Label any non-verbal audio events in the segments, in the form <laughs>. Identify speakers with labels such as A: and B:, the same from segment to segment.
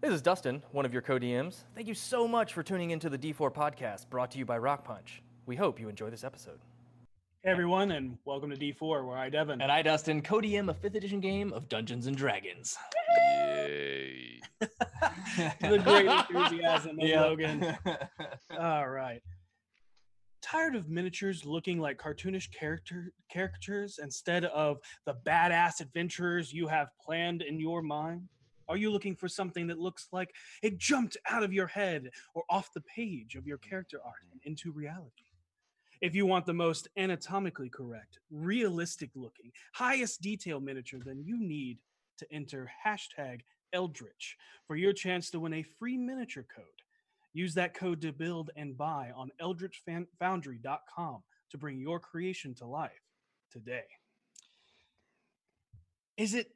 A: This is Dustin, one of your co DMs. Thank you so much for tuning into the D4 podcast brought to you by Rock Punch. We hope you enjoy this episode.
B: Hey everyone, and welcome to D4, where I, Devin,
A: And I, Dustin, co DM a fifth edition game of Dungeons and Dragons.
C: Yay.
B: <laughs> the
A: <laughs>
B: great enthusiasm of
A: Yeah.
B: Logan. All right. Tired of miniatures looking like cartoonish character caricatures instead of the badass adventurers you have planned in your mind? Are you looking for something that looks like it jumped out of your head or off the page of your character art and into reality? If you want the most anatomically correct, realistic looking, highest detail miniature, then you need to enter hashtag Eldritch for your chance to win a free miniature code. Use that code to build and buy on eldritchfoundry.com to bring your creation to life today.
A: Is it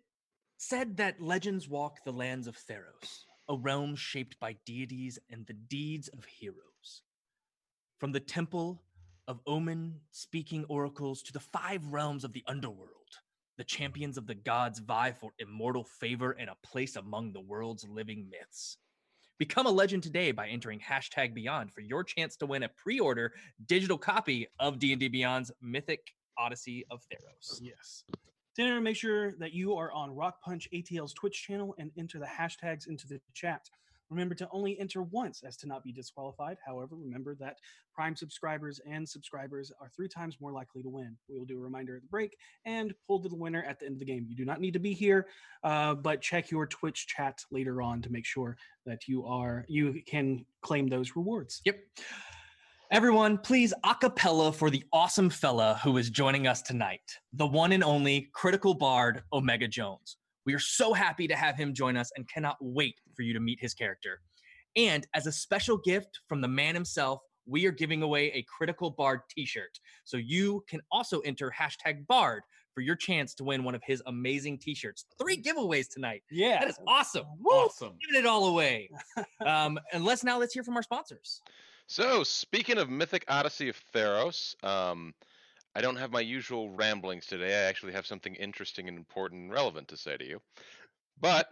A: said that legends walk the lands of Theros, a realm shaped by deities and the deeds of heroes? From the temple of omen speaking oracles to the five realms of the underworld, the champions of the gods vie for immortal favor and a place among the world's living myths. Become a legend today by entering hashtag Beyond for your chance to win a pre-order digital copy of D&D Beyond's Mythic Odyssey of Theros.
B: Yes. Dinner, make sure that you are on Rock Punch ATL's Twitch channel and enter the hashtags into the chat. Remember to only enter once as to not be disqualified. However, remember that Prime subscribers and subscribers are three times more likely to win. We will do a reminder at the break and pull to the winner at the end of the game. You do not need to be here, uh, but check your Twitch chat later on to make sure that you are you can claim those rewards.
A: Yep. Everyone, please acapella for the awesome fella who is joining us tonight, the one and only critical bard Omega Jones. We are so happy to have him join us and cannot wait for you to meet his character. And as a special gift from the man himself, we are giving away a critical bard t shirt. So you can also enter hashtag bard for your chance to win one of his amazing t shirts. Three giveaways tonight.
B: Yeah.
A: That is awesome. Woo!
C: Awesome.
A: Giving it all away. Um, and let's now let's hear from our sponsors.
C: So, speaking of Mythic Odyssey of Theros, um, I don't have my usual ramblings today. I actually have something interesting and important and relevant to say to you. But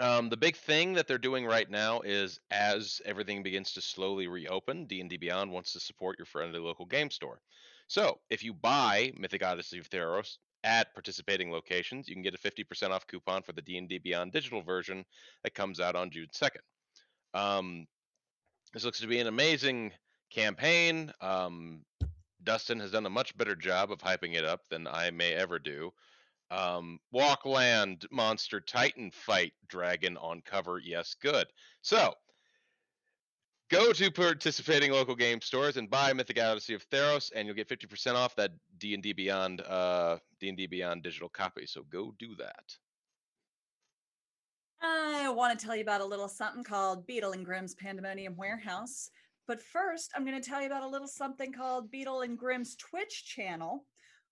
C: um, the big thing that they're doing right now is as everything begins to slowly reopen, D&D Beyond wants to support your friendly local game store. So, if you buy Mythic Odyssey of Theros at participating locations, you can get a 50% off coupon for the D&D Beyond digital version that comes out on June 2nd. Um, this looks to be an amazing campaign. Um, Dustin has done a much better job of hyping it up than I may ever do. Um, walk land, monster, titan fight, dragon on cover. Yes, good. So go to participating local game stores and buy Mythic Odyssey of Theros, and you'll get 50% off that D&D Beyond uh, D&D Beyond digital copy. So go do that.
D: I want to tell you about a little something called Beetle and Grimm's Pandemonium Warehouse. But first, I'm going to tell you about a little something called Beetle and Grimm's Twitch channel,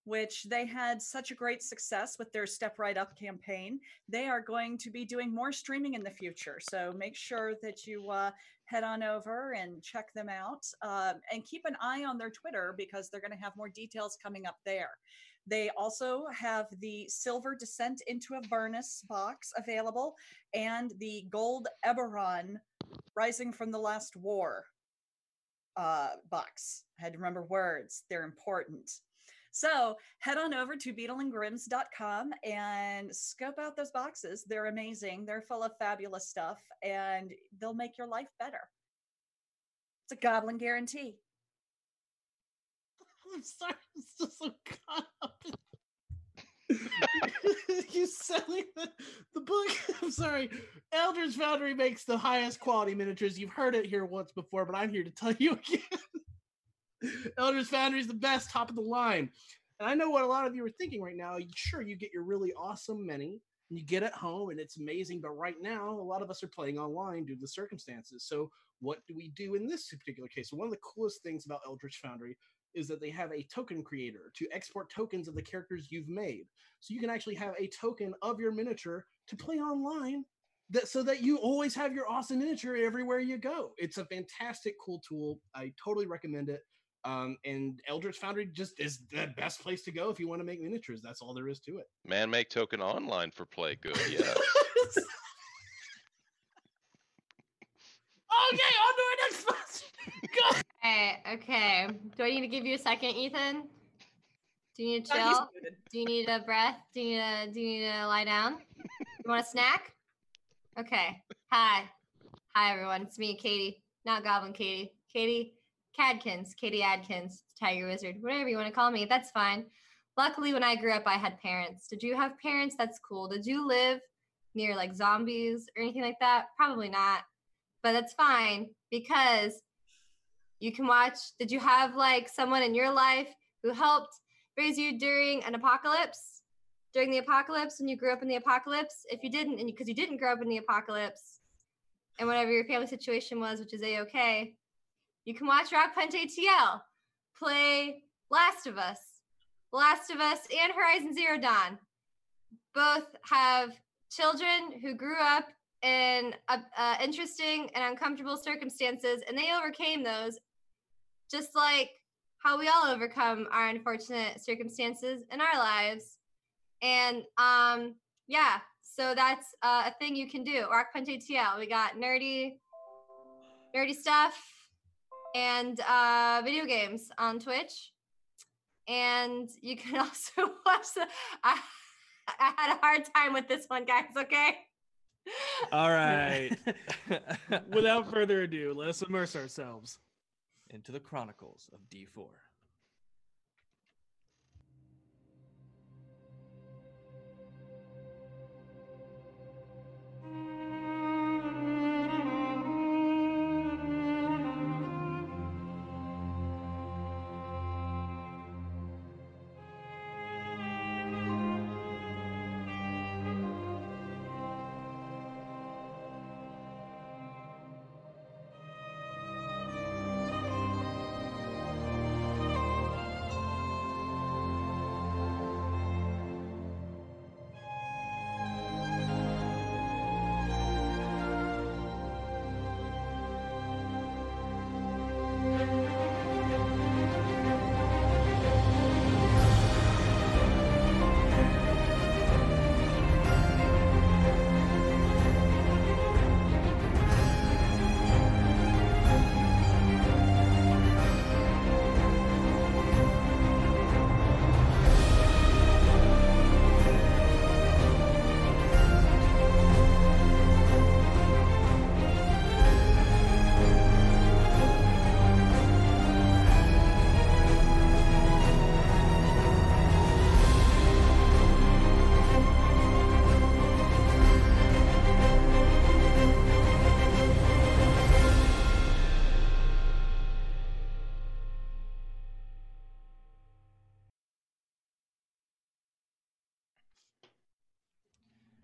D: which they had such a great success with their Step Right Up campaign. They are going to be doing more streaming in the future. So make sure that you uh, head on over and check them out um, and keep an eye on their Twitter because they're going to have more details coming up there. They also have the Silver Descent into Avernus box available and the gold Eberron rising from the last war uh, box. I had to remember words, they're important. So head on over to beetleandgrims.com and scope out those boxes. They're amazing, they're full of fabulous stuff, and they'll make your life better. It's a goblin guarantee.
E: <laughs> I'm sorry, I'm still so caught up. in- <laughs> you selling the, the book. <laughs> I'm sorry. Elders Foundry makes the highest quality miniatures. You've heard it here once before, but I'm here to tell you <laughs> again. Elders Foundry is the best, top of the line. And I know what a lot of you are thinking right now. You- Sure, you get your really awesome mini and you get it home and it's amazing, but right now a lot of us are playing online due to the circumstances. So what do we do in this particular case? One of the coolest things about Eldritch Foundry is that they have a token creator to export tokens of the characters you've made. So you can actually have a token of your miniature to play online that so that you always have your awesome miniature everywhere you go. It's a fantastic cool tool. I totally recommend it. Um, and Eldritch Foundry just is the best place to go if you want to make miniatures. That's all there is to it.
C: Man make token online for play good. Yes.
E: Okay, on to our next question. Go.
F: <laughs> Okay, okay. Do I need to give you a second, Ethan? Do you need to
D: Oh, he's
F: chill?
D: muted.
F: Do you need a breath? Do you need a, do you need to lie down? You want a snack? Okay. Hi. Hi everyone. It's me, Katie. Not Goblin Katie. Katie Cadkins. Katie Adkins. Tiger Wizard. Whatever you want to call me. That's fine. Luckily when I grew up I had parents. Did you have parents? That's cool. Did you live near like zombies or anything like that? Probably not. But that's fine because you can watch. Did you have like someone in your life who helped raise you during an apocalypse during the apocalypse and you grew up in the apocalypse if you didn't and because you, didn't grow up in the apocalypse and whatever your family situation was which is a-ok you can watch rock punch atl play last of us last of us and horizon zero dawn both have children who grew up in uh, uh, interesting and uncomfortable circumstances and they overcame those just like how we all overcome our unfortunate circumstances in our lives. And um, yeah, so that's uh, a thing you can do. Rock Punch ATL. We got nerdy, nerdy stuff, and uh, video games on Twitch. And you can <laughs> also watch the. <laughs> I, I had a hard time with this one, guys. Okay.
A: All right.
B: <laughs> Without further ado, let us immerse ourselves.
A: into the Chronicles of D4.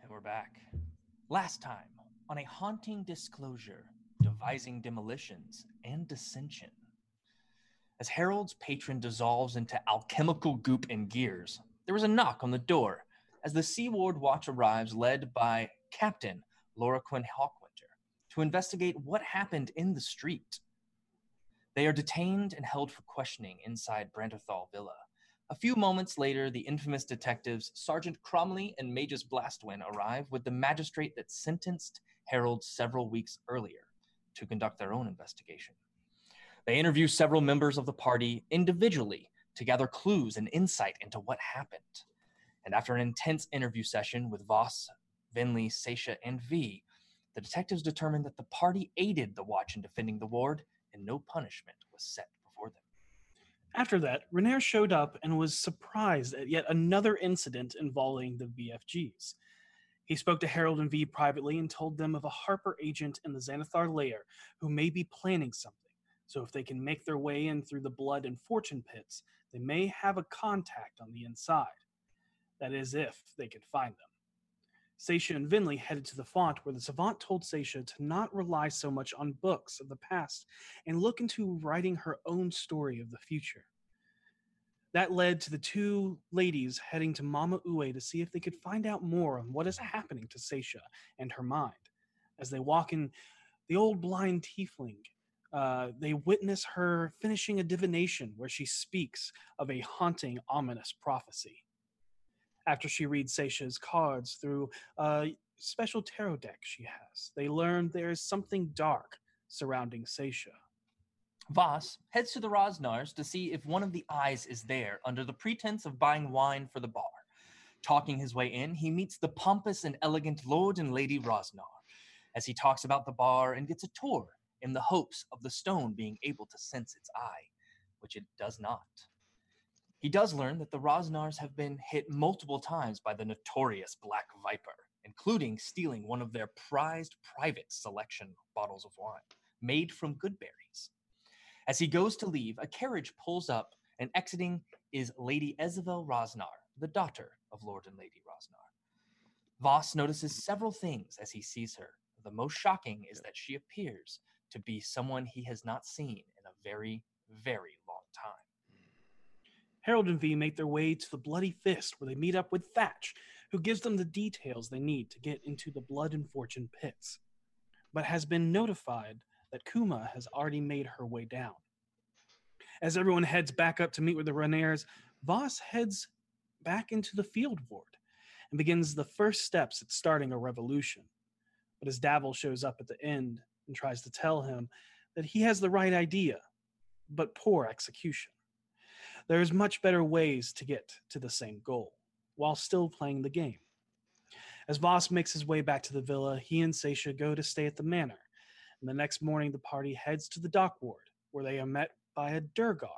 A: And we're back. Last time, on a haunting disclosure, devising demolitions and dissension. As Harold's patron dissolves into alchemical goop and gears, there is a knock on the door as the Seaward Watch arrives, led by Captain Laura Quinn Hawkwinter, to investigate what happened in the street. They are detained and held for questioning inside Brantothal Villa. A few moments later, the infamous detectives Sergeant Cromley and Magus Blastwin arrive with the magistrate that sentenced Harold several weeks earlier to conduct their own investigation. They interview several members of the party individually to gather clues and insight into what happened. And after an intense interview session with Voss, Vinley, Sasha, and V, the detectives determined that the party aided the watch in defending the ward, and no punishment was set before them.
B: After that, Renair showed up and was surprised at yet another incident involving the VFGs. He spoke to Harold and V privately and told them of a Harper agent in the Xanathar layer who may be planning something. So, if they can make their way in through the blood and fortune pits, they may have a contact on the inside. That is, if they can find them. Sasha and Vinley headed to the font where the savant told Sasha to not rely so much on books of the past and look into writing her own story of the future. That led to the two ladies heading to Mama Ue to see if they could find out more on what is happening to Seisha and her mind. As they walk in the old blind tiefling, uh, they witness her finishing a divination where she speaks of a haunting, ominous prophecy. After she reads Seisha's cards through a special tarot deck she has, they learn there is something dark surrounding Seisha.
A: Voss heads to the Rosnars to see if one of the eyes is there under the pretense of buying wine for the bar. Talking his way in, he meets the pompous and elegant Lord and Lady Rosnar as he talks about the bar and gets a tour in the hopes of the stone being able to sense its eye, which it does not. He does learn that the Rosnars have been hit multiple times by the notorious Black Viper, including stealing one of their prized private selection bottles of wine made from good berries. As he goes to leave, a carriage pulls up, and exiting is Lady Ezevel Rosnar, the daughter of Lord and Lady Rosnar. Voss notices several things as he sees her. The most shocking is that she appears to be someone he has not seen in a very, very long time.
B: Harold and V make their way to the Bloody Fist, where they meet up with Thatch, who gives them the details they need to get into the Blood and Fortune pits, but has been notified that Kuma has already made her way down. As everyone heads back up to meet with the Renairs, Voss heads back into the field ward and begins the first steps at starting a revolution. But as Davil shows up at the end and tries to tell him that he has the right idea, but poor execution, there's much better ways to get to the same goal while still playing the game. As Voss makes his way back to the villa, he and Seisha go to stay at the manor, and the next morning the party heads to the dock ward, where they are met by a Durgar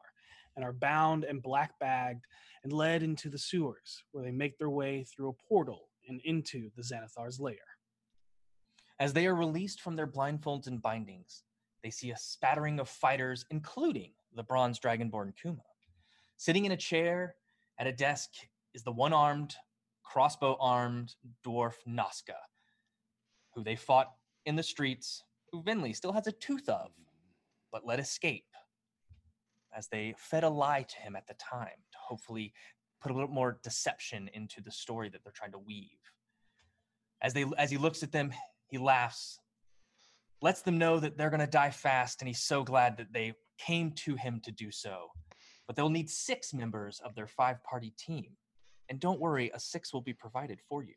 B: and are bound and black bagged and led into the sewers, where they make their way through a portal and into the Xanathar's lair.
A: As they are released from their blindfolds and bindings, they see a spattering of fighters, including the bronze dragonborn Kuma. Sitting in a chair at a desk is the one armed, crossbow armed dwarf Nazca, who they fought in the streets, who Vinley still has a tooth of, but let escape, as they fed a lie to him at the time to hopefully put a little more deception into the story that they're trying to weave. As they as he looks at them, he laughs, lets them know that they're going to die fast, and he's so glad that they came to him to do so. But they'll need six members of their five party team. And don't worry, a six will be provided for you.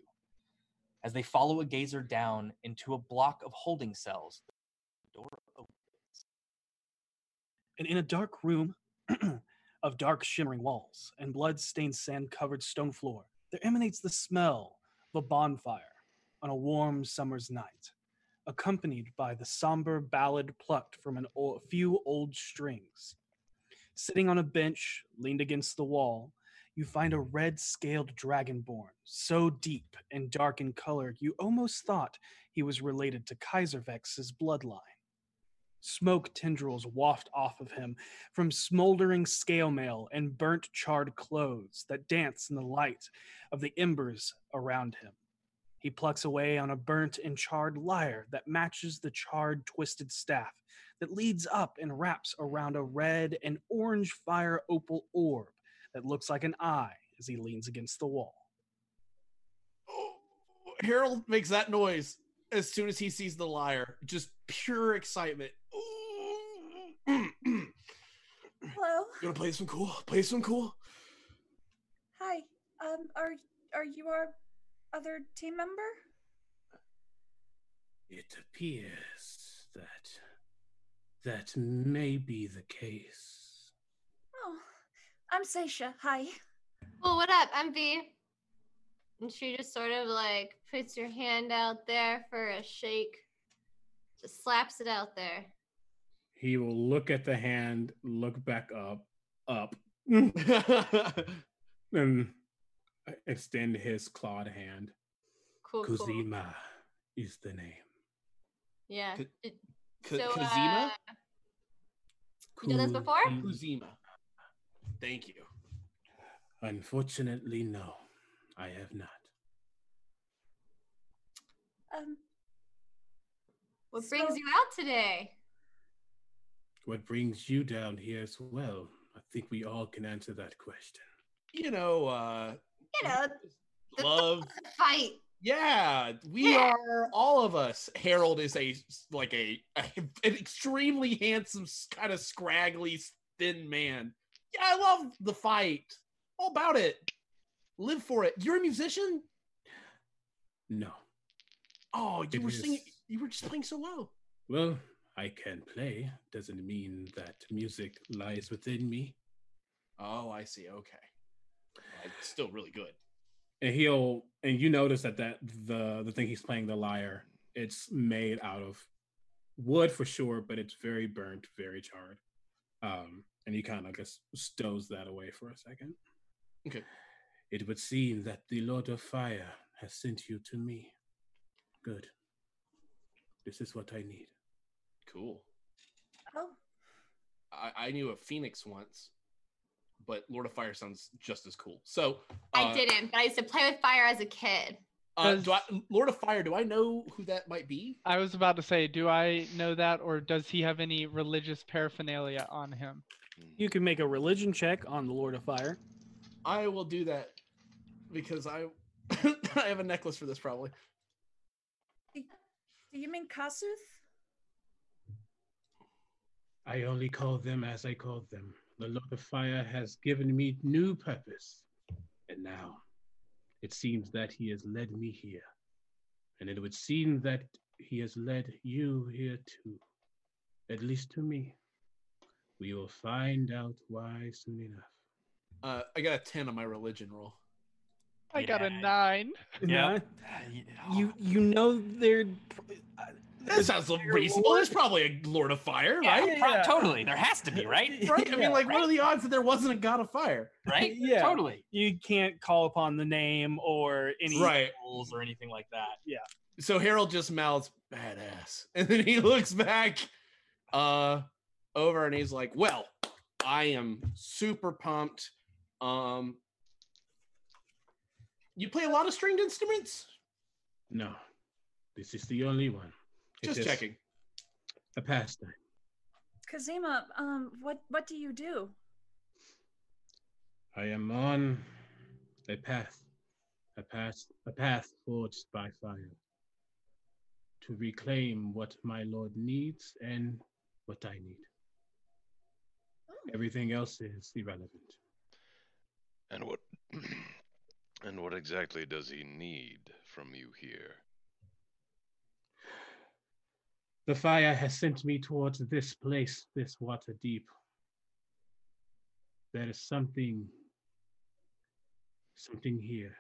A: As they follow a gazer down into a block of holding cells, the door opens.
B: and in a dark room <clears throat> of dark shimmering walls and blood-stained sand-covered stone floor there emanates the smell of a bonfire on a warm summer's night accompanied by the somber ballad plucked from an o- a few old strings sitting on a bench leaned against the wall you find a red-scaled dragonborn so deep and dark in color you almost thought he was related to kaiservex's bloodline Smoke tendrils waft off of him from smoldering scale mail and burnt charred clothes that dance in the light of the embers around him. He plucks away on a burnt and charred lyre that matches the charred, twisted staff that leads up and wraps around a red and orange fire opal orb that looks like an eye as he leans against the wall.
G: Harold makes that noise as soon as he sees the liar. Just pure excitement. <clears throat> Ooh. you
D: Hello.
G: wanna play some cool? Play some cool?
D: Hi. Um, are are you our other team member?
H: It appears that that may be the case.
D: Oh, I'm Seisha. Hi.
F: Well, what up? I'm V. And she just sort of like puts her hand out there for a shake, just slaps it out there.
H: He will look at the hand, look back up,
G: <laughs>
H: up, and extend his clawed hand.
F: Cool, cool.
H: Kuzima is the name.
F: Yeah.
G: K-
F: Did-
G: K-
F: so,
G: Kazima?
F: uh, You done this before?
H: Kuzi-
G: Kuzima. Thank you.
H: Unfortunately, no, I have not.
D: Um,
F: uh, what brings
D: so-
F: you out today?
H: What brings you down here as well? I think we all can answer that question.
G: You know, uh
F: You know, the- <laughs>
G: love.
F: fight.
G: Yeah, we
F: Yeah.
G: are all of us. Harold is a like a, a an extremely handsome, kind of scraggly, thin man. Yeah, I love the fight. All about it. Live for it. You're a musician.
H: No.
G: Oh, you
H: It
G: Oh, were singing.
H: is.
G: You were just playing so well.
H: Well, I can play doesn't mean that music lies within me.
G: Oh, I see. Okay. Uh, It's still really good.
H: and he'll and you notice that that the the thing he's playing the lyre it's made out of wood for sure but it's very burnt very charred um and he kind of just stows that away for a second
G: Okay.
H: it would seem that the lord of fire has sent you to me good this is what i need
G: Cool.
D: Oh,
G: I, I knew a phoenix once, but Lord of Fire sounds just as cool. So
F: I
G: uh,
F: didn't, but I used to play with fire as a kid.
G: Uh, do I, Lord of Fire? Do I know who that might be?
I: I was about to say, do I know that, or does he have any religious paraphernalia on him?
B: You can make a religion check on the Lord of Fire.
G: I will do that because I <laughs> I have a necklace for this probably.
D: do you mean Kasuth?
H: i only call them as i called them the lord of fire has given me new purpose and now it seems that he has led me here and it would seem that he has led you here too at least to me we will find out why soon enough
G: Uh, I got a ten on my religion roll.
I: I got a
A: Yeah.
I: nine.
A: Yeah.
B: You you know they're
G: That sounds reasonable. There's probably a Lord of Fire, right?
B: pro- yeah.
A: totally. There has to be,
G: <laughs>
A: right?
G: Right. I mean,
B: Yeah,
G: like, what are the odds that there wasn't a God of Fire?
A: Right?
B: <laughs> Yeah.
A: Totally.
B: you can't call upon the name or any
G: Right.
B: rules or anything like that. Yeah.
G: So Harold just mouths <laughs> badass, and then he looks back uh over and he's like, "Well, I am super pumped. Um, you play a lot of stringed instruments?
H: no this is the only one It
G: Just
H: is
G: checking.
H: a pastime
D: Kazima, um, what what do you do?
H: I am on a path, a path, a path forged by fire to reclaim what my lord needs and what I need. Everything else is irrelevant.
C: And what and what exactly does he need from you here?
H: The fire has sent me towards this place, this water deep. There is something, something here.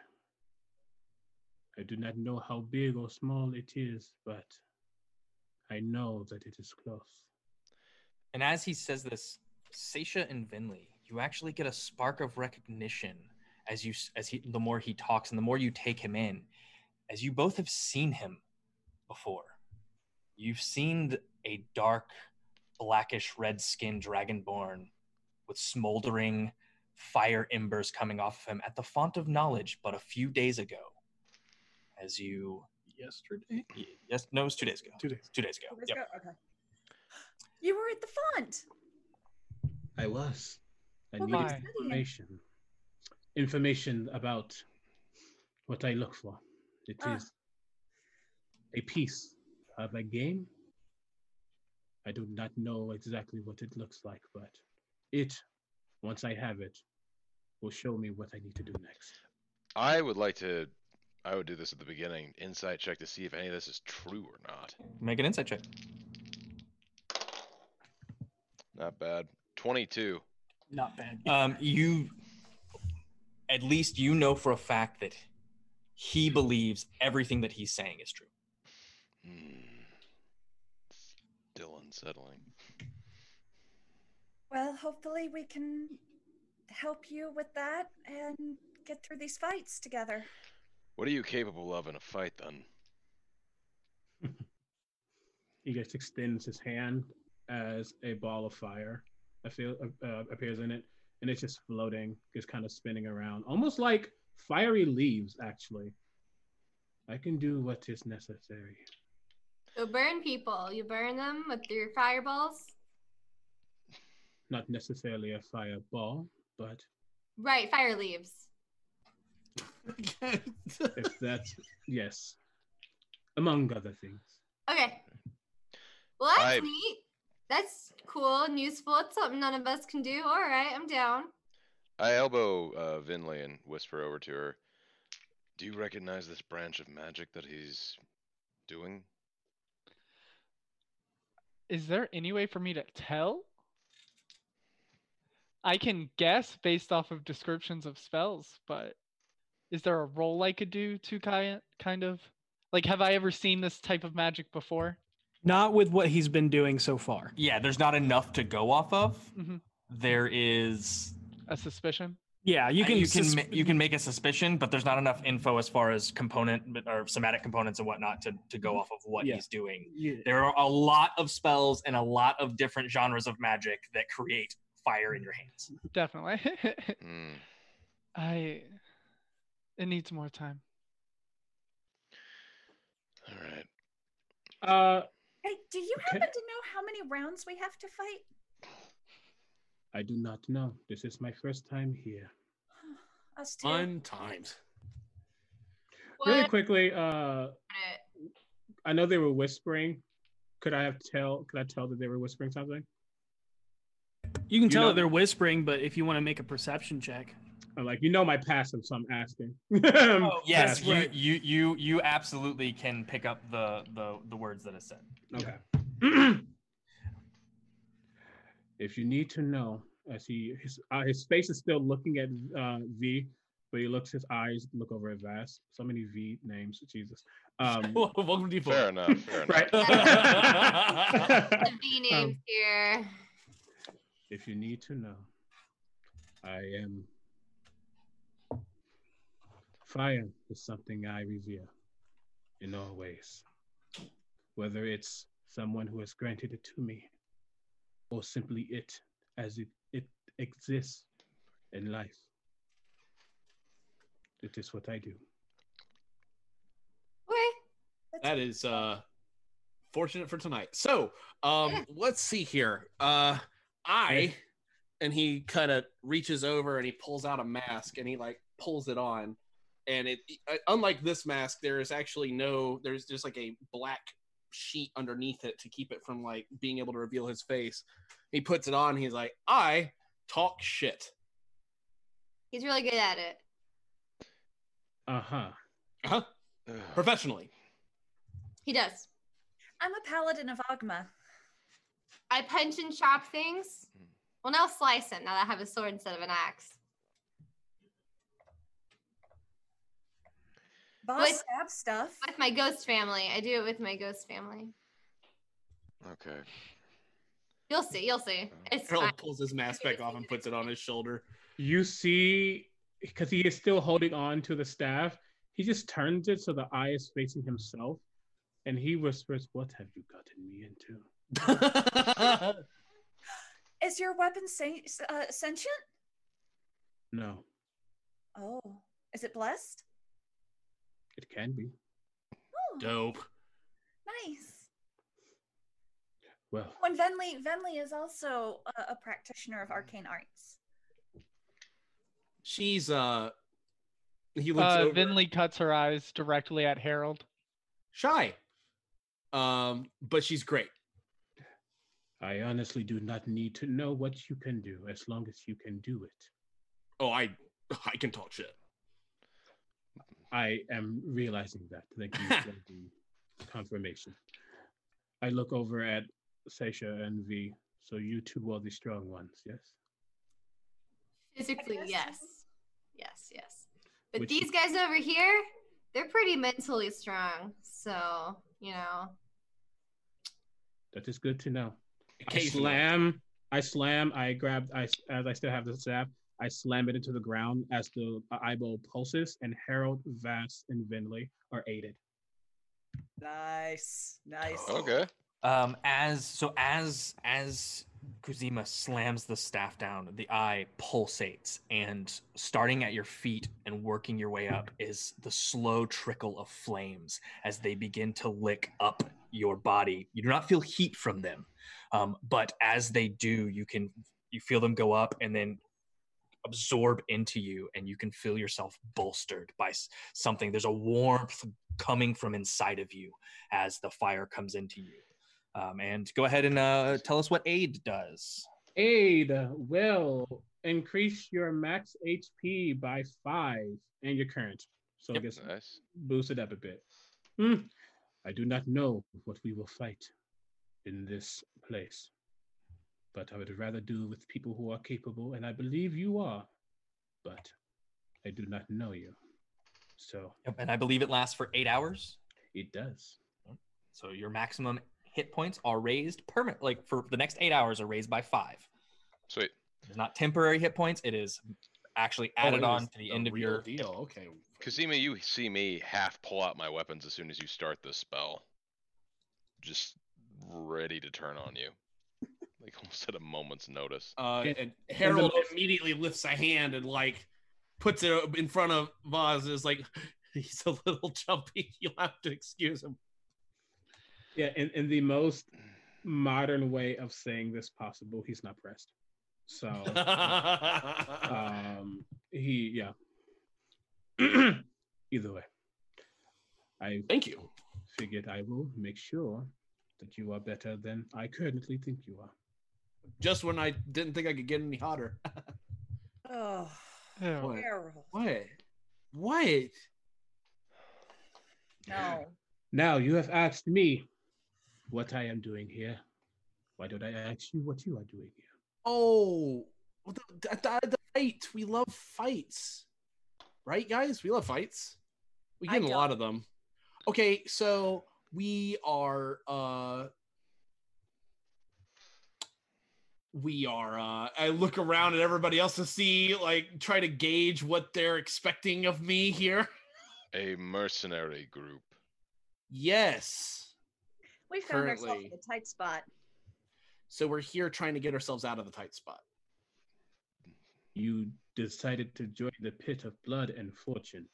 H: I do not know how big or small it is, but I know that it is close.
A: And as he says this, Sasha and Vinley, you actually get a spark of recognition as you as he the more he talks and the more you take him in, as you both have seen him before. You've seen th- a dark, blackish red skinned dragonborn with smoldering fire embers coming off of him at the font of knowledge but a few days ago. As you
B: Yesterday.
A: y- yes, no, it was two days ago.
B: Two days.
A: Two days ago.
D: Let's
A: Yep.
D: go- Okay. You were at the font.
H: I was. I
D: Well,
H: needed
I: why?
H: information. Information about what I look for. It is
D: Ah.
H: a piece of a game. I do not know exactly what it looks like, but it, once I have it, will show me what I need to do next.
C: I would like to I would do this at the beginning, insight check to see if any of this is true or not.
A: Make an insight check.
C: Not bad. Twenty-two.
B: Not bad.
A: um, you at least you know for a fact that he believes everything that he's saying is true
C: Hmm. Still unsettling.
D: Well, hopefully we can help you with that and get through these fights together.
C: What are you capable of in a fight then?
H: He just extends his hand as a ball of fire affe- uh, appears in it, and it's just floating, just kind of spinning around, almost like fiery leaves. Actually, I can do what is necessary.
F: So burn people. You burn them with your fireballs.
H: Not necessarily a fireball, but
F: Right, fire leaves.
G: <laughs>
H: if that's yes, among other things.
F: Okay. Well, that's
C: I-
F: neat. That's cool and useful. It's something none of us can do. All right, I'm <laughs> down.
C: I elbow uh, Vinley and whisper over to her. Do you recognize this branch of magic that he's doing?
I: Is there any way for me to tell? I can guess based off of descriptions of spells, but is there a role I could do to kind kind of like have I ever seen this type of magic before?
B: Not with what he's been doing so far.
A: Yeah, there's not enough to go off of.
B: Mm-hmm.
I: Mhm.
A: There is
I: A suspicion?
B: Yeah, you
A: Uh,
B: can.
A: you can
B: sus-
A: ma- you can make a suspicion, but there's not enough info as far as component but- or somatic components and whatnot to to go off of what
B: Mm-hmm. Yeah.
A: he's doing.
B: you-
A: There are a lot of spells and a lot of different genres of magic that create fire in your hands.
I: Definitely. <laughs>
C: Hmm.
I: I it needs more time.
C: All right.
H: Uh,
D: Hey, do you
H: Okay.
D: happen to know how many rounds we have to fight?
H: I do not know. This is my first time here.
D: Us two.
G: Fun times.
H: Really
F: What?
H: quickly, uh, I know they were whispering. Could I have tell? Could I tell that they were whispering something?
B: you can
H: You
B: tell
H: know-
B: that they're whispering, but if you want to make a perception check,
H: I'm like, you know my passive, so I'm asking. <laughs>
B: <laughs>
H: I'm
A: Oh, yes,
H: passive.
A: you, you you you absolutely can pick up the the the words that are said.
H: Okay. <clears throat> if you need to know, as he his uh, his face is still looking at uh, V, but he looks his eyes look over at Vass. So many V names, Jesus. Um,
G: <laughs> Welcome to
C: Fair
G: Depot.
C: enough. Fair enough.
H: <laughs> right.
G: <laughs>
F: <laughs> The V names
H: Um,
F: here.
H: if you need to know, I am. Fire is something I revere in all ways, whether it's someone who has granted it to me or simply it as it, it exists in life. It is what I do.
F: Okay.
G: That is uh fortunate for tonight. So, um let's see here. Uh I and he kind of reaches over and he pulls out a mask and he like pulls it on and it uh, unlike this mask there is actually no there's just like a black sheet underneath it to keep it from like being able to reveal his face. He puts it on, he's like, "I talk shit."
F: He's really good at it.
H: Uh huh.
G: Uh-huh.
C: Ugh.
G: Professionally.
F: He does.
D: I'm a paladin of Agma.
F: I punch and chop things. Well, now slice it. Now that I have a sword instead of an axe.
D: Boss
F: What?
D: stab stuff.
F: With my ghost family, I do it with my ghost family.
C: Okay.
F: You'll see. You'll see. It's
G: Harold
F: fine.
G: pulls his mask back off and puts it on his shoulder.
H: You see, because he is still holding on to the staff, he just turns it so the eye is facing himself, and he whispers, "What have you gotten me into?"
D: Is your weapon sen- uh, sentient?
H: No,
D: Oh, is it blessed?
H: it can be.
D: Oh,
G: Dope.
D: nice.
H: Well,
D: Oh, and Venli, Venli is also a, a practitioner
G: Mm-hmm.
D: of arcane arts.
G: She's uh he looks
I: Uh
G: over
I: Vinley cuts her eyes directly at Harold.
G: shy. Um, but she's great.
H: I honestly do not need to know what you can do as long as you can do it.
G: Oh, I <laughs> I can talk shit.
H: I am realizing that. Thank you
G: <laughs>
H: for the confirmation. I look over at Seisha and V. So you two are the strong ones, yes?
F: Physically,
D: guess.
F: yes. Yes, yes. But
H: Which-
F: these guys over here, they're pretty mentally strong. So, you know,
H: That is good to know. I
G: Occasionally.
H: slam. I slam. I grab. I as I still have the staff. I slam it into the ground as the eyeball pulses, and Harold, Vass, and Vinley are aided.
D: Nice, nice.
C: Okay.
A: Um, as so as as Kuzima slams the staff down, the eye pulsates, and starting at your feet and working your way up is the slow trickle of flames as they begin to lick up your body. You do not feel heat from them, um, but as they do, you can you feel them go up and then absorb into you, and you can feel yourself bolstered by s- something. There's a warmth coming from inside of you as the fire comes into you. Um, and go ahead and uh, tell us what aid does.
H: Aid will increase your max HP by five and your current, so
A: Yep.
H: it gets
C: Nice.
H: boosted up a bit. Hmm. I do not know what we will fight in this
J: place. But I would rather do with people who are capable, and I believe you are, but I do not know you. So
A: Yep, and I believe it lasts for eight hours.
J: it does.
A: So your maximum hit points are raised permanent, like for the next eight hours, are raised by five.
C: Sweet.
A: It's not temporary hit points; it is actually added
G: Oh, it
A: on
G: is
A: to the
G: the
A: end of
G: real
A: your.
G: deal. Okay.
C: Kazima, you see me half pull out my weapons as soon as you start this spell. Just ready to turn on
B: <laughs>
C: you. Like almost at a moment's notice.
G: Uh,
J: Okay.
G: and Harold
J: most-
G: immediately lifts a hand and like puts it up in front of Vaz and is like, <laughs> he's a little jumpy. <laughs> You'll have to excuse him.
J: Yeah, in, in the most modern way of saying this possible, he's not pressed.
A: <laughs>
J: So
H: Oh.
G: <laughs>
H: Uh.
J: um he yeah. <clears throat> Either way. I
G: Thank you.
J: figured I will make sure that you are better than I currently think you are.
G: Just when I didn't think I could get any hotter.
D: Oh,
I: Yeah.
G: What? <laughs>
D: Harold.
G: What? What?
D: No.
J: Now you have asked me what I am doing here. Why don't I ask you what you are doing here?
G: Oh, well, the, the, the fight. We love fights, right, guys? We love fights. We
D: I
G: get in a lot of them. Okay, so we are. uh we are uh i look around at everybody else to see like try to gauge what they're expecting of me here <laughs>
C: A mercenary group.
G: yes
D: We found ourselves
G: Currently-
D: in a tight spot.
G: so we're here trying to get ourselves out of the tight spot
J: You decided to join the pit of blood and fortune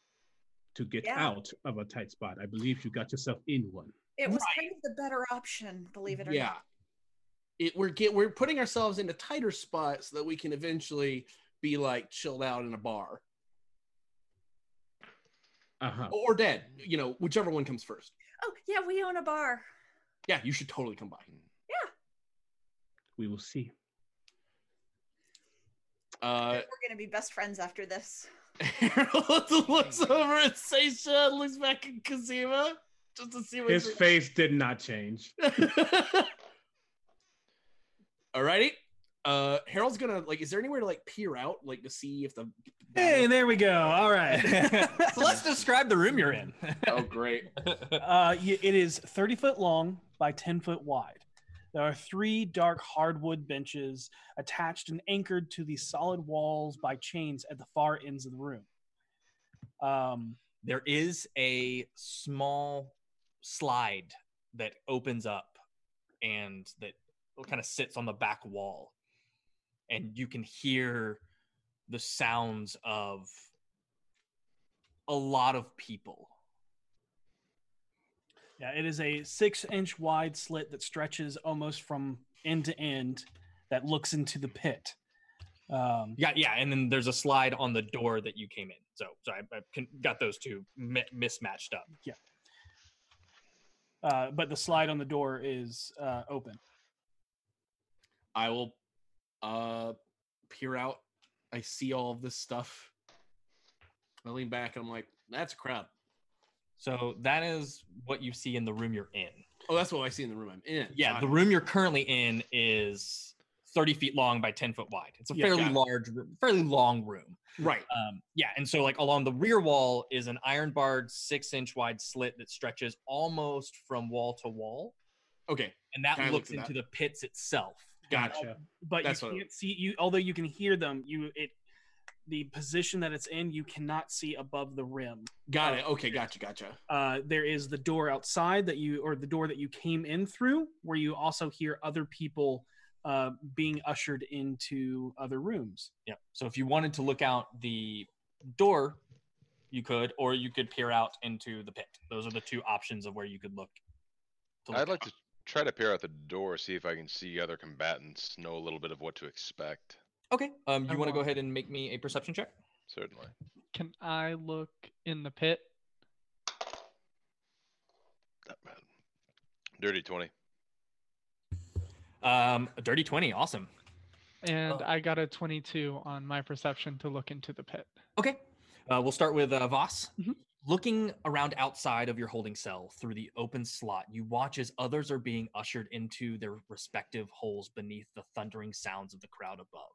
J: to get
D: Yeah.
J: out of a tight spot. I believe you got yourself in one.
D: It was kind of the better option, believe it or
G: yeah
D: not.
G: it we're get we're putting ourselves into tighter spots so that we can eventually be like chilled out in a bar
J: Uh-huh.
G: or dead you know whichever one comes first
D: Oh, yeah, we own a bar.
G: yeah you should totally come by
J: We will see.
G: uh <laughs>
D: We're going to be best friends after this.
G: Harold <laughs> looks over at Seisha and looks back at Kazima just to see what
J: His face did not change.
G: Alrighty. Uh Harold's gonna like is there anywhere to like peer out like to see if the
B: Hey, there we go. All <laughs> right.
A: so let's describe the room you're in.
H: <laughs>
G: Oh great.
B: Uh, y- it is 30 foot long by 10 foot wide. There are three dark hardwood benches attached and anchored to the solid walls by chains at the far ends of the room. Um,
A: there is a small slide that opens up and that kind of sits on the back wall and you can hear the sounds of a lot of people
B: yeah, it is a six inch wide slit that stretches almost from end to end that looks into the pit. Um,
A: yeah yeah and then there's a slide on the door that you came in so so i, I con- got those two mi- mismatched up
B: uh, but the slide on the door is uh, open.
G: I will uh peer out. I see all of this stuff. I lean back and I'm like, that's a crowd.
A: so that is what you see in the room you're in
G: Oh, that's what I see in the room I'm in.
A: Yeah,
G: Got
A: the
G: it.
A: room you're currently in is 30 feet long by 10 foot wide. It's a
G: Yeah,
A: fairly
G: got it.
A: large, room, fairly long room.
G: right.
A: Um, yeah, and so like along the rear wall is an iron barred six inch wide slit that stretches almost from wall to wall,
G: Okay.
A: and that
G: Kinda
A: looks
G: looked at
A: into the pits itself.
G: Gotcha.
B: Uh, but
G: That's
B: you
G: what it
B: can't see you although you can hear them you it the position that it's in you cannot see above the rim
G: Got it. Okay, gotcha, gotcha.
B: uh, there is the door outside that you or the door that you came in through where you also hear other people uh, being ushered into other rooms
A: Yep. So if you wanted to look out the door, you could, or you could peer out into the pit. Those are the two options of where you could look. to look
C: I'd like
A: out.
C: to try to peer out the door, see if I can see other combatants, know a little bit of what to expect.
A: Okay. Um, you
I: I
A: want to go
I: want-
A: ahead and make me a perception check?
C: Certainly.
I: Can I look in the pit?
C: Not bad. Dirty 20.
A: Um, a dirty twenty. Awesome.
I: And
A: Oh.
I: I got a 22 on my perception to look into the pit.
A: Okay. Uh, we'll start with uh, Voss.
I: Mhm.
A: looking around outside of your holding cell through the open slot, you watch as others are being ushered into their respective holes beneath the thundering sounds of the crowd above.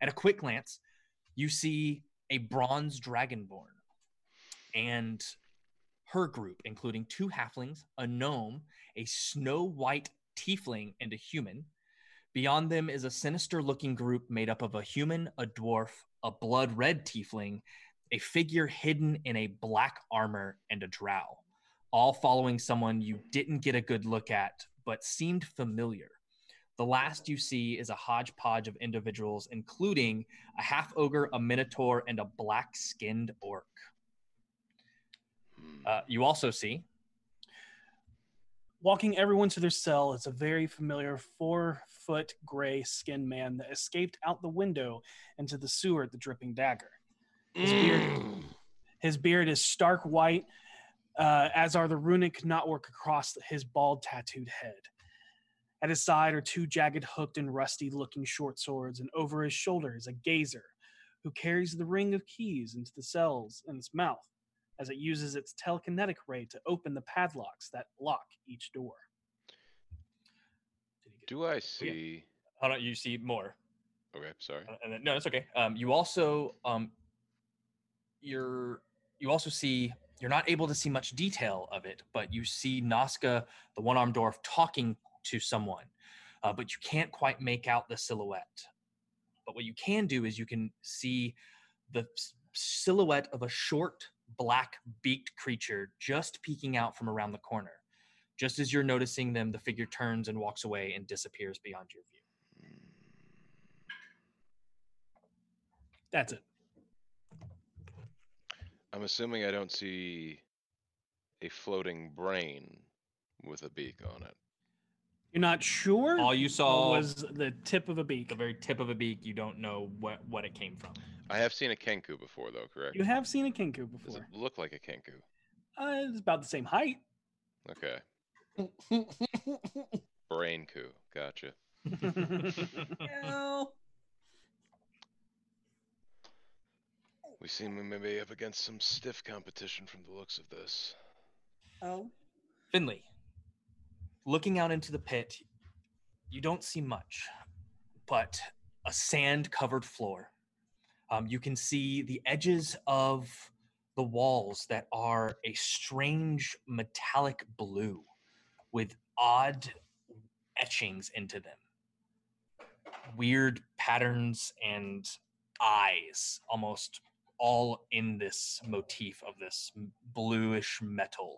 A: At a quick glance, you see a bronze dragonborn and her group, including two halflings, a gnome, a snow white tiefling, and a human. Beyond them is a sinister looking group made up of a human, a dwarf, a blood red tiefling, a figure hidden in a black armor and a drow, all following someone you didn't get a good look at but seemed familiar. The last you see is a hodgepodge of individuals, including a half ogre, a minotaur, and a black skinned orc. Uh, you also see
B: Walking everyone to their cell is a very familiar four foot gray skinned man that escaped out the window into the sewer at the Dripping Dagger. His beard, his beard is stark white, uh, as are the runic knotwork across his bald, tattooed head. At his side are two jagged, hooked, and rusty looking short swords, and over his shoulder is a gazer who carries the ring of keys into the cells in its mouth as it uses its telekinetic ray to open the padlocks that lock each door.
C: Do I see?
A: Oh, Hold on, you see more.
C: Okay, sorry.
A: Uh, And then, no, it's okay. Um, you also um, you're you also see you're not able to see much detail of it, but you see Nazca, the one-armed dwarf, talking to someone, uh, but you can't quite make out the silhouette. But what you can do is you can see the s- silhouette of a short, black, beaked creature just peeking out from around the corner. Just as you're noticing them, the figure turns and walks away and disappears beyond your view.
B: That's it.
C: I'm assuming I don't see a floating brain with a beak on it.
B: You're not sure?
A: All you
B: Or
A: saw
B: was the tip of a beak.
A: the very tip of a beak. You don't know what what it came from.
C: I have seen a Kenku before, though, correct?
B: You have seen a kinku
C: Does it
B: before.
C: look like a Kenku?
B: Uh, it's about the same height. <laughs>
C: Okay. Brain coup. Gotcha.
D: No.
C: We seem we may be up against some stiff competition from the looks of this.
D: Oh.
A: Finley, looking out into the pit, you don't see much, but a sand covered floor. Um, you can see the edges of the walls that are a strange metallic blue with odd etchings into them. Weird patterns and eyes, almost all in this motif of this m- bluish metal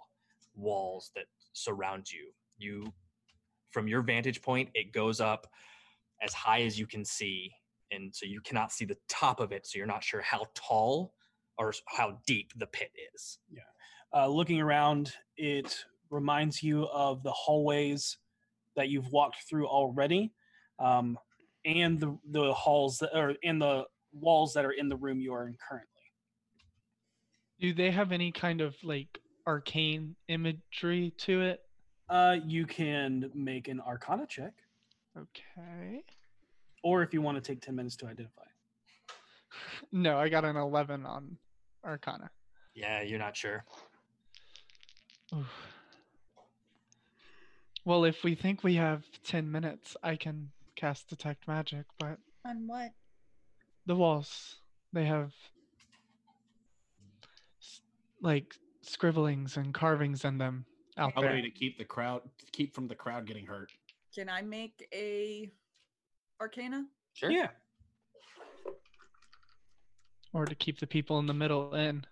A: walls that surround you. You, from your vantage point, it goes up as high as you can see, and so you cannot see the top of it. So you're not sure how tall or s- how deep the pit is.
B: Uh, looking around, it reminds you of the hallways that you've walked through already, um, and the the halls that, or and the walls that are in the room you are in currently.
I: Do they have any kind of like arcane imagery to it?
B: Uh, you can make an Arcana check,
I: Okay.
B: or if you want to take ten minutes to identify.
I: No, I got an 11 on Arcana.
A: Yeah, you're not sure.
I: Oof. Well, if we think we have 10 minutes, I can cast Detect Magic, but
D: On what?
I: the walls, they have s- like scribblings and carvings in them out
G: Probably
I: there.
G: to keep the crowd, to keep from the crowd getting hurt.
D: Can I make a arcana?
A: Sure.
B: Yeah.
I: Or to keep the people in the middle in.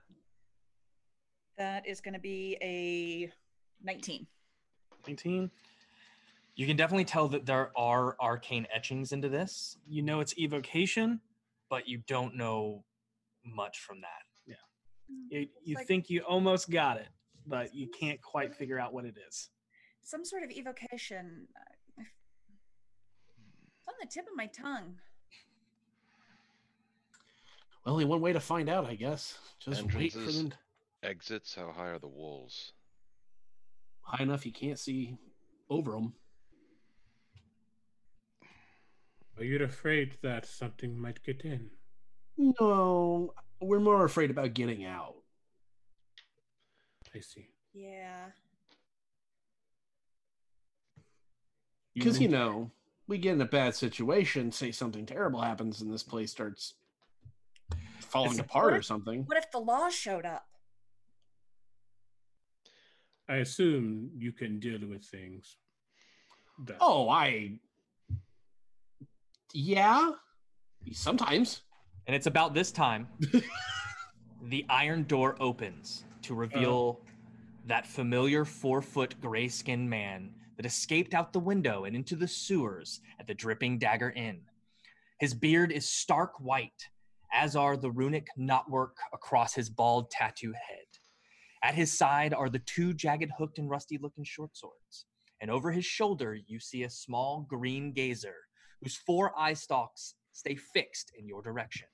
D: That is going to be a 19.
B: Nineteen.
A: You can definitely tell that there are arcane etchings into this,
B: You know it's evocation.
A: but you don't know much from that.
B: You, you
D: Like-
B: think you almost got it, but you can't quite figure out what it is.
D: Some sort of evocation. I- I- It's on the tip of my tongue.
G: Only one way to find out, I guess. Just wait for
C: Entrances.
G: them. to-
C: Exits, how high are the walls?
G: High enough you can't see over them.
J: Are you afraid that something might get in?
G: No, we're more afraid about getting out.
H: I see.
D: Yeah.
H: You
K: Because, you
H: mentioned-
K: know, we get in a bad situation, say something terrible happens, and this place starts falling apart or something.
D: What if the law showed up?
H: I assume you can deal with things. That
K: Oh, I. Yeah. Sometimes.
A: And it's about this time <laughs> the iron door opens to reveal
K: Oh.
A: that familiar four foot gray skinned man that escaped out the window and into the sewers at the Dripping Dagger Inn. His beard is stark white, as are the runic knotwork across his bald tattoo head. At his side are the two jagged, hooked, and rusty looking short swords. And over his shoulder, you see a small green gazer whose four eye stalks stay fixed in your direction.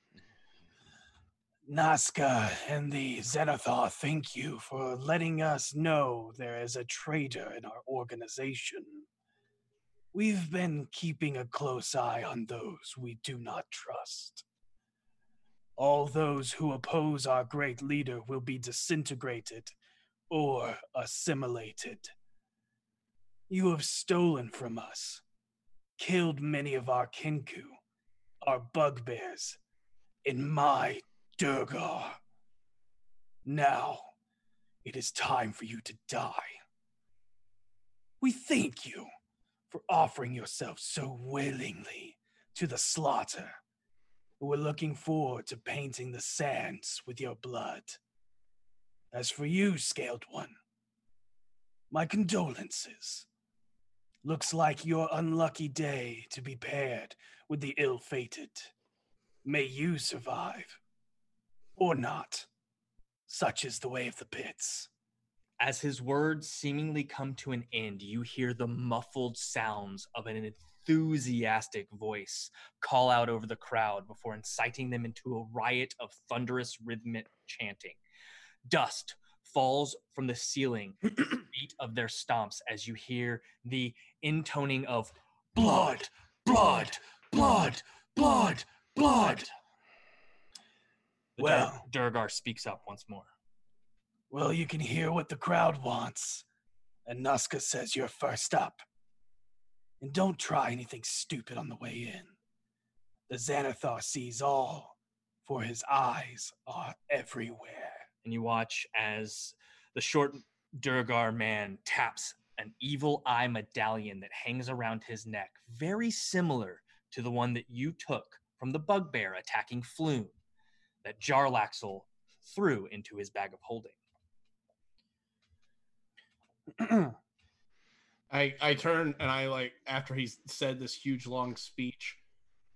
E: Nazca and the Xenothar thank you for letting us know there is a traitor in our organization. We've been keeping a close eye on those we do not trust. All those who oppose our great leader will be disintegrated or assimilated. You have stolen from us, killed many of our kinku, our bugbears, in my Durgar. Now it is time for you to die. We thank you for offering yourself so willingly to the slaughter. We're looking forward to painting the sands with your blood. As for you, scaled one, my condolences. Looks like your unlucky day to be paired with the ill fated. May you survive or not. Such is the way of the pits.
A: As his words seemingly come to an end, you hear the muffled sounds of an enthusiastic voice call out over the crowd before inciting them into a riot of thunderous rhythmic chanting. Dust falls from
E: <clears throat>
A: the ceiling at the beat of their stomps as you hear the intoning of blood, blood, blood, blood, blood. The
E: Well-
A: Dur- Durgar speaks up once more.
E: Well, you can hear what the crowd wants. And Nazca says you're first up. And don't try anything stupid on the way in. The Xanathar sees all, for his eyes are everywhere.
A: and you watch as the short Durgar man taps an evil eye medallion that hangs around his neck, very similar to the one that you took from the bugbear attacking Floon, that Jarlaxle threw into his bag of holding.
G: I I turn and I like after he's said this huge long speech.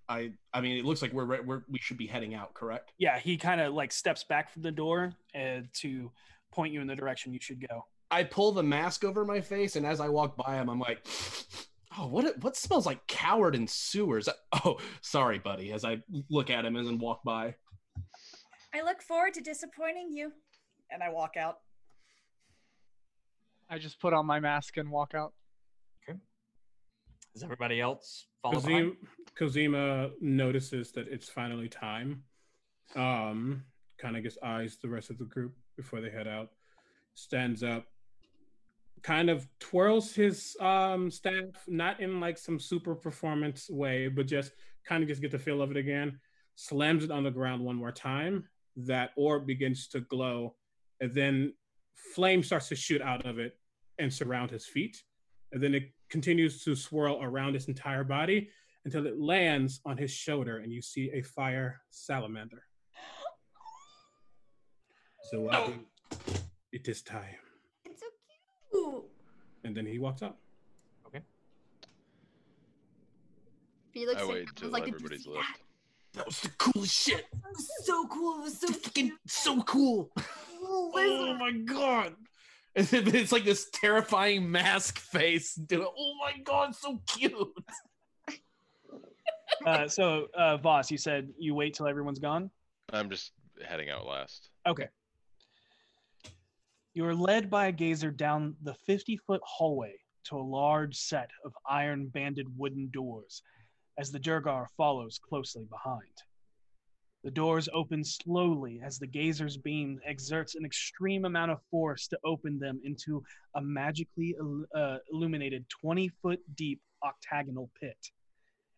G: I I mean it looks like we're right we're we should be heading out, correct?
E: Yeah, he kind of like steps back from the door uh, to point you in the direction you should go.
G: I pull the mask over my face and as I walk by him, I'm like, oh what what smells like coward in sewers? Oh sorry, buddy. As I look at him and then walk by.
D: I look forward to disappointing you. And I walk out.
I: I just put on my mask and walk out.
A: Does everybody else follow behind?
H: Kozima, Kozima notices that it's finally time. Um, kind of gets eyes the rest of the group before they head out. Stands up, kind of twirls his um staff, not in like some super performance way, but just kind of just get the feel of it again. Slams it on the ground one more time. That orb begins to glow, and then flame starts to shoot out of it and surround his feet and then it continues to swirl around his entire body until it lands on his shoulder and you see a fire salamander. So I think it is time.
B: It's so cute.
H: And then he walks up.
B: Felix
C: I
B: and
C: waited
B: Kat was
C: till
B: like, "Did you
C: everybody's
B: see
C: left.
B: that?
K: That was the coolest shit.
B: That was so cool. It was so
K: Fucking
B: cute.
K: so cool.
B: Little
K: Oh
B: lizard.
K: my god.
G: It's like this terrifying mask face. Dude, oh my god, so cute. <laughs>
E: Uh, so, uh, Voss, you said you wait till everyone's gone?
C: I'm just heading out last.
E: You are led by a gazer down the 50 foot hallway to a large set of iron banded wooden doors as the Durgar follows closely behind.
B: The doors open slowly as the gazer's beam exerts an extreme amount of force to open them into a magically il- uh, illuminated 20 foot deep octagonal pit.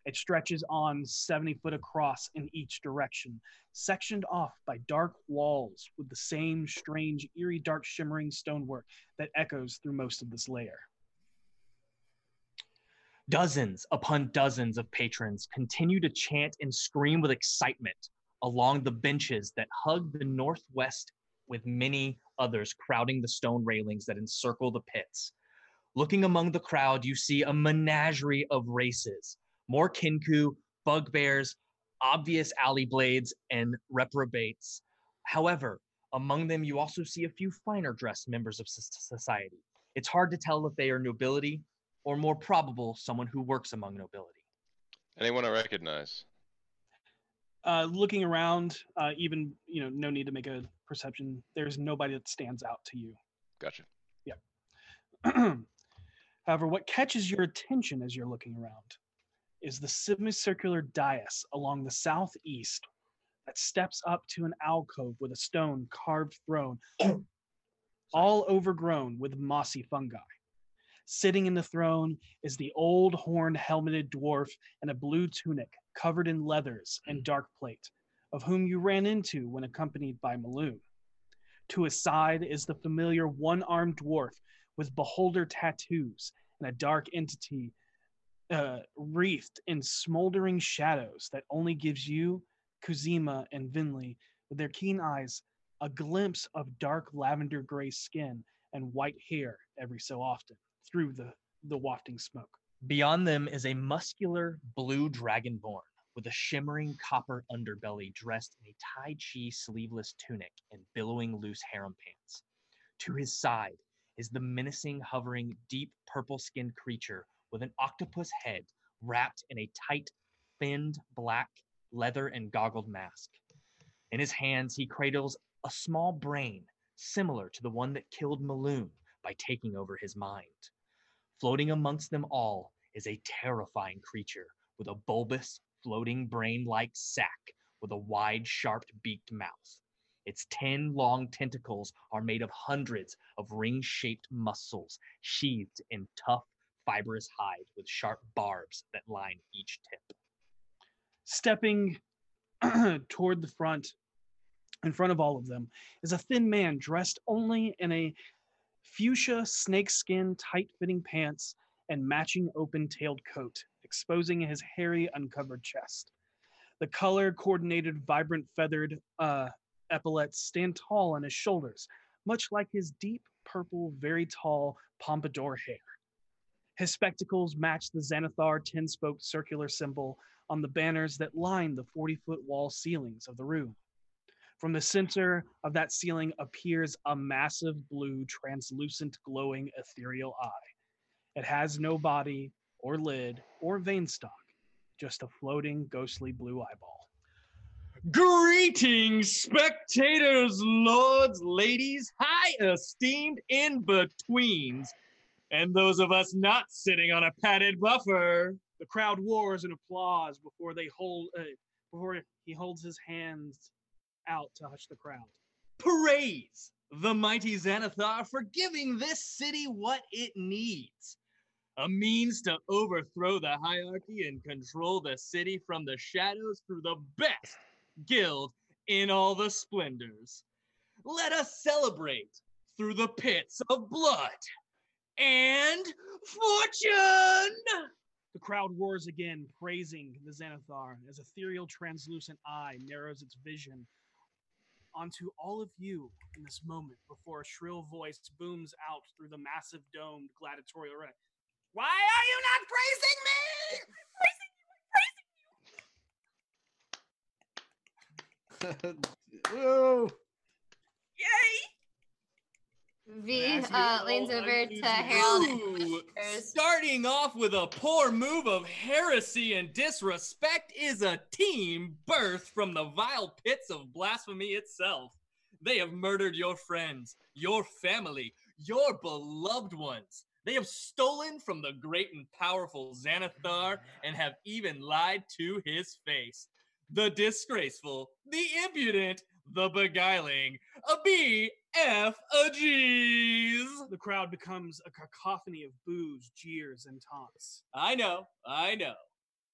B: It stretches on 70 foot across in each direction, sectioned off by dark walls with the same strange, eerie, dark shimmering stonework that echoes through most of this layer.
A: Dozens upon dozens of patrons continue to chant and scream with excitement along the benches that hug the northwest, with many others crowding the stone railings that encircle the pits. Looking among the crowd, you see a menagerie of races more kinku, bugbears, obvious alley blades, and reprobates. However, among them, you also see a few finer dressed members of s- society. It's hard to tell if they are nobility or more probable, someone who works among nobility.
C: Anyone I recognize?
B: Uh, looking around, uh, even, you know, no need to make a perception. There's nobody that stands out to you.
C: Gotcha.
B: <clears throat> However, what catches your attention as you're looking around is the semicircular dais along the southeast that steps up to an alcove with a stone carved throne, all overgrown with mossy fungi. Sitting in the throne is the old horned helmeted dwarf in a blue tunic covered in leathers and dark plate, of whom you ran into when accompanied by Maloon. To his side is the familiar one armed dwarf with beholder tattoos and a dark entity uh, wreathed in smoldering shadows that only gives you, Kuzima, and Vinley, with their keen eyes, a glimpse of dark lavender gray skin and white hair every so often through the, the wafting smoke.
A: Beyond them is a muscular blue dragonborn with a shimmering copper underbelly dressed in a Tai Chi sleeveless tunic and billowing loose harem pants. To his side is the menacing, hovering, deep purple skinned creature with an octopus head wrapped in a tight, finned black leather and goggled mask. In his hands, he cradles a small brain similar to the one that killed Maloon by taking over his mind. Floating amongst them all is a terrifying creature with a bulbous, floating brain like sac with a wide, sharp beaked mouth. Its 10 long tentacles are made of hundreds of ring shaped muscles sheathed in tough, fibrous hide with sharp barbs that line each tip.
B: stepping <clears throat> toward the front, in front of all of them, is a thin man dressed only in a fuchsia snakeskin tight fitting pants and matching open tailed coat, exposing his hairy, uncovered chest. The color coordinated, vibrant feathered uh, epaulets stand tall on his shoulders, much like his deep purple, very tall pompadour hair. His spectacles match the Xanathar ten spoked circular symbol on the banners that line the 40 foot wall ceilings of the room. From the center of that ceiling appears a massive blue, translucent, glowing ethereal eye. It has no body or lid or vein stock, just a floating, ghostly blue eyeball.
L: Greetings, spectators, lords, ladies, high esteemed in betweens, and those of us not sitting on a padded buffer.
B: The crowd roars in applause before they hold uh, before he holds his hands out to hush the crowd.
L: Praise the mighty Xanathar for giving this city what it needs a means to overthrow the hierarchy and control the city from the shadows through the best guild in all the splendors. Let us celebrate through the pits of blood and fortune!
B: The crowd roars again, praising the Xanathar as ethereal, translucent eye narrows its vision onto all of you in this moment before a shrill voice booms out through the massive domed gladiatorial ring.
L: Why are you not praising me?
I: <laughs>
E: Whoa.
D: Yay!
F: V uh, leans
C: oh,
F: over to Harold.
L: Ooh,
F: Cheers.
L: starting off with a poor move of heresy and disrespect is a team birth from the vile pits of blasphemy itself. They have murdered your friends, your family, your beloved ones. They have stolen from the great and powerful Xanathar and have even lied to his face.
A: the disgraceful, the impudent, the beguiling, a B F a G's.
B: The crowd becomes a cacophony of boos, jeers, and taunts.
A: I know, I know.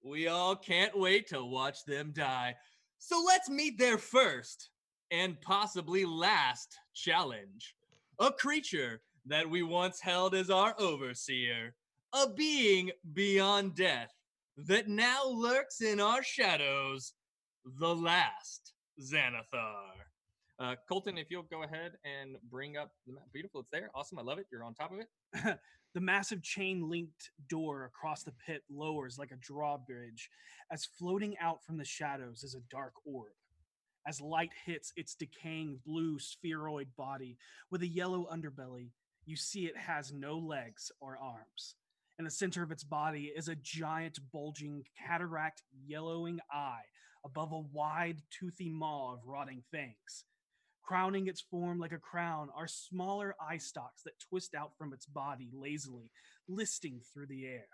A: We all can't wait to watch them die. So let's meet their first and possibly last challenge. A creature that we once held as our overseer, a being beyond death that now lurks in our shadows, the last Xanathar. Uh, Colton, if you'll go ahead and bring up the map. Beautiful, it's there. Awesome, I love it. You're on top of it.
B: The massive chain linked door across the pit lowers like a drawbridge, as floating out from the shadows is a dark orb. As light hits its decaying blue spheroid body with a yellow underbelly, you see it has no legs or arms. In the center of its body is a giant, bulging, cataract yellowing eye above a wide, toothy maw of rotting fangs. Crowning its form like a crown are smaller eye stalks that twist out from its body lazily, listing through the air.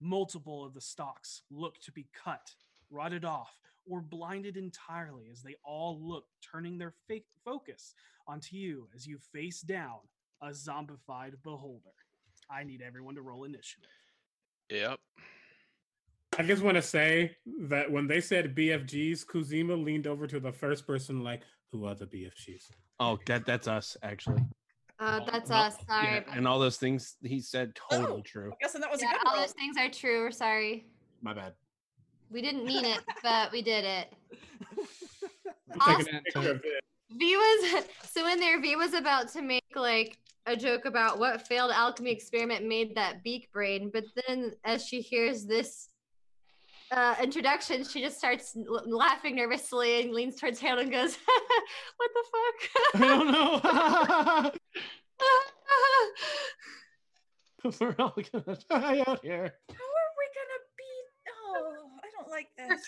B: Multiple of the stalks look to be cut, rotted off, or blinded entirely as they all look, turning their fa- focus onto you as you face down a zombified beholder. I need everyone to roll initiative. <laughs>
C: Yep.
H: I just want to say that when they said BFGs, Kuzima leaned over to the first person, like, "Who are the BFGs?"
M: Oh, that that's us actually.
F: Uh, that's
M: Well,
F: us. Sorry.
M: yeah,
F: about-
M: and all those things he said totally
D: Oh.
M: true.
D: Yes, and that was
F: yeah,
D: a good
F: all
D: roll.
F: those things are true. We're sorry.
M: My bad.
F: We didn't
D: <laughs>
F: mean it, but we did it.
H: Take a
F: Also,
H: picture of it.
F: V was <laughs> so in there. V was about to make like a joke about what failed alchemy experiment made that beak brain, but then as she hears this uh, introduction, she just starts l- laughing nervously and leans towards Harold and goes, <laughs> "What the
G: I don't know. <laughs>
F: fuck?"
G: We're all gonna die out here.
D: How are we gonna be? Oh, I don't like this.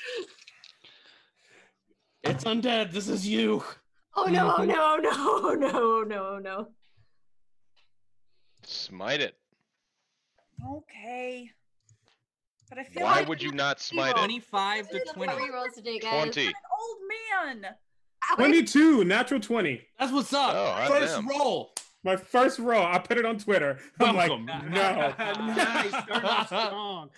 G: It's undead. This is you.
F: <laughs> oh no! Oh no! Oh no! Oh no! Oh no! Oh no!
C: Smite it.
D: Okay. But I feel
C: Why
D: like
C: would you not smite it?
A: 25 to
D: What
A: 20.
F: What rolls today, guys?
C: 20.
D: an old man.
F: Ow, wait,
H: Twenty-two, natural twenty.
G: That's what's up.
C: Oh, I
G: First
C: am.
G: roll.
H: My first roll. I put it on Twitter. I'm like,
M: Welcome.
H: no.
B: nice,
G: <laughs>
B: start off strong.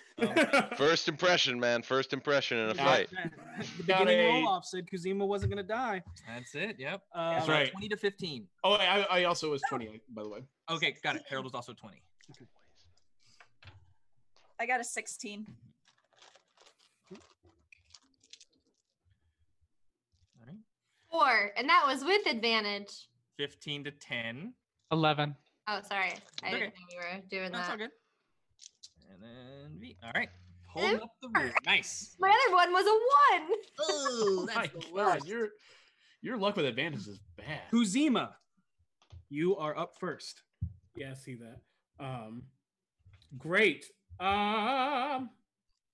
C: First impression, man. First impression in a
B: Yeah,
C: fight.
B: that- The
G: Got
B: beginning
G: a-
B: roll off said Kuzima wasn't going to die.
A: That's it, yep.
B: Uh,
G: That's right.
A: 20 to 15.
G: Oh, wait, I, I also was 20, by the way.
A: Okay, got <laughs> it. Harold was also 20.
D: I got a 16.
A: All right.
F: <laughs> Four, and that was with advantage.
A: 15 to 10.
I: Eleven.
F: Oh, sorry, I
A: Okay.
F: didn't know we were doing
A: That's all
F: that.
A: good. And then V. All right. Hold up the rear. Nice.
F: My other one was a one.
A: Oh, <laughs>
G: My God, your, your luck <laughs> with advantage is bad.
B: Kuzima, you are up first.
H: yeah, I see that. Um, great. Um,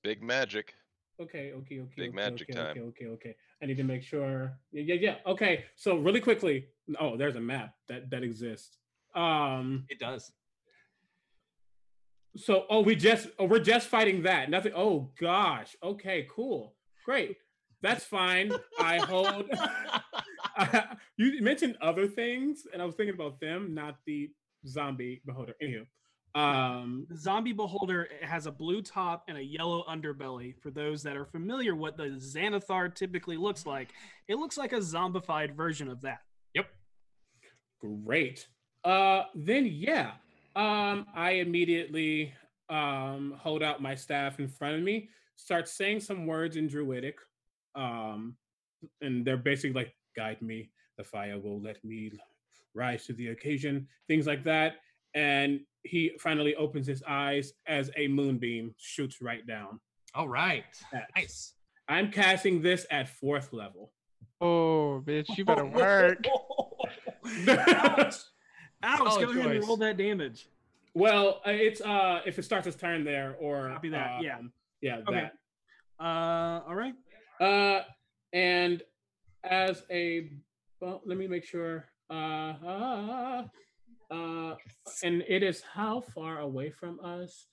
C: Big magic.
H: okay, okay, okay.
C: Big
H: okay,
C: magic
H: okay,
C: time.
H: Okay, okay, okay. I need to make sure. Yeah, yeah, yeah. Okay. So really quickly. Oh, there's a map that that exists. Um.
A: It does.
H: So oh, we just oh, we're just fighting that. Nothing. Oh gosh. Okay. Cool. Great. That's fine. I hold. <laughs> you mentioned other things, and I was thinking about them, not the zombie beholder. Anywho, um,
B: The zombie beholder has a blue top and a yellow underbelly. For those that are familiar what the Xanathar typically looks like, it looks like a zombified version of that.
H: great. Uh, then yeah, um, I immediately um hold out my staff in front of me, start saying some words in Druidic, um, and they're basically like, "Guide me, the fire will let me rise to the occasion," things like that. And he finally opens his eyes as a moonbeam shoots right down.
A: All right.
H: at-
A: Nice.
H: I'm casting this at fourth level.
I: Oh, bitch, you better <laughs> work.
B: <laughs> Alex,
H: Solid
B: go ahead and
H: choice.
B: roll that damage.
H: Well, uh, it's uh if it starts its turn there or
B: Copy that, yeah.
H: um, yeah,
B: Okay. Uh, all right.
H: that. Uh and as a well, let me make sure. Uh, uh, uh and it is how far away from us?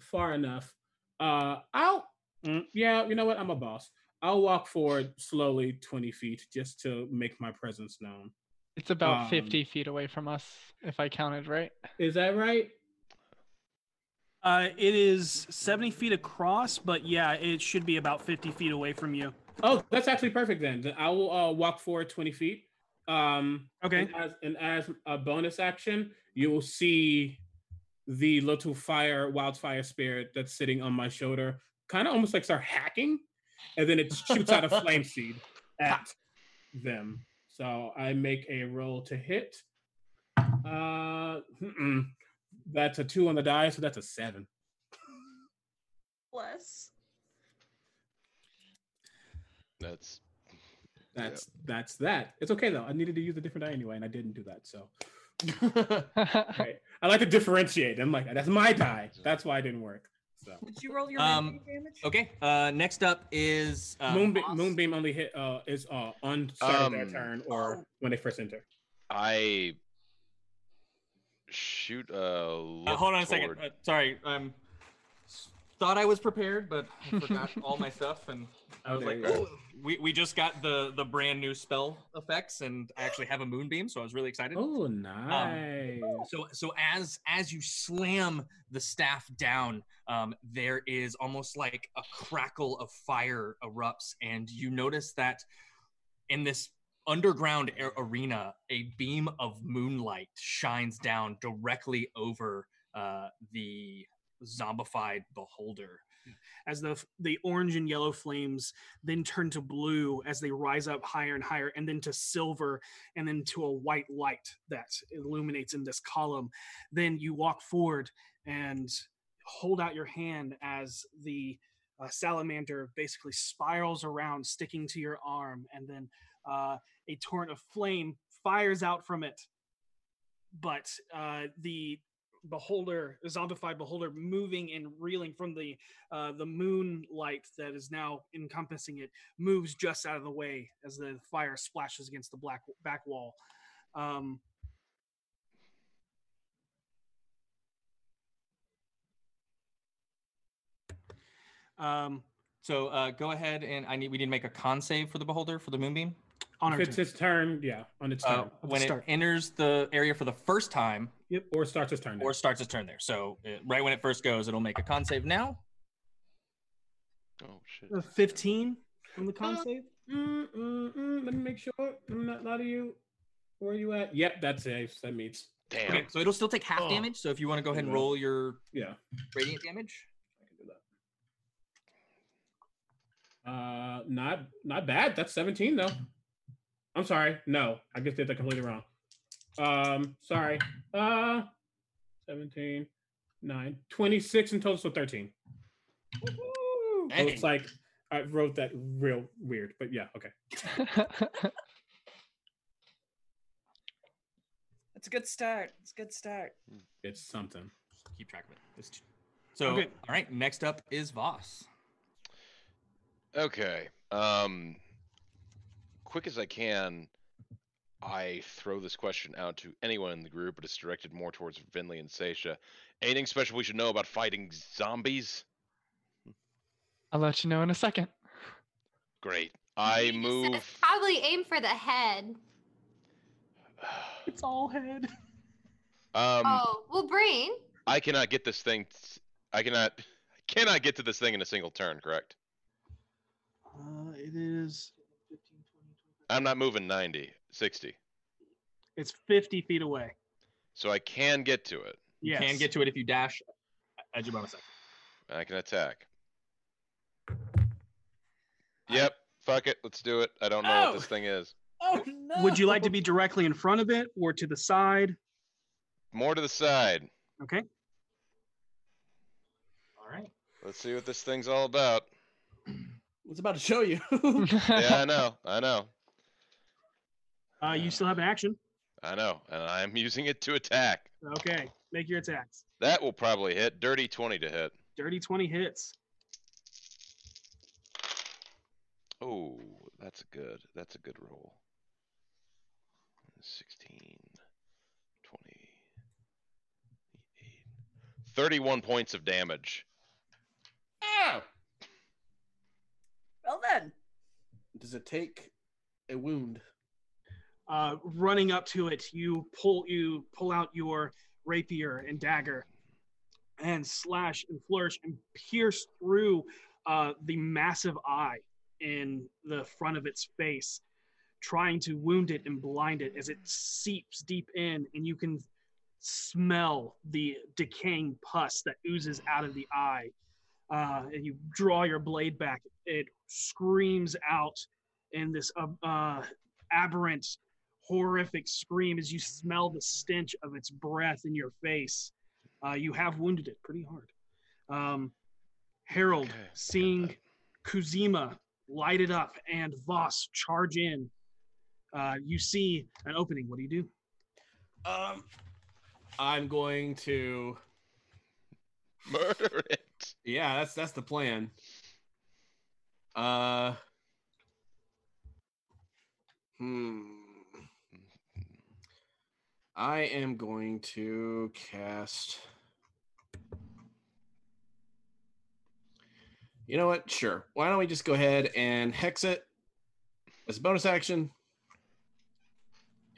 H: Far enough. Uh out. yeah, you mm, know what? I'm a boss. I'll walk forward slowly 20 feet just to make my presence known.
I: It's about
H: Um,
I: 50 feet away from us, if I counted right.
H: Is that right?
B: Uh, it is 70 feet across, but yeah, it should be about 50 feet away from you.
H: Oh, that's actually perfect then. Then I will uh, walk forward 20 feet. Um,
B: Okay.
H: And as, and as a bonus action, you will see the little fire, wildfire spirit that's sitting on my shoulder, kind of almost like start hacking, and then it shoots out a flame seed at them. So I make a roll to hit. Uh, mm-mm. that's a two on the die, so that's a seven.
D: Bless.
C: That's
H: That's that's that. It's okay though. I needed to use a different die anyway, and I didn't do that.
A: <laughs>
H: So right. I like to differentiate. I'm like, that's my die. That's why it didn't work. So
D: Did you roll your
A: Um,
D: radiant damage?
A: Okay. Uh, next up is uh,
H: Moonbeam, Moonbeam only hit uh is uh on start of their
C: Um,
H: turn or when they first enter.
C: I shoot a look
A: Uh, hold on a second.
C: toward-
A: Uh, sorry, um, s- thought I was prepared, but I
H: <laughs>
A: forgot all my stuff, and I
H: Oh,
A: was
H: there
A: like,
H: you go.
A: "Ooh." we we just got the the brand new spell effects, and I actually have a moonbeam, so I was really excited.
H: Oh nice.
A: Um, So so as as you slam the staff down, um, there is almost like a crackle of fire erupts, and you notice that in this underground a- arena, a beam of moonlight shines down directly over uh, the zombified beholder.
B: As the, f- the orange and yellow flames then turn to blue as they rise up higher and higher, and then to silver, and then to a white light that illuminates in this column. Then you walk forward and hold out your hand as the uh, salamander basically spirals around, sticking to your arm, and then uh, a torrent of flame fires out from it. But uh, the beholder, the zombified beholder, moving and reeling from the uh, the moonlight that is now encompassing it, moves just out of the way as the fire splashes against the black back wall. Um, um,
A: So uh, go ahead, and I need we need to make a con save for the beholder for the moonbeam.
B: on
H: If
B: our
H: it's
B: turn.
H: his turn, yeah, on its
A: Uh,
H: turn.
A: when it
B: start.
A: enters the area for the first time,
H: or starts his turn.
A: or
H: Or
A: starts its turn there. So uh, right when it first goes, it'll make a con save now.
C: Oh shit.
B: Uh, 15 on the con
H: Uh,
B: save.
H: mm, mm, mm, let me make sure I'm not lying to you. Where are you at? Yep, that's safe. That means
C: Damn.
A: Okay, so it'll still take half
H: Oh.
A: damage. So if you want to go ahead and
H: Yeah.
A: roll your
H: yeah.
A: radiant damage,
H: I can do that. Uh, not not bad. That's 17 though. I'm sorry. No, I just did that completely wrong. Um, sorry. Uh, 17, 9, 26 in total, so 13.
G: Uh,
H: So
A: Dang.
H: it's like I wrote that real weird, but yeah,
B: <laughs>
H: okay.
D: That's a good start. It's a good start.
C: Hmm.
H: It's something.
A: keep track of it. It's t- so
B: Okay.
A: all right. Next up is Voss.
C: Okay. Um quick as I can, I throw this question out to anyone in the group, but it's directed more towards Vinley and Seisha. Anything special we should know about fighting zombies?
I: I'll let you know in a second.
C: Great. I
F: It says
C: move
F: Probably aim for the head.
B: It's all head.
C: Um
F: oh, well, brain.
C: I cannot get this thing t- I cannot I cannot get to this thing in a single turn, correct?
B: Uh, it is 15, 20, 25.
C: I'm not moving 90, 60.
B: It's 50 feet away.
C: So I can get to it.
A: You
B: Yes.
A: can get to it if you dash. I do bonus action.
C: and I can attack. Yep. Fuck it. Let's do it. I don't know what
G: Oh!
C: this thing is.
G: Oh no!
B: Would you like to be directly in front of it or to the side?
C: More to the side.
B: Okay.
A: All right.
C: Let's see what this thing's all
A: <laughs>
C: about.
G: was about to show
B: <laughs>
G: you.
C: Yeah, I know. I know.
B: Uh, you still have an action.
C: I know. And I'm using it to attack.
B: Okay. Make your attacks.
C: That will probably hit. Dirty 20 to hit.
B: Dirty 20 hits.
C: Oh, that's a good. That's a good roll. 16, 20, 31
A: Ah!
C: points of damage.
D: Well then,
G: does it take a wound?
B: Uh, running up to it, you pull you pull out your rapier and dagger, and slash and flourish and pierce through uh, the massive eye in the front of its face, trying to wound it and blind it as it seeps deep in, and you can smell the decaying pus that oozes out of the eye. Uh, and you draw your blade back. It screams out in this uh, uh, aberrant, horrific scream as you smell the stench of its breath in your face. Uh, you have wounded it pretty hard. Um, Harold,
C: Okay, I got
B: seeing Kuzima lighted up and Voss charge in, uh, you see an opening. What do you do?
G: Um, I'm going to.
C: Murder it.
G: Yeah, that's that's the plan. Uh. Hmm. I am going to cast. You know what? Sure. Why don't we just go ahead and hex it as a bonus action?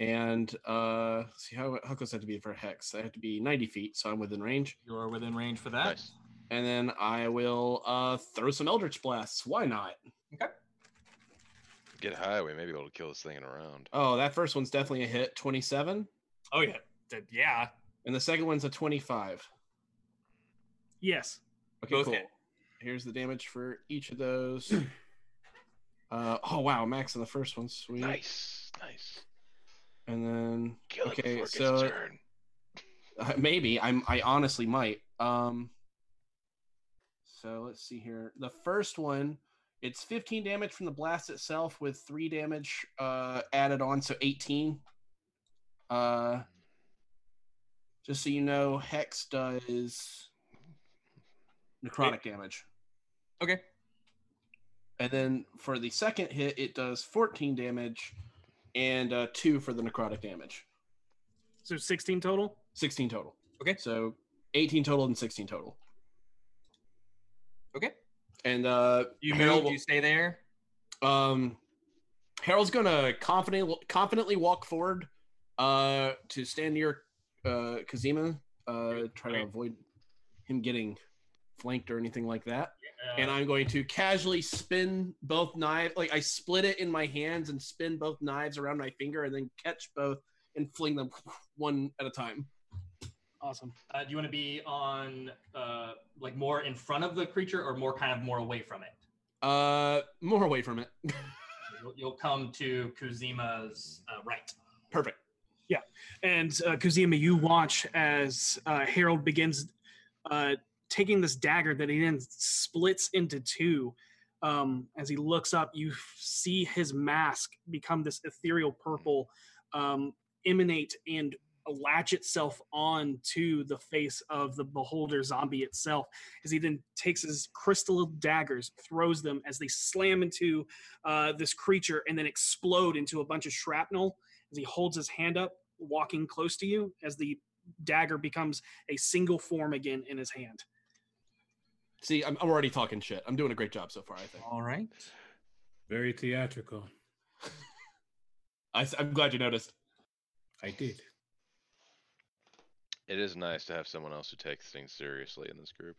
G: And uh, let's see how how close I have to be for a hex. I have to be 90 feet, so I'm within range.
A: You are within range for that.
C: Nice.
G: And then I will uh, throw some Eldritch Blasts. Why not?
C: Get high. We may be able to kill this thing in a round.
G: Oh, that first one's definitely a hit, 27.
A: Oh yeah, Th- yeah.
G: And the second one's a 25.
B: Yes.
G: Okay,
A: Both
G: cool.
A: hit.
G: Here's the damage for each of those. <clears throat> uh, oh, wow. Max on the first one. Sweet.
C: Nice. Nice.
G: And then
C: Kill
G: Okay,
C: it before it gets
G: so-
C: turned.
G: <laughs> uh, maybe I'm, I honestly might. Um, so let's see here. The first one, it's 15 damage from the blast itself with three damage uh, added on, so 18. Uh, just so you know, hex does necrotic damage,
A: Okay.
G: and then for the second hit, it does 14 damage, and uh, two for the necrotic damage.
B: So 16 total?
G: 16 total.
A: Okay.
G: So 18 total and 16 total.
A: Okay.
G: And uh
A: You
G: Harold
A: move. You stay there.
G: um Harold's going to confidently confidently walk forward uh to stand near uh Kazima uh try
A: Okay.
G: to avoid him getting flanked or anything like that.
A: Uh,
G: And I'm going to casually spin both knives like I split it in my hands and spin both knives around my finger and then catch both and fling them <laughs> one at a time.
B: Awesome.
A: Uh, do you want to be on uh, like more in front of the creature or more kind of more away from it?
G: Uh more away from it. <laughs>
A: You'll, you'll come to Kuzima's uh, right.
G: Perfect.
B: And uh, Kuzima, you watch as uh, Harold begins uh, taking this dagger that he then splits into two. Um, as he looks up, you f- see his mask become this ethereal purple, um, emanate and latch itself on to the face of the beholder zombie itself. As he then takes his crystal daggers, throws them as they slam into uh, this creature and then explode into a bunch of shrapnel. As he holds his hand up, walking close to you as the dagger becomes a single form again in his hand.
G: See, I'm, I'm already talking shit. I'm doing a great job so far, I think.
A: All right.
H: Very theatrical.
G: <laughs> I, am glad you noticed.
H: I did.
C: It is nice to have someone else who takes things seriously in this group.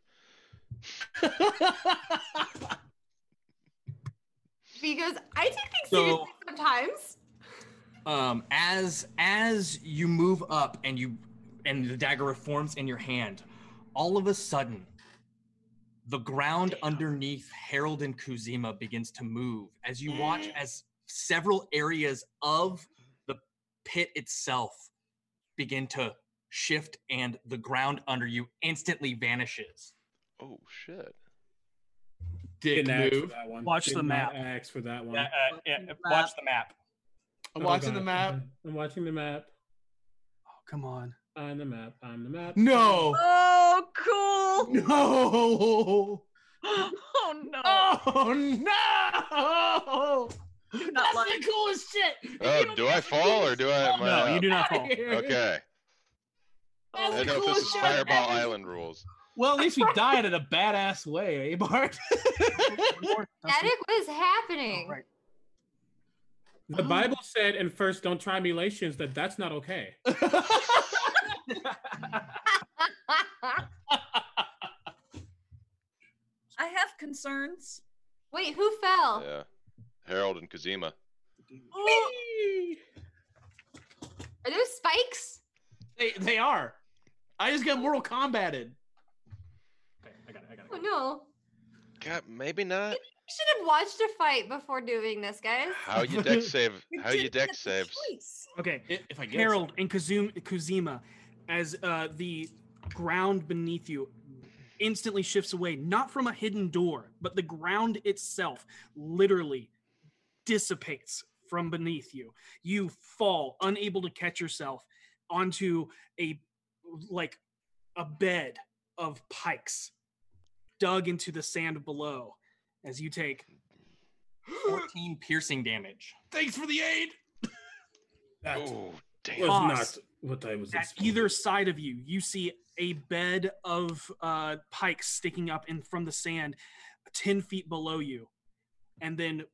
N: He goes, I take things
A: So-
N: seriously sometimes.
A: Um, as as you move up and you and the dagger reforms in your hand, all of a sudden, the ground underneath Harold and Kuzima begins to move as you watch as several areas of the pit itself begin to shift and the ground under you instantly vanishes.
C: Oh shit.
G: Dick
H: Didn't ask for
G: move. uh,
H: that one.
B: Watch the
H: Did not
B: map.
H: ask for that uh, one.
D: watch
A: the map.
G: I'm
H: Oh,
G: watching the
H: God.
G: map.
H: I'm watching the map.
B: Oh, come on.
H: On the map. On the map.
G: No.
D: Oh, cool.
G: <laughs> No.
D: <gasps> Oh, no.
G: Oh no.
D: Do not
G: That's
D: like
G: the coolest shit.
C: Oh, do I fall or do I? Am I
B: No, you
C: up?
B: do not fall.
C: Okay. I don't
G: That's the
C: know if this
G: coolest
C: is
G: shit I've
C: Fireball
G: ever-
C: Island rules.
G: Well, at
C: <laughs>
G: least we died in a badass way, eh, Bart?
N: That it was happening.
B: Right.
H: The Bible said in First Don't Try Me Lations that that's not okay.
D: I have concerns.
F: Wait, who fell?
C: Yeah. Harold and Kazima.
F: Are those spikes?
E: They they are. I just got Mortal Kombated.
F: Oh no.
C: God, maybe not.
F: You should have watched a fight before doing this, guys.
C: How
B: <laughs>
C: you deck save?
D: We
C: How you
D: didn't
C: deck
D: have the
C: saves?
D: choice.
B: Okay.
G: If I get
B: Harold and Kazum- Kuzima, as uh, the ground beneath you instantly shifts away, not from a hidden door, but the ground itself literally dissipates from beneath you. You fall, unable to catch yourself, onto a like a bed of pikes dug into the sand below as you take
A: <gasps> 14 piercing damage.
E: Thanks for the aid.
H: That was
C: Oh damn!
H: not what I was
B: at
H: expecting.
B: either side of you, you see a bed of uh, pikes sticking up in from the sand, ten feet below you, and then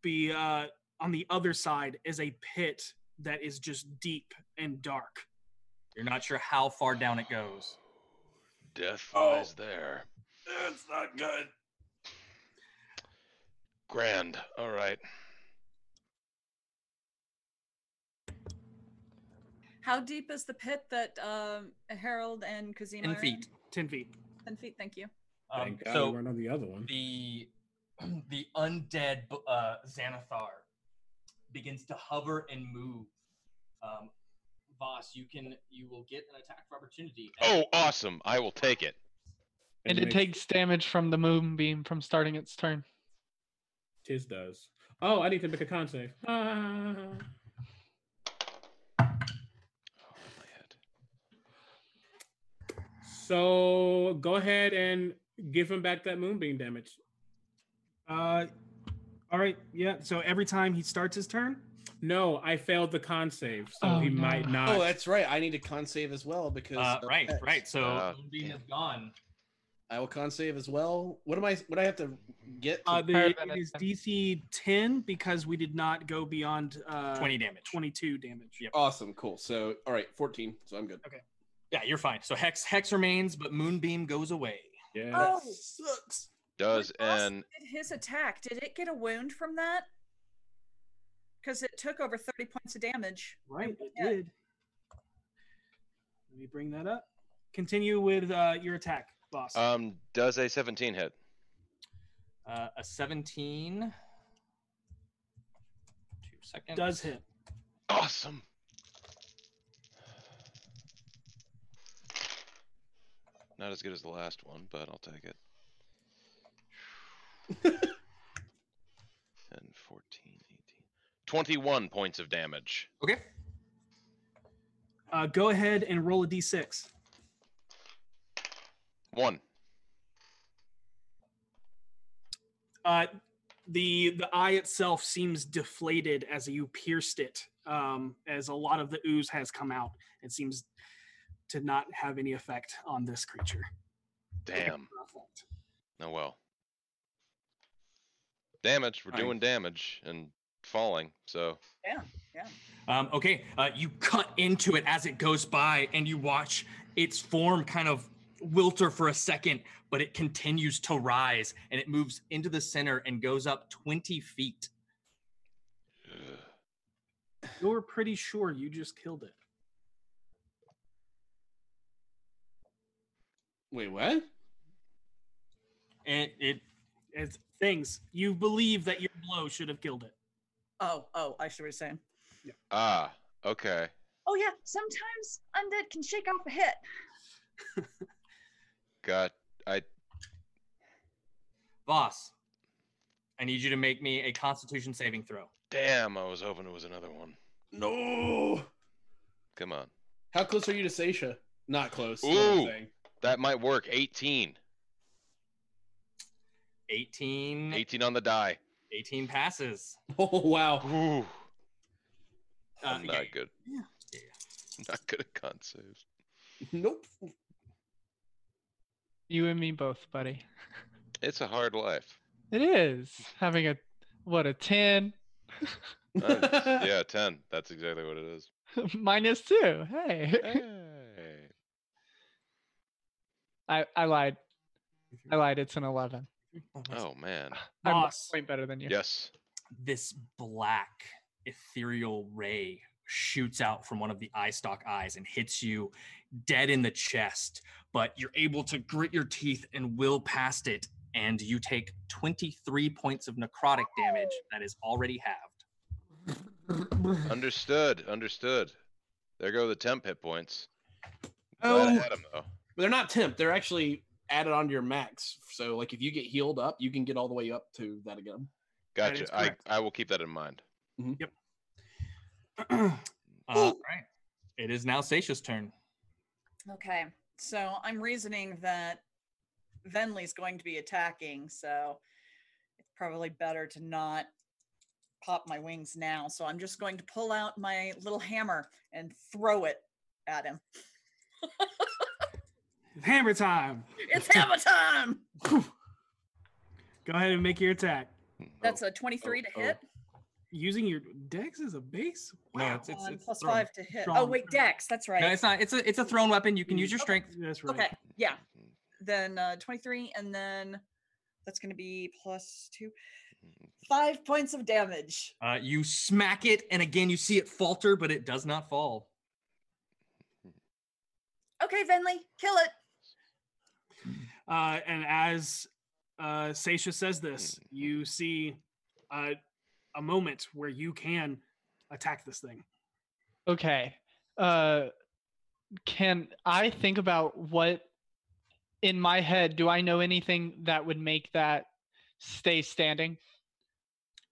B: be uh, on the other side is a pit that is just deep and dark.
A: You're not sure how far down it goes.
C: Death
E: Oh.
C: lies there.
E: That's not good.
C: Grand. All right.
D: How deep is the pit that um, Harold and Kazima?
A: 10
D: are
A: feet.
B: Ten feet.
D: in? Ten feet. Thank you.
H: Thank
A: Um,
H: God we
A: so
H: weren't on the other one.
A: the <clears throat> the undead b- uh, Xanathar begins to hover and move. Um, Voss, you can you will get an attack for opportunity.
C: Oh, awesome! I will take it.
I: And it
H: makes-
I: takes damage from the moonbeam from starting its turn.
H: Tis does. Oh, I need to make a con save. Ah.
C: Oh, my head.
H: So go ahead and give him back that moonbeam damage.
B: Uh, all right, yeah. So every time he starts his turn,
H: No, I failed the con save, so
I: Oh,
H: he
I: no.
H: might not.
G: Oh, that's right. I need to con save as well because
A: Uh,
G: of
A: right,
G: pets.
A: right. So
C: Uh,
A: Moonbeam
C: damn.
A: is gone.
G: I will con save as well. What am I? What do I have to get? To,
B: uh, the,
I: Higher
B: it
I: than a
B: is
I: 10.
B: DC ten because we did not go beyond uh,
A: 20 damage.
B: 22 damage.
A: Yep.
G: awesome, cool. So, all right, fourteen. So I'm good.
A: Yeah, you're fine. So Hex Hex remains, but Moonbeam goes away.
H: yeah.
D: Oh,
G: Sucks.
C: Does
D: When Voss
C: an
D: did his attack? Did it get a wound from that? Because it took over thirty points of damage.
B: Right, it
D: Yeah.
B: did. Let me bring that up. Continue with uh, your attack, boss.
C: um does a seventeen hit?
A: Uh, a 17. Two seconds.
B: Does hit.
C: Awesome. Not as good as the last one, but I'll take it. 10, 14, 18. 21 points of damage.
A: Okay.
B: Uh, go ahead and roll a d6.
C: One.
B: Uh, the the eye itself seems deflated as you pierced it, um, as a lot of the ooze has come out. It seems to not have any effect on this creature.
C: Damn. Oh well. Damage. We're
G: Fine.
C: doing damage and falling, so.
A: Um, okay, uh, you cut into it as it goes by, and you watch its form kind of wilter for a second, but it continues to rise, and it moves into the center and goes up 20 feet.
B: You're pretty sure you just killed it.
G: Wait, what?
A: And it
B: It's things you believe that your blow should have killed it.
D: Oh, oh, I see what you're saying.
C: Ah, okay.
D: Oh yeah, sometimes undead can shake off a hit.
C: Got. I.
A: Voss, I need you to make me a Constitution saving throw.
C: Damn, I was hoping it was another one.
G: No.
C: Come on.
G: How close are you to Sasha? Not close. is what I'm
C: Ooh.
G: saying.
C: That might work. 18.
A: 18,
C: 18 on the die.
A: 18 passes.
G: <laughs> Oh wow.
C: Ooh.
A: Uh,
C: I'm
A: yeah,
C: not good.
B: yeah.
A: Yeah.
C: I'm <laughs> not good at con saves.
G: Nope.
I: You and me both, buddy.
C: It's a hard life.
I: It is having a what a ten. <laughs>
C: Nice. Uh, yeah, 10. That's exactly what it is.
I: Minus two. Hey.
C: Hey.
I: I, I lied. I lied. It's an 11.
C: Oh, man.
I: I'm one
B: Boss.
I: point better than you.
C: Yes.
A: this black ethereal ray shoots out from one of the eye stalk eyes and hits you dead in the chest, but you're able to grit your teeth and will past it, and you take 23 points of necrotic damage that is already halved.
C: Understood. Understood. There go the temp hit points. Glad I
G: Oh,
C: had 'em, though.
G: but they're not temp. They're actually added onto your max. So like if you get healed up, you can get all the way up to that again.
C: Gotcha.
B: is
C: I,
B: correct.
C: I will keep that in mind.
E: Mm-hmm.
A: Uh, right. It is now Satia's turn.
D: Okay, so I'm reasoning that Venley's going to be attacking, so it's probably better to not pop my wings now. So I'm just going to pull out my little hammer and throw it at him.
B: Hammer time.
D: It's
B: <laughs>
D: hammer time!
B: Go ahead and make your attack.
D: That's a 23 to
C: oh.
D: hit.
B: Using your dex as a base?
A: No,
B: Wow.
A: it's it's,
D: um,
A: it's
D: plus
A: thrown.
D: five to hit. Oh
B: Strong.
D: wait, Dex. That's right.
A: No, it's not. It's a it's a thrown weapon. You can use your
D: Okay.
A: strength.
B: Mm, That's right.
D: okay, yeah. Then uh, twenty three, and then that's going to be plus two, five points of damage.
A: Uh, you smack it, and again you see it falter, but it does not fall.
D: Okay, Venley, kill it.
B: Uh, and as uh, Sasha says this,
A: Mm-hmm.
B: you see uh, a moment where you can attack this thing.
I: Okay. Uh, can I think about what in my head do I know anything that would make that stay standing?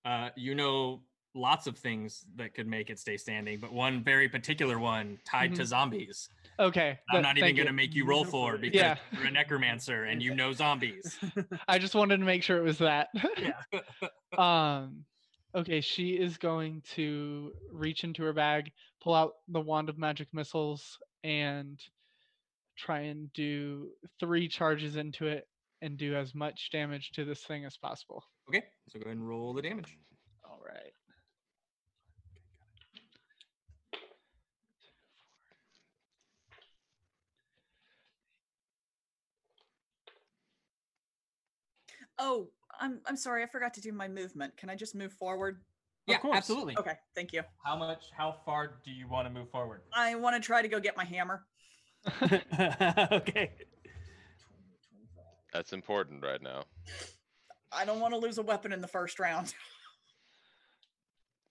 A: Uh, you know lots of things that could make it stay standing, but one very particular one tied to zombies.
I: Mm-hmm. Okay.
A: I'm
I: that-
A: not even
I: thank you.
A: going to make you roll for it because
I: Yeah.
A: you're a necromancer
I: <laughs>
A: and you know zombies.
I: I just wanted to make sure it was that. <laughs> um okay, she is going to reach into her bag, pull out the wand of magic missiles and try and do 3 charges into it and do as much damage to this thing as possible.
A: Okay, so go ahead and roll the damage.
I: All right.
D: Oh, I'm I'm sorry, I forgot to do my movement. Can I just move forward?
A: yeah,
B: course.
A: absolutely.
D: Okay, thank you.
A: How much? How far do you want to move forward?
D: I want to try to go get my hammer.
B: okay.
C: That's important right now.
D: I don't want to lose a weapon in the first round. <laughs>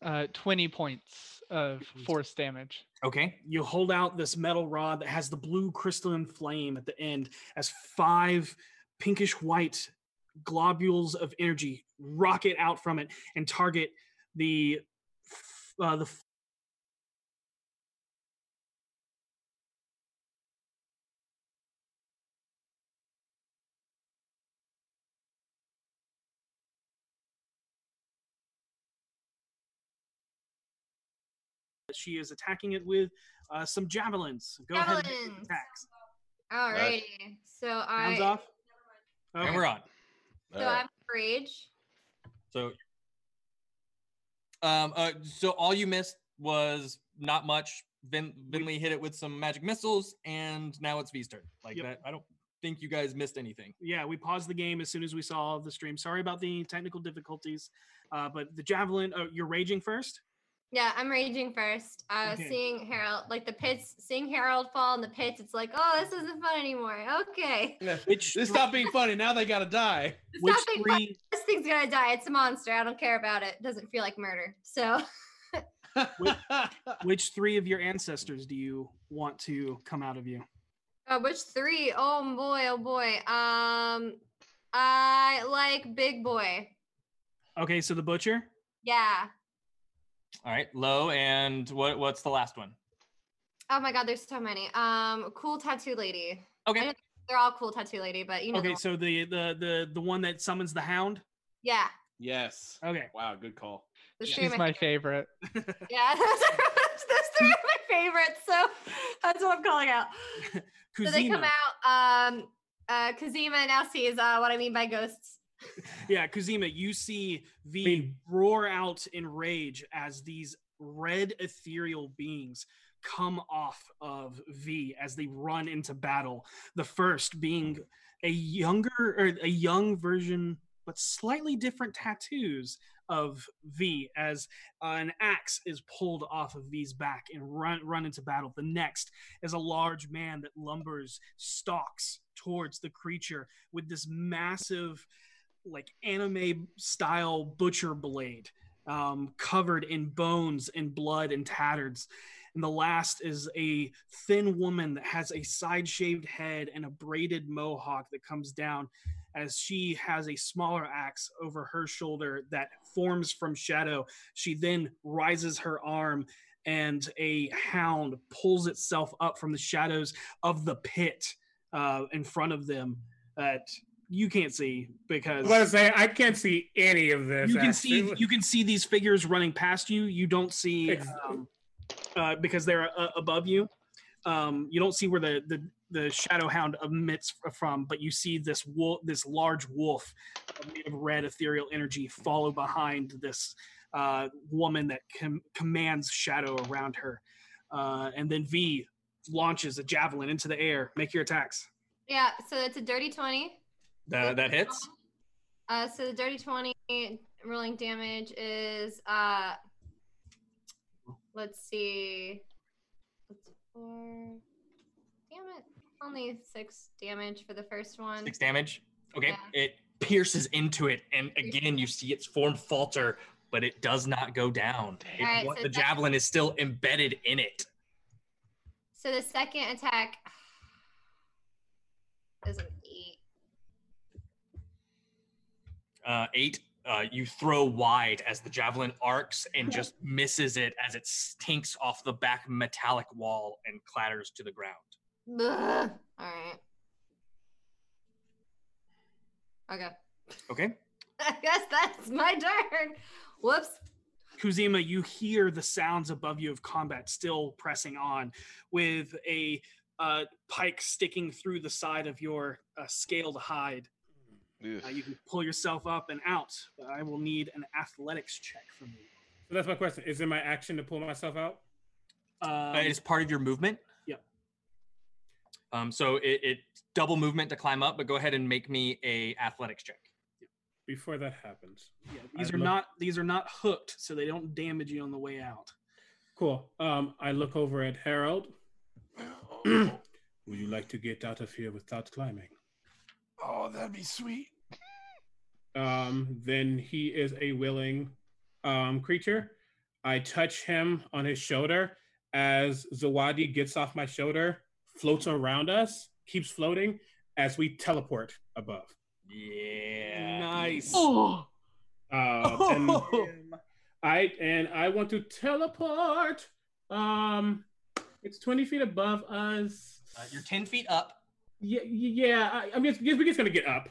I: Uh 20 points of force damage.
A: Okay.
B: You hold out this metal rod that has the blue crystalline flame at the end as five pinkish white globules of energy rocket out from it and target the f- uh, the f- that she is attacking it with uh, some javelins. Go ahead and make
F: Javelins.
B: the attacks.
F: Alrighty. So
B: Rounds
F: I
B: off.
A: And
B: Okay.
A: we're on.
F: so
C: Alright.
F: I'm rage.
A: So, um, uh, so all you missed was not much. Vin- Vinley hit it with some magic missiles, and now it's V's turn. Like
B: Yep.
A: that, I don't think you guys missed anything.
B: yeah, we paused the game as soon as we saw the stream. Sorry about the technical difficulties, uh, but the javelin. Oh, you're raging
F: <laughs>
B: first.
F: Yeah, I'm raging first. Uh,
B: Okay.
F: Seeing Harold, like the pits, seeing Harold fall in the pits, it's like, oh, this isn't fun anymore. Okay.
B: Which
E: This stopped being funny. Now they gotta die.
F: It's
B: which
F: not being fun.
B: three
F: This thing's gonna die. It's a monster. I don't care about it. Doesn't feel like murder. So <laughs>
B: which three of your ancestors do you want to come out of you?
F: Uh, which three? Oh boy, oh boy. Um, I like Big Boy.
B: Okay, so the butcher.
F: Yeah.
A: All right, low, and what? What's the last one?
F: Oh my God, there's so many. Um, cool tattoo lady.
A: Okay.
F: I know they're all cool tattoo lady, but you know. the
B: Okay,
F: one-
B: so the the the the one that summons the hound.
F: yeah.
G: Yes.
B: Okay,
G: Wow, good call.
F: The three of
I: She's my favorite.
F: <laughs> Yeah, <laughs> those are- those three are my favorites. So <laughs> that's what I'm
B: <laughs>
F: calling out. So they come
B: Kuzima.
F: out. Um, uh, Kazima now sees uh, what I mean by ghosts.
B: <laughs> Yeah, Kazima, you see V roar out in rage as these red ethereal beings come off of V as they run into battle. The first being a younger or a young version, but slightly different tattoos of V as uh, an axe is pulled off of V's back and run run into battle. The next is a large man that lumbers, stalks towards the creature with this massive like anime style butcher blade um, covered in bones and blood and tattered and the last is a thin woman that has a side shaved head and a braided mohawk that comes down as she has a smaller axe over her shoulder that forms from shadow she then rises her arm and a hound pulls itself up from the shadows of the pit uh, in front of them that you can't see
H: I
B: because
H: was gonna say I can't see any of this.
B: you can see
H: actually.
B: you can see these figures running past you. You don't see
H: Ex-
B: um, uh, because they're uh, above you. Um, you don't see where the the, the shadow hound emits f- from, but you see this wolf, this large wolf made of red ethereal energy, follow behind this uh, woman that com- commands shadow around her, uh, and then V launches a javelin into the air. Make your attacks.
F: Yeah, so it's a dirty 20.
L: That, that hits.
F: Uh, so the dirty 20 rolling damage is, uh, let's see, that's four, damn it, only six damage for the first one.
L: Six damage. Okay. It pierces into it, and again, you see its form falter, but it does not go down. It-
F: Alright,
L: what-
F: so
L: the
F: that's-
L: javelin is still embedded in it.
F: So the second attack is an eight.
L: Uh, eight. Uh, you throw wide as the javelin arcs and just misses it as it stinks off the back metallic wall and clatters to the ground.
F: Ugh. All right. Okay.
L: Okay.
F: <laughs> I guess that's my turn. Whoops.
B: Kuzima, you hear the sounds above you of combat still pressing on, with a uh, pike sticking through the side of your uh, scaled hide. Uh, you can pull yourself up and out, but I will need an athletics check from you.
H: So that's my question. Is it my action to pull myself out?
B: Um,
L: Uh, it is part of your movement.
B: Yep.
L: Um, so it, it double movement to climb up, but go ahead and make me a athletics check.
H: Before that happens.
B: yeah, these
H: I'd
B: are
H: love-
B: not these are not hooked, so they don't damage you on the way out.
H: Cool. Um, I look over at Harold.
A: Oh.
H: <clears throat> Would you like to get out of here without climbing?
G: Oh, that'd be sweet.
H: Um, then he is a willing um, creature. I touch him on his shoulder as Zawadi gets off my shoulder, floats around us, keeps floating as we teleport above.
L: Yeah.
B: Nice.
E: Oh,
H: Uh, and I and I want to teleport. Um, it's twenty feet above us.
L: Uh, you're 10 feet up,
H: Yeah, yeah. I, I mean, it's, we're just gonna get up.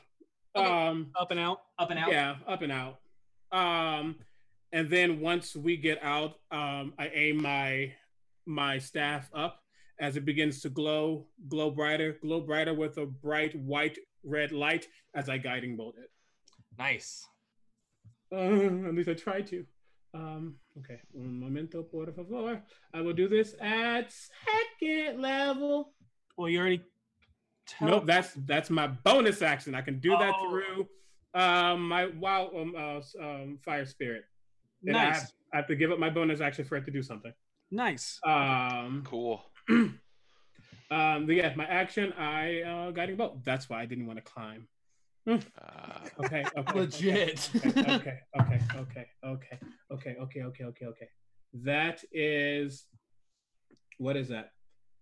L: Okay.
H: Um,
B: Up and out.
L: up and out.
H: yeah, up and out. Um, and then once we get out, um, I aim my my staff up as it begins to glow, glow brighter, glow brighter with a bright white red light as I guiding bolt it.
L: Nice.
H: Uh, at least I tried to. Um, okay, un momento, por favor. I will do this at second level.
B: Well, you already.
H: Nope, that's that's my bonus action. I can do that
B: Oh.
H: through um, my wow um, uh, s- um, fire spirit. And I,
B: Nice.
H: have, I have to give up my bonus action for it to do something.
B: Nice.
H: <clears throat> Um,
C: Cool.
H: um, yeah, my action. I uh, guiding bolt. That's why I didn't want to climb. Hmm.
C: Uh,
H: Okay, okay,
B: <laughs>
H: okay,
E: Legit.
H: okay, okay, okay, okay, okay, okay, okay, okay, okay. That is what is that?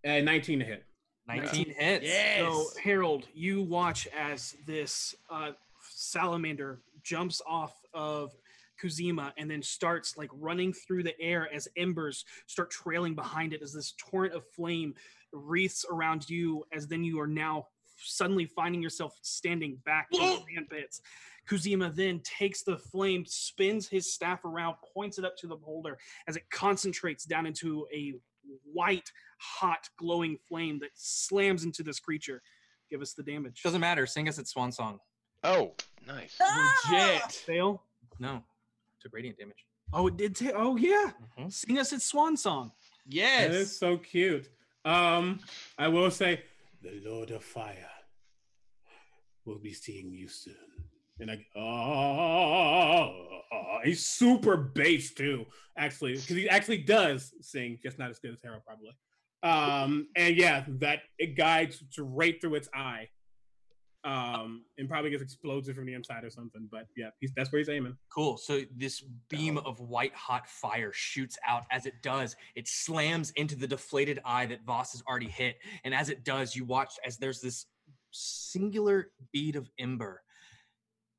H: Uh, 19 to hit.
L: 19 hits.
B: So Harold, you watch as this uh, salamander jumps off of Kuzima and then starts like running through the air as embers start trailing behind it as this torrent of flame wreaths around you. As then you are now suddenly finding yourself standing back in the sand pits. Kuzima then takes the flame, spins his staff around, points it up to the boulder as it concentrates down into a white hot glowing flame that slams into this creature. Give us the damage.
L: Doesn't matter. Sing us its swan song.
C: Oh, nice.
G: Legit.
B: Fail? No. Took radiant damage. Oh, it did take. Oh, yeah. Sing us its swan song.
G: Yes.
H: That is so cute. Um, I will say, the Lord of Fire will be seeing you soon. And like, oh, he's super bass too, actually, because he actually does sing, just not as good as Harold probably. Um, and yeah, that it guides right through its eye, um, and probably gets exploded from the inside or something. But yeah, he's, that's where he's aiming.
A: Cool. So this beam of white hot fire shoots out. As it does, it slams into the deflated eye that Voss has already hit. And as it does, you watch as there's this singular bead of ember.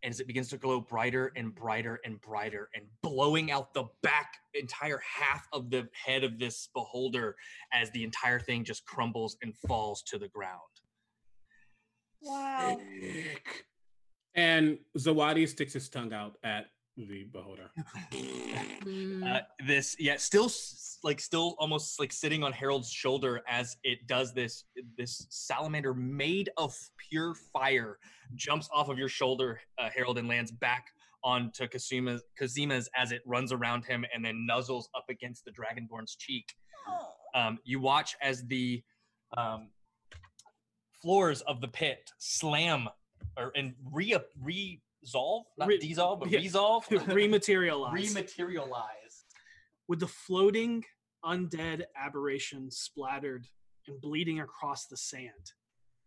A: And as it begins to glow brighter and brighter and brighter and blowing out the back entire half of the head of this beholder as the entire thing just crumbles and falls to the ground. <laughs>
D: Wow.
H: And Zawadi sticks his tongue out at the beholder.
B: Mm-hmm.
A: uh, this yeah still s- like still almost like sitting on harold's shoulder as it does this this salamander made of pure fire jumps off of your shoulder uh, harold and lands back onto kazuma's kazima's as it runs around him and then nuzzles up against the dragonborn's cheek um, you watch as the um, floors of the pit slam or and re resolve not
B: Re-
A: dissolve but
B: yeah.
A: resolve
B: Rematerialize.
A: rematerialize
B: With the floating undead aberration splattered and bleeding across the sand,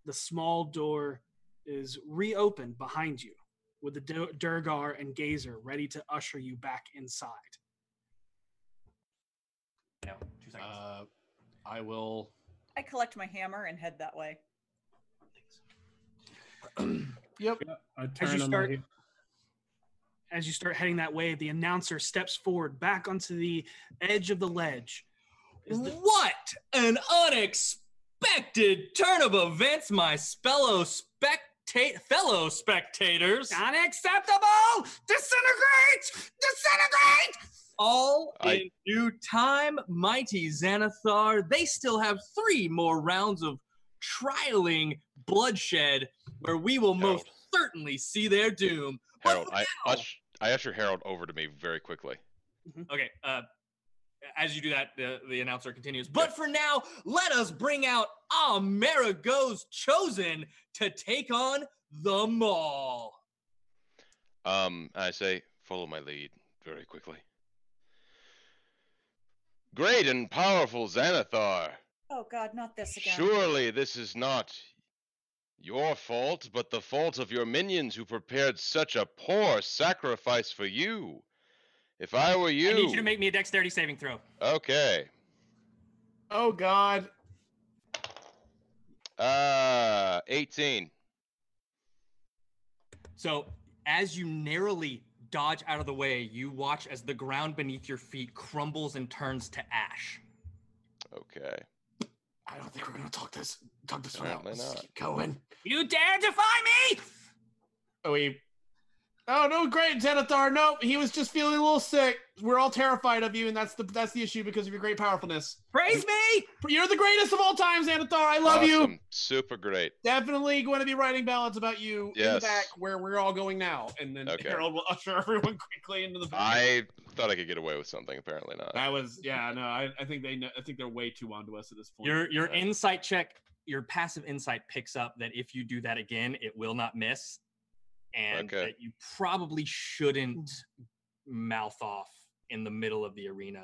B: the small door is reopened behind you with the Dur- Durgar and Gazer ready to usher you back inside.
A: No, two seconds.
G: Uh, I will.
D: I collect my hammer and head that way.
E: Yep.
H: I
B: As you
H: on my
B: start-
H: heel.
B: as you start heading that way, the announcer steps forward back onto the edge of the ledge.
A: What an unexpected turn of events, my fellow specta- fellow spectators.
B: Unacceptable! Disintegrate! Disintegrate!
A: All
C: I-
A: in due time, mighty Xanathar. They still have three more rounds of trialing bloodshed where we will most
C: Harold.
A: certainly see their doom. What
C: Harold, I, ush, I usher Harold over to me very quickly.
A: Okay. Uh, as you do that, the, the announcer continues. But for now, let us bring out Amerigo's chosen to take on the mall.
C: Um, I say, follow my lead very quickly. Great and powerful Xanathar,
D: Oh God, not this again.
C: surely this is not your fault, but the fault of your minions who prepared such a poor sacrifice for you. If I were you,
A: I need you to make me a dexterity saving throw.
C: okay.
E: Oh God.
C: Uh, 18.
A: So, as you narrowly dodge out of the way, you watch as the ground beneath your feet crumbles and turns to ash.
C: Okay.
E: I don't think we're gonna talk this talk this one out.
C: Apparently
E: Let's
C: not.
E: keep going.
A: You dare defy me?
E: Oh, we. Oh no, great Zenithar. Nope, he was just feeling a little sick. We're all terrified of you, and that's the that's the issue because of your great powerfulness.
A: Praise me!
E: You're the greatest of all time, Xanathar. I love you.
C: Awesome. Super great.
E: Definitely going to be writing ballads about you in the
C: Yes.
E: back where we're all going now. And then
C: Okay.
E: Harold will <laughs> usher everyone quickly into the back.
C: I thought I could get away with something. Apparently not.
E: that was yeah, no, I, I think they know I think they're way too onto us at this point.
A: Your your
C: Alright.
A: insight check, your passive insight picks up that if you do that again, it will not miss, and
C: Okay.
A: that you probably shouldn't mouth off in the middle of the arena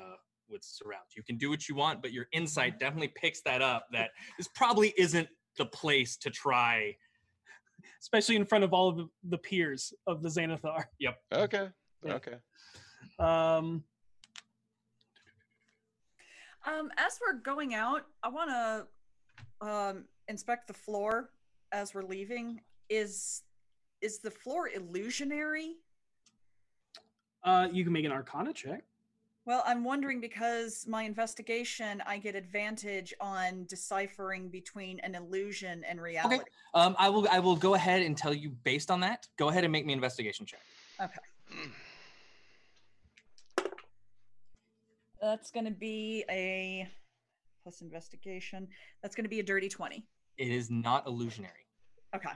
A: with surrounds. You can do what you want, but your insight definitely picks that up. That this probably isn't the place to try.
B: Especially in front of all of the, the peers of the Xanathar.
C: Okay.
B: Yeah.
C: Okay.
B: Um,
D: Um, as we're going out, I want to um, inspect the floor as we're leaving. Is is the floor illusionary?
B: uh, you can make an Arcana check.
D: Well, I'm wondering because my investigation, I get advantage on deciphering between an illusion and reality.
A: Um, I will I will go ahead and tell you based on that. Go ahead and make me an investigation check.
D: That's going to be a plus investigation. That's going to be a dirty 20.
A: It is not illusionary.
D: Okay.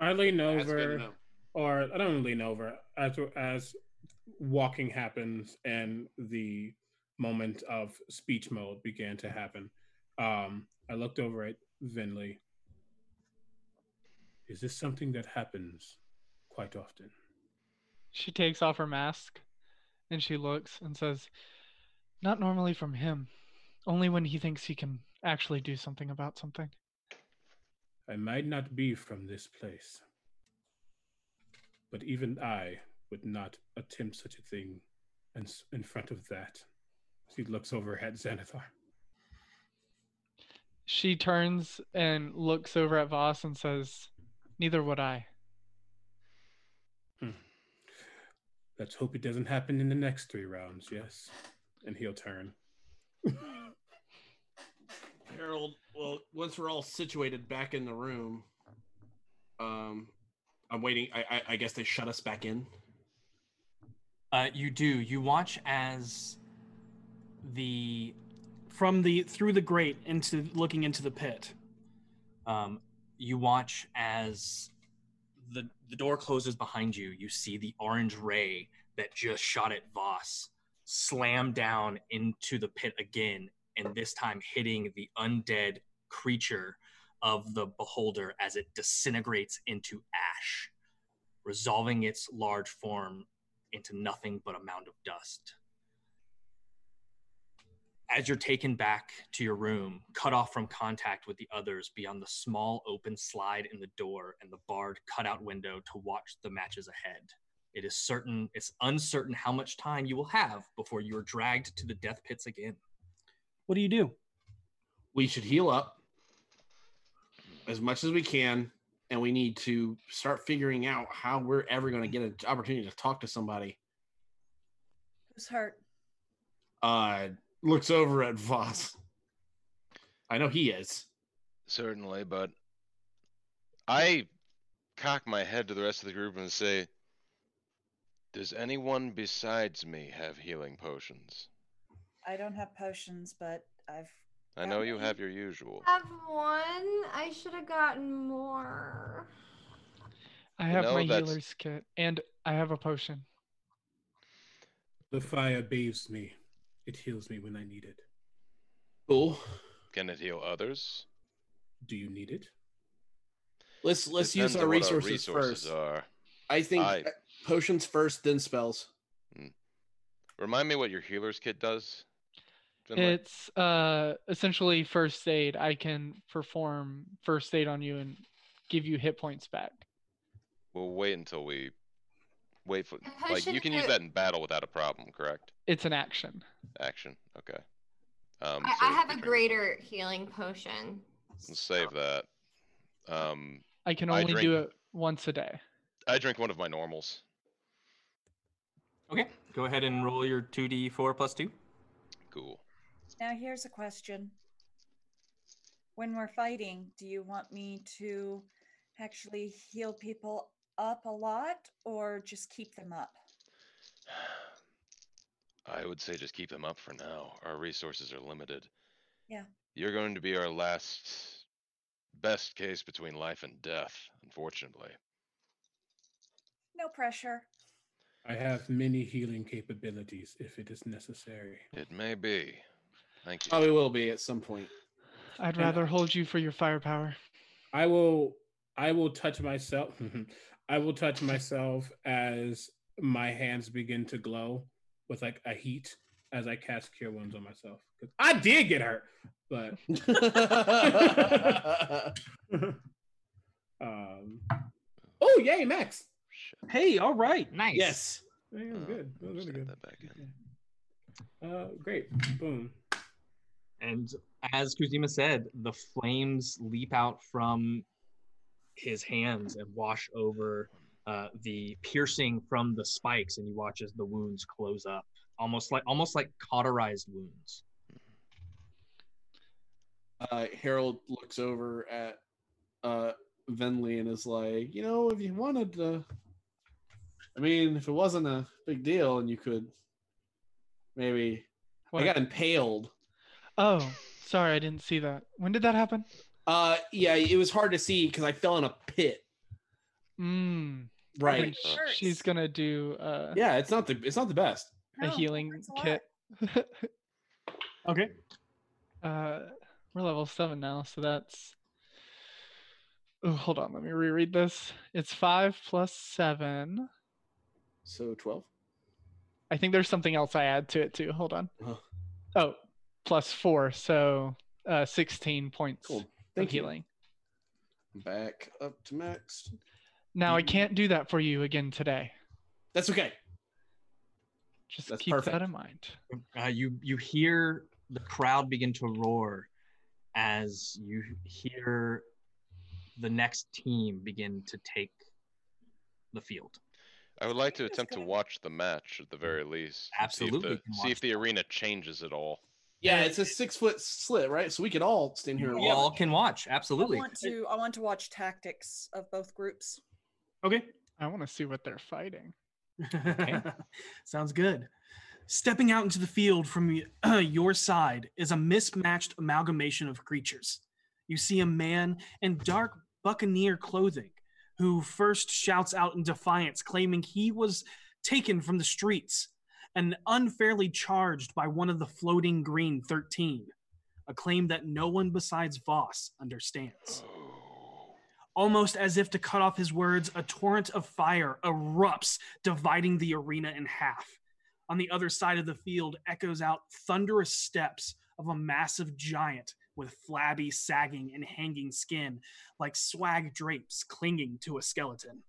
H: I lean
G: That's good to
H: over,
G: know.
H: or I don't lean over as as walking happens and the moment of speech mode began to happen. Um, I looked over at Vinley. Is this something that happens quite often?
I: She takes off her mask and she looks and says, Not normally from him. Only when he thinks he can actually do something about something.
H: I might not be from this place, but even I would not attempt such a thing in, s- in front of that. She looks over at Xanathar.
I: She turns and looks over at Voss and says, Neither would I.
H: Let's hope it doesn't happen in the next three rounds, yes? And he'll turn.
G: Harold, well, once we're all situated back in the room, um, I'm waiting. I, I, I guess they shut us back in.
A: Uh, you do. You watch as the
B: from the through the grate into looking into the pit.
A: um, you watch as the the door closes behind you. You see the orange ray that just shot at Voss slam down into the pit again, and this time hitting the undead creature of the beholder as it disintegrates into ash, resolving its large form into nothing but a mound of dust. as you're taken back to your room, cut off from contact with the others beyond the small open slide in the door and the barred cutout window to watch the matches ahead. It is certain, it's uncertain how much time you will have before you are dragged to the death pits again.
B: What do you do?
G: We should heal up as much as we can, and we need to start figuring out how we're ever going to get an opportunity to talk to somebody.
D: Who's hurt?
G: Uh, looks over at Voss. I know he is.
C: Certainly, but I cock my head to the rest of the group and say, Does anyone besides me have healing potions?
D: I don't have potions, but I've
C: I know you have your usual.
F: have one. I should have gotten more.
I: I
C: You
I: have
C: know,
I: my
C: that's-
I: healer's kit and I have a potion.
H: The fire bathes me. It heals me when I need it.
G: Cool.
C: Can it heal others?
H: Do you need it?
G: Let's let's
C: Depends
G: use our
C: on what
G: resources,
C: resources
G: first.
C: Are.
G: I think
C: I-
G: potions first, then spells.
C: Hmm. Remind me what your healer's kit does. Finlay?
I: It's uh essentially first aid. I can perform first aid on you and give you hit points back.
C: We'll wait until we wait for.
F: The
C: Like
F: potion
C: you can use
F: could-
C: that in battle without a problem, correct?
I: It's an action.
C: Action. Okay. Um,
F: I,
C: so
F: I have
C: we
F: a
C: can
F: greater healing potion.
C: Save that. Um,
I: I can
C: I
I: only
C: drink-
I: do it once a day.
C: I drink one of my normals.
A: Okay, go ahead and roll your 2d4 plus 2.
C: Cool.
D: now here's a question. When we're fighting, do you want me to actually heal people up a lot or just keep them up?
C: I would say just keep them up for now. Our resources are limited.
D: Yeah.
C: You're going to be our last best case between life and death, unfortunately.
D: No pressure.
H: I have many healing capabilities if it is necessary.
C: It may be. Thank you.
G: Probably will be at some point.
I: I'd rather hold you for your firepower.
H: I will I will touch myself <laughs>
C: Mm-hmm.
H: I will touch myself as my hands begin to glow with like a heat as I cast cure wounds on myself. 'Cause I did get hurt,
C: <laughs>
H: but <laughs> um Oh yay, Max.
B: Hey, all right.
L: Nice.
G: yes.
H: Yeah, that was
C: Uh,
H: good. That
C: I'll
H: was
C: just
H: really
C: add
H: good.
C: that back in.
H: Uh
C: <laughs>
H: great. Boom.
A: And as Kuzima said, the flames leap out from his hands and wash over uh, the piercing from the spikes, and you watch as the wounds close up, almost like almost like cauterized wounds.
G: Uh, Harold looks over at uh, Venley and is like, you know, if you wanted to, I mean, if it wasn't a big deal and you could maybe.
I: What?
G: I got impaled.
I: Oh, sorry, I didn't see that. When did that happen?
G: Uh, yeah, it was hard to see because I fell in a pit.
I: Mm.
G: Right.
I: And sh- She's gonna do uh,
G: Yeah, it's not the it's not the best.
I: a
G: No,
I: healing
G: a lot.
I: kit. <laughs>
B: okay.
I: Uh, we're level seven now, so that's. Oh, hold on. Let me reread this. It's five plus seven.
G: So twelve.
I: I think there's something else I add to it too. Hold on.
G: Oh.
I: Oh, plus four, so uh, sixteen points
G: Cool.
I: of
G: Thank you.
I: healing.
G: Back up to max.
I: Now
G: Mm-hmm.
I: I can't do that for you again today.
G: That's okay.
I: Just
G: That's
I: keep
G: perfect.
I: that in mind.
L: Uh, you you hear the crowd begin to roar as you hear the next team begin to take the field.
C: I would like to attempt to watch the match at the very least. and see if
G: Absolutely
C: the-
G: can
C: See if the arena changes at all.
G: Yeah, it's a six foot slit, right? So we could all stand here. and
L: You all
G: watch.
L: can watch. Absolutely.
D: I want
G: <laughs>
D: to I want to watch tactics of both groups.
B: Okay.
I: I want to see what they're fighting.
B: <laughs> Sounds good. Stepping out into the field from y- <clears throat> your side is a mismatched amalgamation of creatures. You see a man in dark buccaneer clothing who first shouts out in defiance, claiming he was taken from the streets and unfairly charged by one of the floating green 13, a claim that no one besides Voss understands. Almost as if to cut off his words, a torrent of fire erupts, dividing the arena in half. On the other side of the field echoes out thunderous steps of a massive giant with flabby, sagging, and hanging skin, like swag drapes clinging to a skeleton.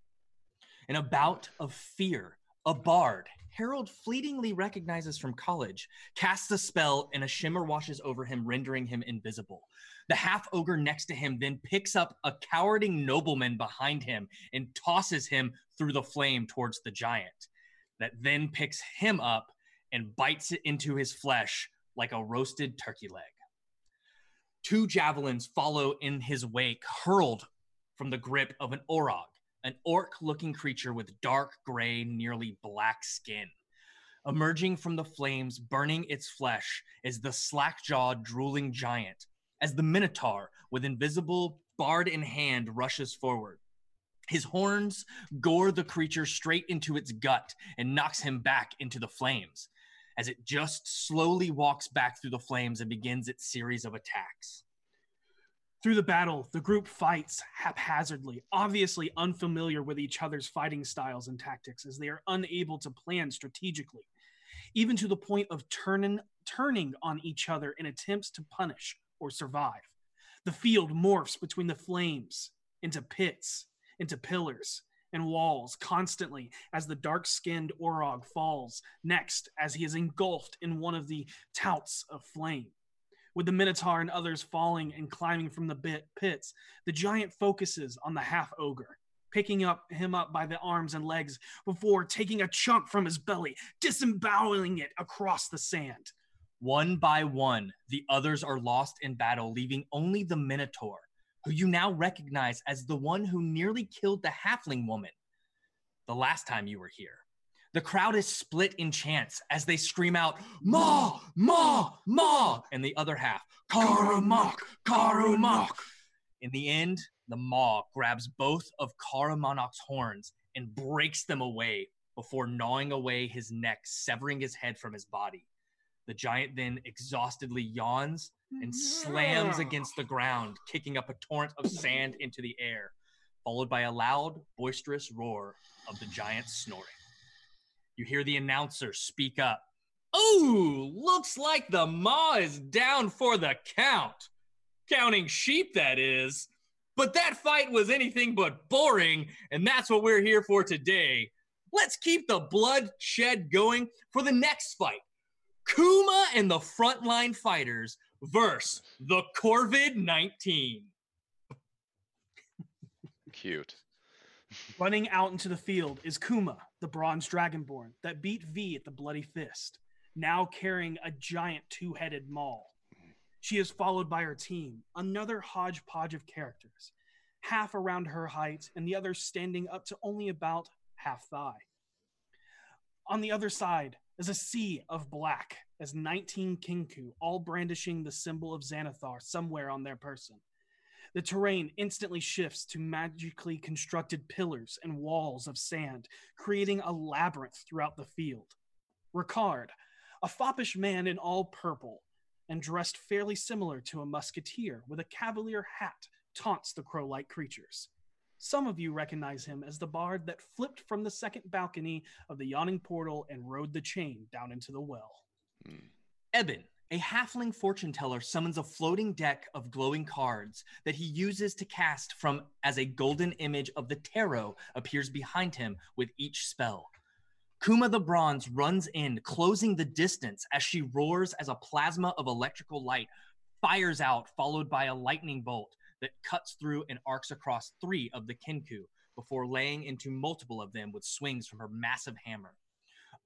A: In a bout of fear, a bard Harold fleetingly recognizes from college casts a spell and a shimmer washes over him, rendering him invisible. The half ogre next to him then picks up a cowarding nobleman behind him and tosses him through the flame towards the giant, that then picks him up and bites it into his flesh like a roasted turkey leg. Two javelins follow in his wake, hurled from the grip of an orog, an orc looking creature with dark gray, nearly black skin. Emerging from the flames, burning its flesh, is the slack jawed, drooling giant, as the minotaur with invisible bard in hand rushes forward. His horns gore the creature straight into its gut and knocks him back into the flames as it just slowly walks back through the flames and begins its series of attacks.
B: Through the battle, the group fights haphazardly, obviously unfamiliar with each other's fighting styles and tactics, as they are unable to plan strategically, even to the point of turning, turning on each other in attempts to punish or survive. The field morphs between the flames, into pits, into pillars, and walls constantly as the dark skinned Orog falls, next, as he is engulfed in one of the touts of flame with the Minotaur and others falling and climbing from the bit pits, the giant focuses on the half ogre, picking up him up by the arms and legs before taking a chunk from his belly, disemboweling it across the sand.
A: One by one, the others are lost in battle, leaving only the Minotaur, who you now recognize as the one who nearly killed the halfling woman the last time you were here. The crowd is split in chants as they scream out, Ma! Ma! Ma! And the other half, Karamak! Karamak! In the end, the Maw grabs both of Karamanok's horns and breaks them away before gnawing away his neck, severing his head from his body. The giant then exhaustedly yawns and slams against the ground, kicking up a torrent of sand into the air, followed by a loud, boisterous roar of the giant snoring. You hear the announcer speak up. Oh, looks like the maw is down for the count. Counting sheep, that is. But that fight was anything but boring, and that's what we're here for today. Let's keep the bloodshed going for the next fight. Kuma and the frontline fighters versus the Corvid 19.
C: Cute.
B: Running out into the field is Kuma, the bronze dragonborn that beat V at the Bloody Fist, now carrying a giant two headed maul. She is followed by her team, another hodgepodge of characters, half around her height and the other standing up to only about half thigh. On the other side is a sea of black as 19 Kinku, all brandishing the symbol of Xanathar somewhere on their person. The terrain instantly shifts to magically constructed pillars and walls of sand, creating a labyrinth throughout the field. Ricard, a foppish man in all purple and dressed fairly similar to a musketeer with a cavalier hat, taunts the crow like creatures. Some of you recognize him as the bard that flipped from the second balcony of the yawning portal and rode the chain down into the well.
A: Mm. Eben, a halfling fortune teller, summons a floating deck of glowing cards that he uses to cast from as a golden image of the tarot appears behind him with each spell. Kuma the Bronze runs in, closing the distance as she roars as a plasma of electrical light fires out, followed by a lightning bolt that cuts through and arcs across three of the Kenku before laying into multiple of them with swings from her massive hammer.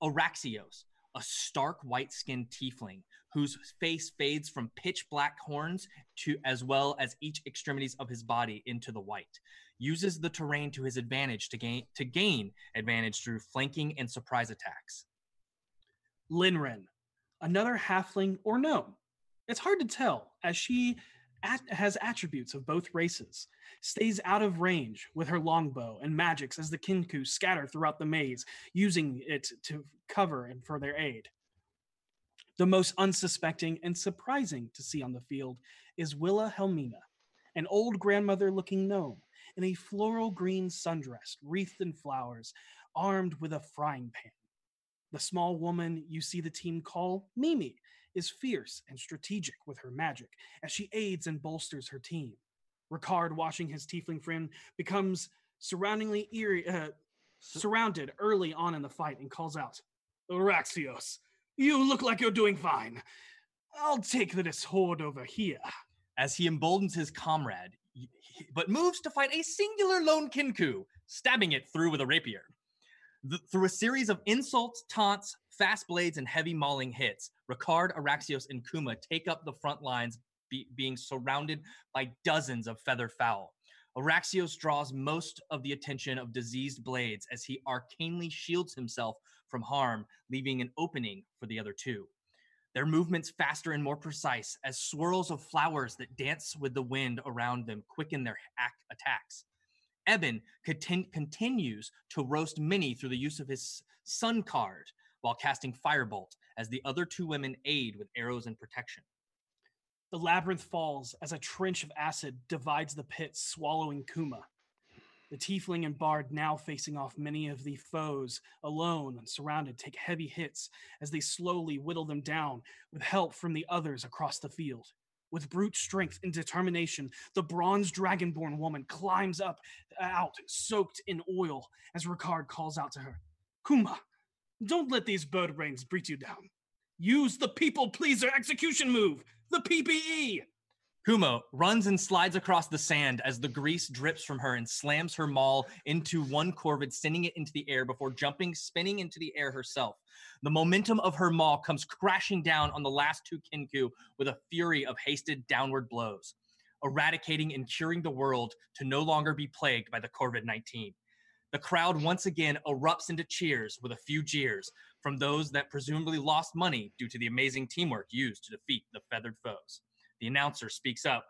A: Araxios, a stark white skinned tiefling whose face fades from pitch black horns to as well as each extremities of his body into the white uses the terrain to his advantage to gain to gain advantage through flanking and surprise attacks
B: Linren, another halfling or gnome. It's hard to tell, as she at- has attributes of both races, stays out of range with her longbow and magics as the Kinku scatter throughout the maze, using it to cover and for their aid. The most unsuspecting and surprising to see on the field is Willa Helmina, an old grandmother looking gnome in a floral green sundress wreathed in flowers, armed with a frying pan. The small woman you see the team call Mimi is fierce and strategic with her magic as she aids and bolsters her team. Ricard, watching his tiefling friend, becomes surroundingly eerie, uh, surrounded early on in the fight and calls out, Araxios, you look like you're doing fine. I'll take this horde over here.
A: as he emboldens his comrade, y- he- but moves to fight a singular lone Kinku, stabbing it through with a rapier. Th- through a series of insults, taunts, fast blades, and heavy mauling hits, Ricard, Araxios, and Kuma take up the front lines, be- being surrounded by dozens of feather fowl. Araxios draws most of the attention of diseased blades as he arcanely shields himself from harm, leaving an opening for the other two their movements faster and more precise as swirls of flowers that dance with the wind around them quicken their ac- attacks. Eben contin- continues to roast many through the use of his sun card while casting firebolt as the other two women aid with arrows and protection.
B: The labyrinth falls as a trench of acid divides the pit, swallowing Kuma. The tiefling and bard, now facing off many of the foes, alone and surrounded, take heavy hits as they slowly whittle them down with help from the others across the field. With brute strength and determination, the bronze dragonborn woman climbs up out, soaked in oil, as Ricard calls out to her Kuma, don't let these bird brains beat you down. Use the people pleaser execution move, the PPE.
A: E. Kumo runs and slides across the sand as the grease drips from her and slams her maul into one corvid, sending it into the air before jumping, spinning into the air herself. The momentum of her maul comes crashing down on the last two Kinku with a fury of hasted downward blows, eradicating and curing the world to no longer be plagued by the corvid 19. The crowd once again erupts into cheers with a few jeers from those that presumably lost money due to the amazing teamwork used to defeat the feathered foes. The announcer speaks up.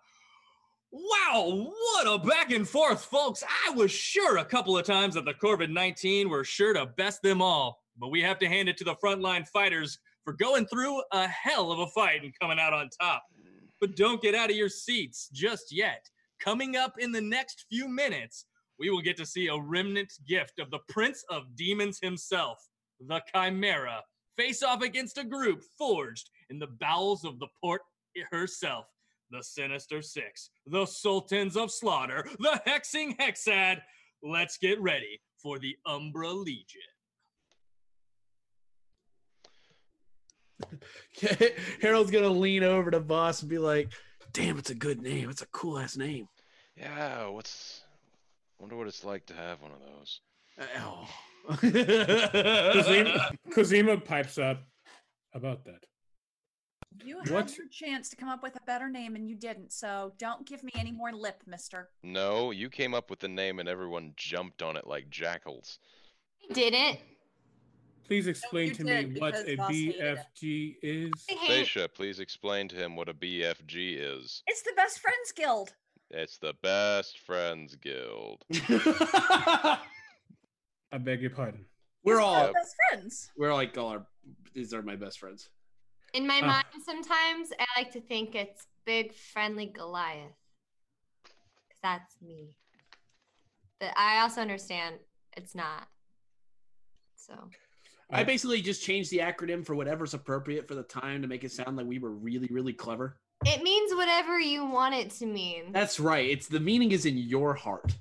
A: Wow, what a back and forth, folks. I was sure a couple of times that the Corvid 19 were sure to best them all, but we have to hand it to the frontline fighters for going through a hell of a fight and coming out on top. But don't get out of your seats just yet. Coming up in the next few minutes, we will get to see a remnant gift of the Prince of Demons himself, the Chimera, face off against a group forged in the bowels of the port herself, the Sinister Six, the Sultans of Slaughter, the Hexing Hexad. Let's get ready for the Umbra Legion.
E: Harold's gonna lean over to Boss and be like, "Damn, it's a good name. It's a cool ass name."
C: Yeah, what's wonder what it's like to have one of those.
E: Oh.
H: Kazima, Kazima pipes up about that.
D: You had
H: What's-
D: your chance to come up with a better name and you didn't, so don't give me any more lip, mister.
C: No, you came up with the name and everyone jumped on it like jackals.
F: I didn't.
H: Please explain
D: you
H: to
D: did,
H: me what
D: because
H: a
D: Ross hated it.
H: BFG is.
F: I hate
C: Stacia, please explain to him what a BFG is.
D: It's the Best Friends Guild.
C: It's the Best Friends Guild.
H: I beg your pardon.
G: We're
D: We're
G: all
D: best friends.
G: we're like all our these are my best friends.
F: In my
G: Ah.
F: mind, sometimes I like to think it's big, friendly Goliath. 'Cause that's me. But I also understand it's not. So,
G: I basically just changed the acronym for whatever's appropriate for the time to make it sound like we were really, really clever.
F: it means whatever you want it to mean.
G: That's right. It's the meaning is in your heart.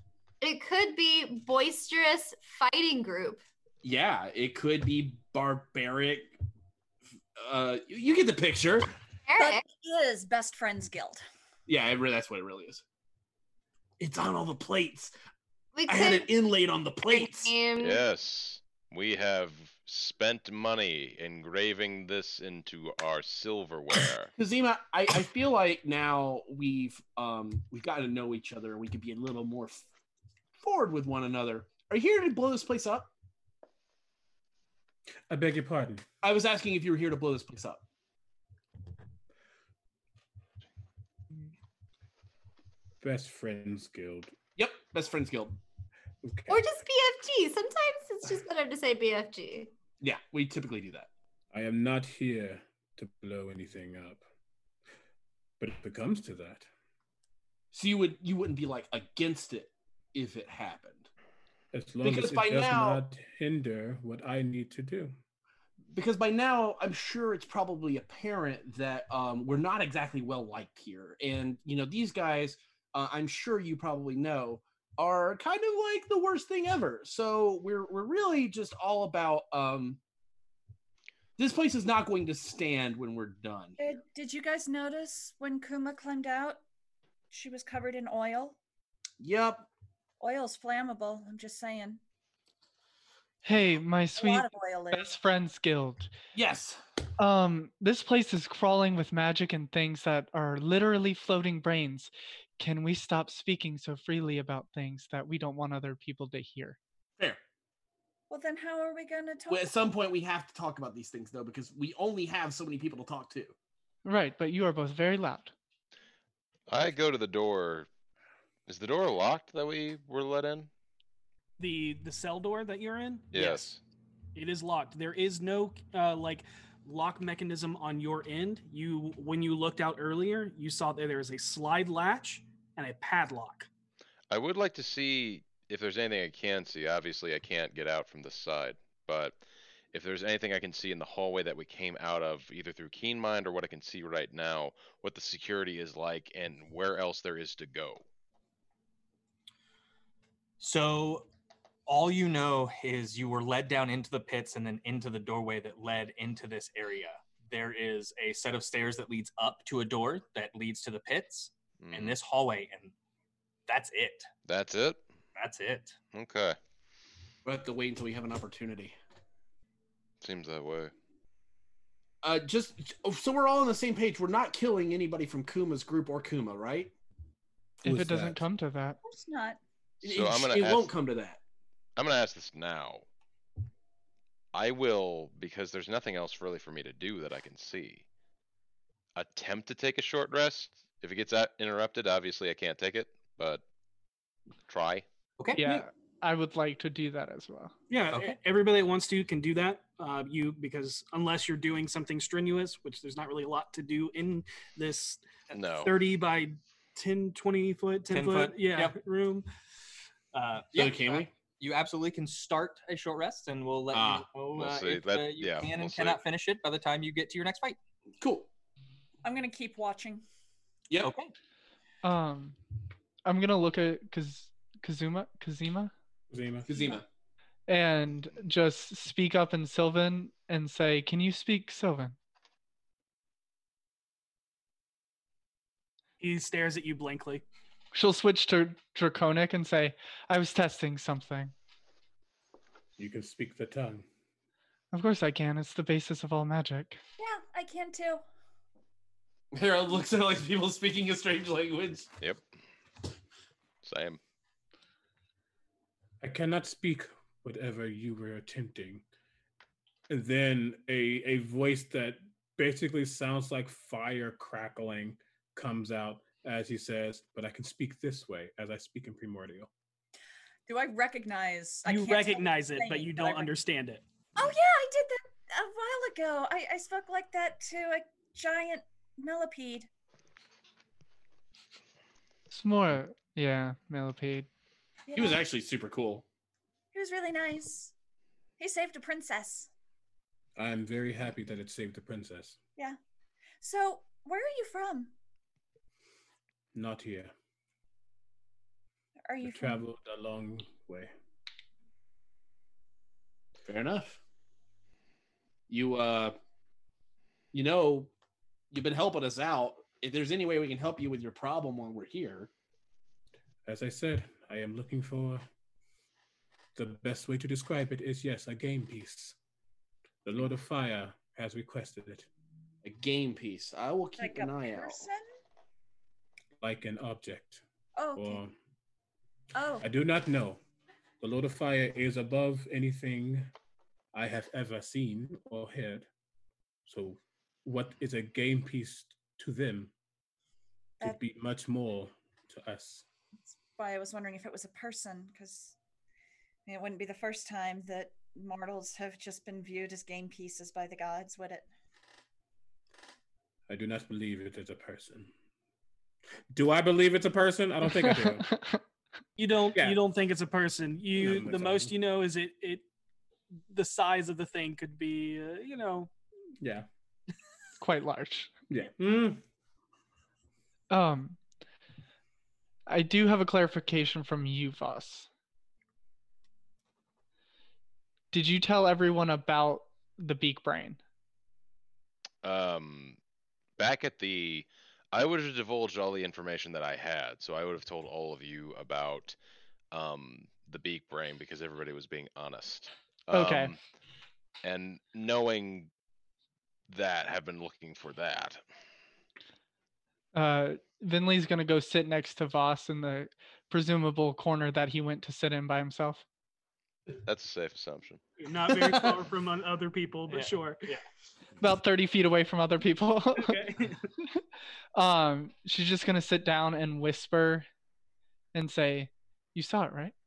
F: It could be boisterous fighting group.
G: Yeah, it could be barbaric. Uh, you- you get the picture.
D: That is best friends guild.
G: Yeah, it re- that's what it really is. It's on all the plates.
F: We
G: <laughs> I had it
F: could
G: inlaid on the plates.
F: name
C: Yes, we have spent money engraving this into our silverware.
G: Kazima, I, I feel like now we've um we've gotten to know each other and we could be a little more f- forward with one another. Are you here to blow this place up?
H: I beg your pardon.
G: I was asking if you were here to blow this place up.
H: Best Friends Guild.
G: Yep, best friends guild.
F: or just BFG. Sometimes it's just better to say BFG.
G: Yeah, we typically do that.
H: I am not here to blow anything up. But if it comes to that,
G: So you would you wouldn't be like against it if it happened.
H: as long
G: Because
H: as it
G: by
H: does
G: now-
H: not hinder what I need to do.
G: Because by now I'm sure it's probably apparent that um, we're not exactly well liked here, and you know these guys. Uh, I'm sure you probably know are kind of like the worst thing ever. So we're we're really just all about um, this place is not going to stand when we're done.
D: Did, did you guys notice when Kuma climbed out? She was covered in oil.
G: Yep.
D: Oil's flammable. I'm just saying.
I: Hey, my
D: A
I: sweet
D: lot of oil is.
I: best friends guild.
G: Yes.
I: Um, this place is crawling with magic and things that are literally floating brains. Can we stop speaking so freely about things that we don't want other people to hear?
G: Fair.
D: Well, then how are we going to talk?
G: Well, at some point we have to talk about these things though, because we only have so many people to talk to.
I: Right, but you are both very loud.
C: I go to the door. Is the door locked that we were let in?
B: The the cell door that you're in,
C: Yes.
B: it is locked. There is no uh, like lock mechanism on your end. You when you looked out earlier, you saw that there is a slide latch and a padlock.
C: I would like to see if there's anything I can see. Obviously, I can't get out from this side, but if there's anything I can see in the hallway that we came out of, either through Keen Mind or what I can see right now, what the security is like and where else there is to go.
A: So, all you know is you were led down into the pits and then into the doorway that led into this area. There is a set of stairs that leads up to a door that leads to the pits and
C: Mm,
A: this hallway, and that's it.
C: That's it.
A: That's it.
C: Okay.
G: We have to wait until we have an opportunity.
C: Seems that way.
G: Uh, just so we're all on the same page, we're not killing anybody from Kuma's group or Kuma, right?
H: Who
I: if
H: is
I: it doesn't
H: that?
I: come to that,
D: Of course not.
G: It-
C: So
G: it
C: I'm gonna
G: it won't
C: ask-
G: come to that.
C: I'm gonna ask this now. I will, because there's nothing else really for me to do that I can see. Attempt to take a short rest. If it gets out interrupted, obviously I can't take it, but try.
A: Okay.
I: yeah, I would like to do that as well.
B: Yeah,
A: Okay.
B: e- everybody that wants to can do that. Uh, you because unless you're doing something strenuous, which there's not really a lot to do in this
C: No.
B: 30 by 10, 20 foot, 10,
A: 10
B: foot,
A: foot,
B: yeah,
A: yep.
B: room.
A: Uh,
G: So
A: yeah,
G: can
A: uh,
G: we?
A: You absolutely can start a short rest, and we'll let
G: Ah,
A: you know
C: we'll
A: uh,
C: see.
A: if
C: That-
A: uh, you
C: yeah,
A: can and
C: we'll see.
A: cannot finish it by the time you get to your next fight.
G: Cool.
D: I'm going to keep watching.
G: Yep.
A: Okay.
I: Um, I'm gonna look at Kaz- Kazuma, Kazima,
H: Zima.
G: Kazima.
I: and just speak up in Sylvan and say, "Can you speak Sylvan?"
B: He stares at you blankly.
I: She'll switch to Draconic and say, "I was testing something."
H: You can speak the tongue.
I: Of course I can. It's the basis of all magic.
D: Yeah, I can too.
G: Harold looks at all these people speaking a strange language.
C: Yep. Same.
H: I cannot speak whatever you were attempting. And then a, a voice that basically sounds like fire crackling comes out as he says, but I can speak this way as I speak in primordial.
D: Do I recognize? I
B: You
D: can't tell
B: recognize
D: what
B: it,
D: you're
B: but
D: saying,
B: you
D: I
B: don't
D: rec-
B: understand it.
D: Oh yeah, I did that a while ago. I, I spoke like that to a giant millipede.
I: It's more, yeah, millipede.
D: you know?
G: actually super cool.
D: He was really nice. He saved a princess.
H: I'm very happy that it saved the princess.
D: Yeah. So where are you from?
H: Not here.
D: Are
H: I
D: you from?
H: traveled a long way.
G: Fair enough. You uh you know you've been helping us out. If there's any way we can help you with your problem while we're here,
H: As I said, I am looking for the best way to describe it is yes, a game piece. The Lord of Fire has requested it.
G: A game piece. I will keep
D: Like a
G: an eye out.
D: person?
H: Like an object.
D: Oh, okay.
H: Or
D: oh,
H: I do not know. The Lord of Fire is above anything I have ever seen or heard. So, what is a game piece to them could
D: That-
H: be much more to us.
D: why I was wondering if it was a person, because it wouldn't be the first time that mortals have just been viewed as game pieces by the gods, would it?
H: I do not believe it is a person. Do I believe it's a person? I don't think I do.
B: You don't
H: Yeah.
B: you don't think it's a person. You
H: No,
B: the
H: it's
B: most
H: not.
B: you know is it it the size of the thing could be uh, you know
H: yeah.
I: <laughs> Quite large.
H: Yeah. Mm.
I: Um, I do have a clarification from you, Voss. Did you tell everyone about the beak brain?
C: Um, back at the, I would have divulged all the information that I had, so I would have told all of you about um, the beak brain because everybody was being honest.
I: Okay.
C: Um, and knowing that, have been looking for that.
I: Uh, Vinley's gonna go sit next to Voss in the presumable corner that he went to sit in by himself.
C: That's a safe assumption.
B: you're not <laughs> very far from on other people, but
G: Yeah.
B: sure.
G: Yeah.
H: <laughs>
I: About 30 feet away from other people.
B: Okay.
I: <laughs> um, she's just gonna sit down and whisper and say, You saw it, right?
C: <laughs>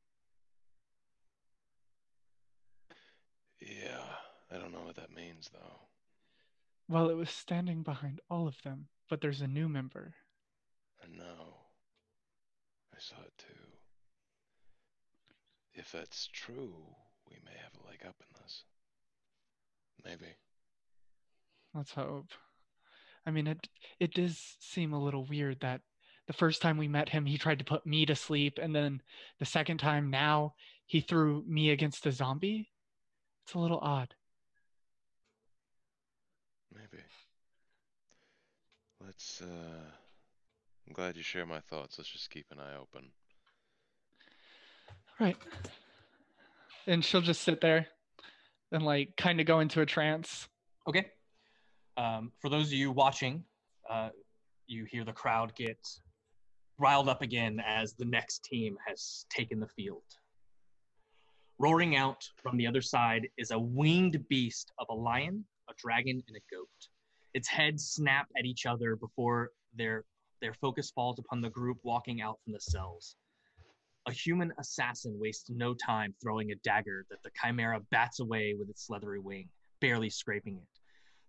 C: Yeah, I don't know what that means though.
I: Well, it was standing behind all of them, but there's a new member.
C: I know. I saw it too. If that's true, we may have a leg up in this. Maybe.
I: Let's hope. I mean, it it does seem a little weird that the first time we met him, he tried to put me to sleep, and then the second time now, he threw me against a zombie. It's a little odd.
C: Maybe. Let's, uh. I'm glad you share my thoughts. Let's just keep an eye open.
I: Right. And she'll just sit there and like kind of go into a trance.
A: Okay. Um, for those of you watching, uh, you hear the crowd get riled up again as the next team has taken the field. Roaring out from the other side is a winged beast of a lion, a dragon, and a goat. Its heads snap at each other before their their focus falls upon the group walking out from the cells. A human assassin wastes no time throwing a dagger that the chimera bats away with its leathery wing barely scraping it.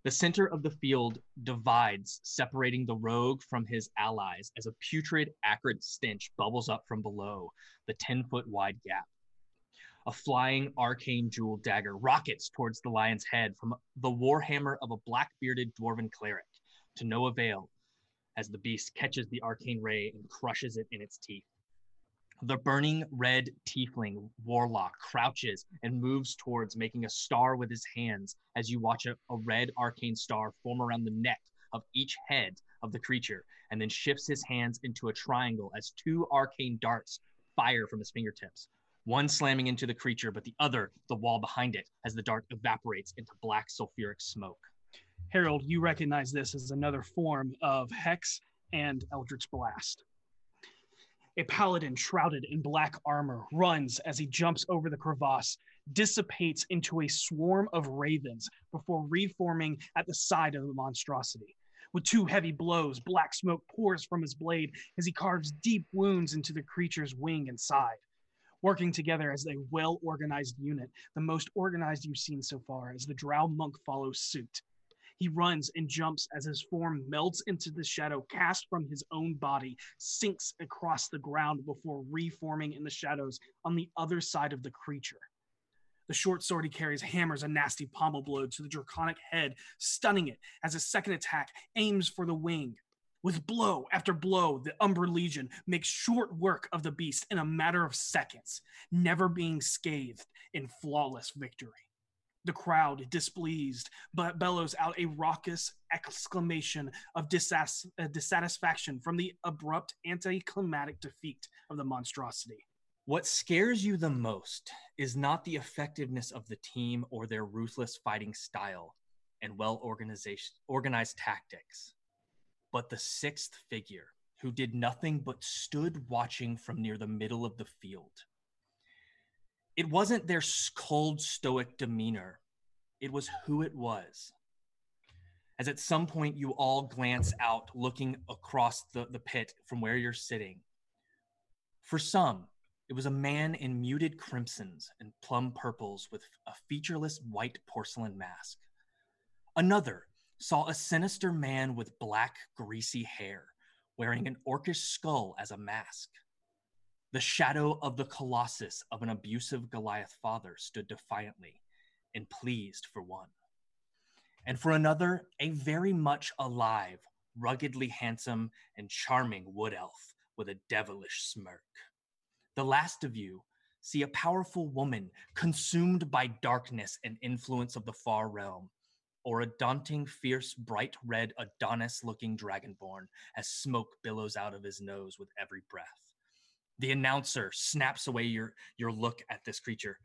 A: The center of the field divides, separating the rogue from his allies as a putrid, acrid stench bubbles up from below the 10 foot wide gap. A flying arcane jewel dagger rockets towards the lion's head from the warhammer of a black bearded dwarven cleric, to no avail, as the beast catches the arcane ray and crushes it in its teeth. The burning red tiefling warlock crouches and moves towards, making a star with his hands as you watch a, a red arcane star form around the neck of each head of the creature, and then shifts his hands into a triangle as two arcane darts fire from his fingertips, one slamming into the creature, but the other the wall behind it as the dart evaporates into black sulfuric smoke.
B: Harold, you recognize this as another form of Hex and Eldritch Blast. A paladin shrouded in black armor runs as he jumps over the crevasse, dissipates into a swarm of ravens before reforming at the side of the monstrosity. With two heavy blows, black smoke pours from his blade as he carves deep wounds into the creature's wing and side. Working together as a well organized unit, the most organized you've seen so far, as the drow monk follows suit. He runs and jumps as his form melts into the shadow cast from his own body, sinks across the ground before reforming in the shadows on the other side of the creature. The short sword he carries hammers a nasty pommel blow to the draconic head, stunning it as his second attack aims for the wing. With blow after blow, the Umber Legion makes short work of the beast in a matter of seconds, never being scathed in flawless victory. The crowd, displeased, but bellows out a raucous exclamation of disas- uh, dissatisfaction from the abrupt anticlimactic defeat of the monstrosity.
A: What scares you the most is not the effectiveness of the team or their ruthless fighting style and well organized tactics, but the sixth figure who did nothing but stood watching from near the middle of the field. It wasn't their s- cold, stoic demeanor, it was who it was. As at some point, you all glance out, looking across the, the pit from where you're sitting. For some, it was a man in muted crimsons and plum purples with a featureless white porcelain mask. Another saw a sinister man with black, greasy hair, wearing an orcish skull as a mask. The shadow of the colossus of an abusive Goliath father stood defiantly and pleased for one. And for another, a very much alive, ruggedly handsome, and charming wood elf with a devilish smirk the last of you see a powerful woman consumed by darkness and influence of the far realm, or a daunting, fierce, bright red Adonis looking dragonborn as smoke billows out of his nose with every breath. The announcer snaps away your, your look at this creature.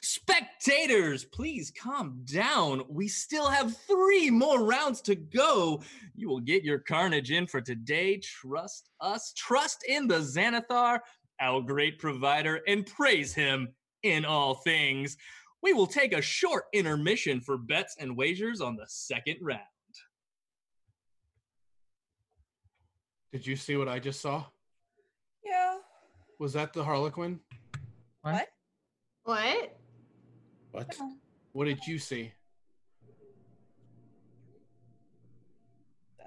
L: Spectators, please calm down. We still have three more rounds to go. You will get your carnage in for today. Trust us. Trust in the Xanathar, our great provider, and praise him in all things. We will take a short intermission for bets and wagers on the second round.
E: Did you see what I just saw?
D: Yeah.
E: Was that the Harlequin?
D: What?
F: What?
E: What? What did you see?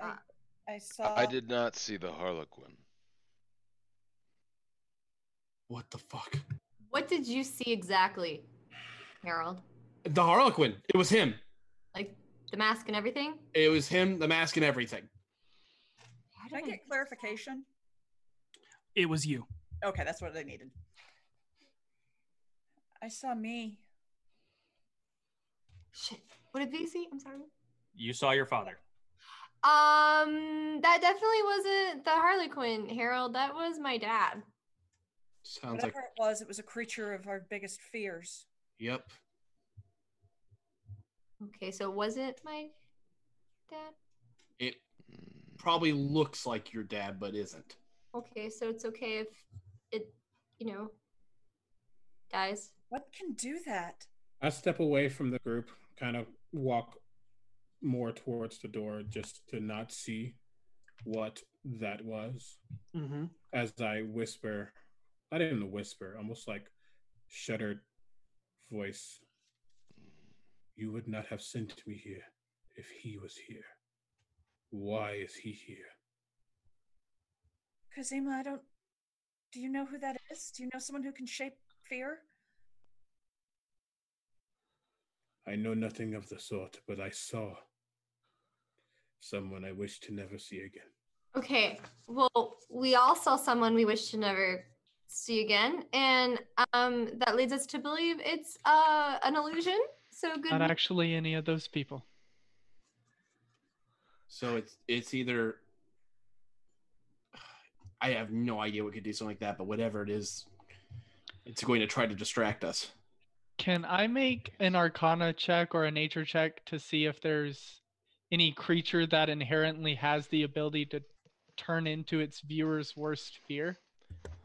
F: Uh,
D: I, I saw.
C: I did not see the Harlequin.
E: What the fuck?
F: What did you see exactly, Harold?
E: The Harlequin. It was him.
F: Like the mask and everything?
E: It was him, the mask, and everything.
D: Can I get clarification?
B: It was you.
D: Okay, that's what I needed. I saw me.
F: Shit. What did they see? I'm sorry.
A: You saw your father.
F: Um, that definitely wasn't the Harley Quinn, Harold. That was my dad.
E: Sounds
D: Whatever
E: like
D: it was, it was a creature of our biggest fears.
E: yep.
F: Okay, so was it my dad?
E: It probably looks like your dad, but isn't.
F: Okay, so it's okay if it, you know, dies.
D: What can do that?
H: I step away from the group, kind of walk more towards the door just to not see what that was.
B: Mm-hmm.
H: As I whisper, not even whisper, almost like shuddered voice. You would not have sent me here if he was here. Why is he here?
D: Kazima, I don't. Do you know who that is? Do you know someone who can shape fear?
H: I know nothing of the sort, but I saw someone I wish to never see again.
F: Okay, well, we all saw someone we wish to never see again, and um, that leads us to believe it's uh an illusion. So good.
I: Not
F: news.
I: actually any of those people.
G: So it's it's either <sighs> I have no idea what could do something like that, but whatever it is, it's going to try to distract us.
I: Can I make an arcana check or a nature check to see if there's any creature that inherently has the ability to turn into its viewer's worst fear?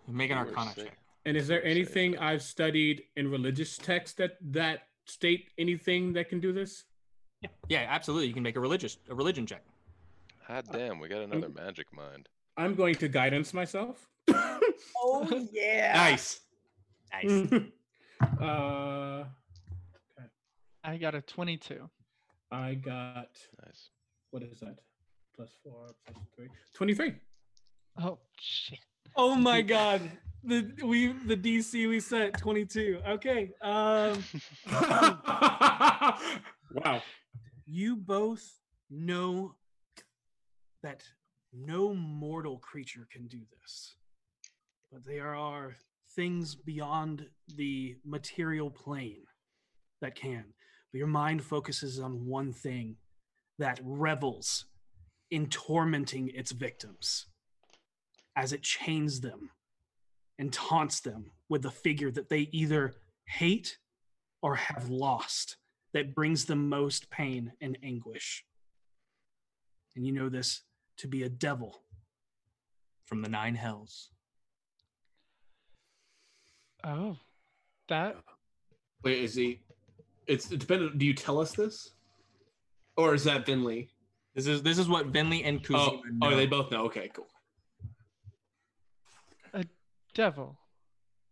L: Make an
C: You were
L: arcana
C: sick.
L: check.
H: And is there anything I've studied in religious texts that that state anything that can do this?
L: Yeah, absolutely. You can make a religious a religion check.
C: Hot damn, we got another magic mind.
H: I'm going to guidance myself. <laughs>
D: Oh yeah.
H: Nice.
I: Nice.
H: uh,
I: I got a 22.
H: I got
C: nice.
H: What is that? Plus four, plus three. Twenty-three.
I: Oh shit.
B: Oh my god. The we the DC we set 22. Okay. Um
H: <laughs> Wow.
B: You both know that no mortal creature can do this. But there are things beyond the material plane that can. But your mind focuses on one thing that revels in tormenting its victims as it chains them and taunts them with the figure that they either hate or have lost that brings them most pain and anguish. And you know this to be a devil from the nine hells.
I: Oh, that
G: Wait, is he? It's it dependent. Do you tell us this, or is that Vinley?
A: This is this is what Vinley and Kuzma
G: Oh,
A: know.
G: oh, they both know. Okay, cool.
I: devil.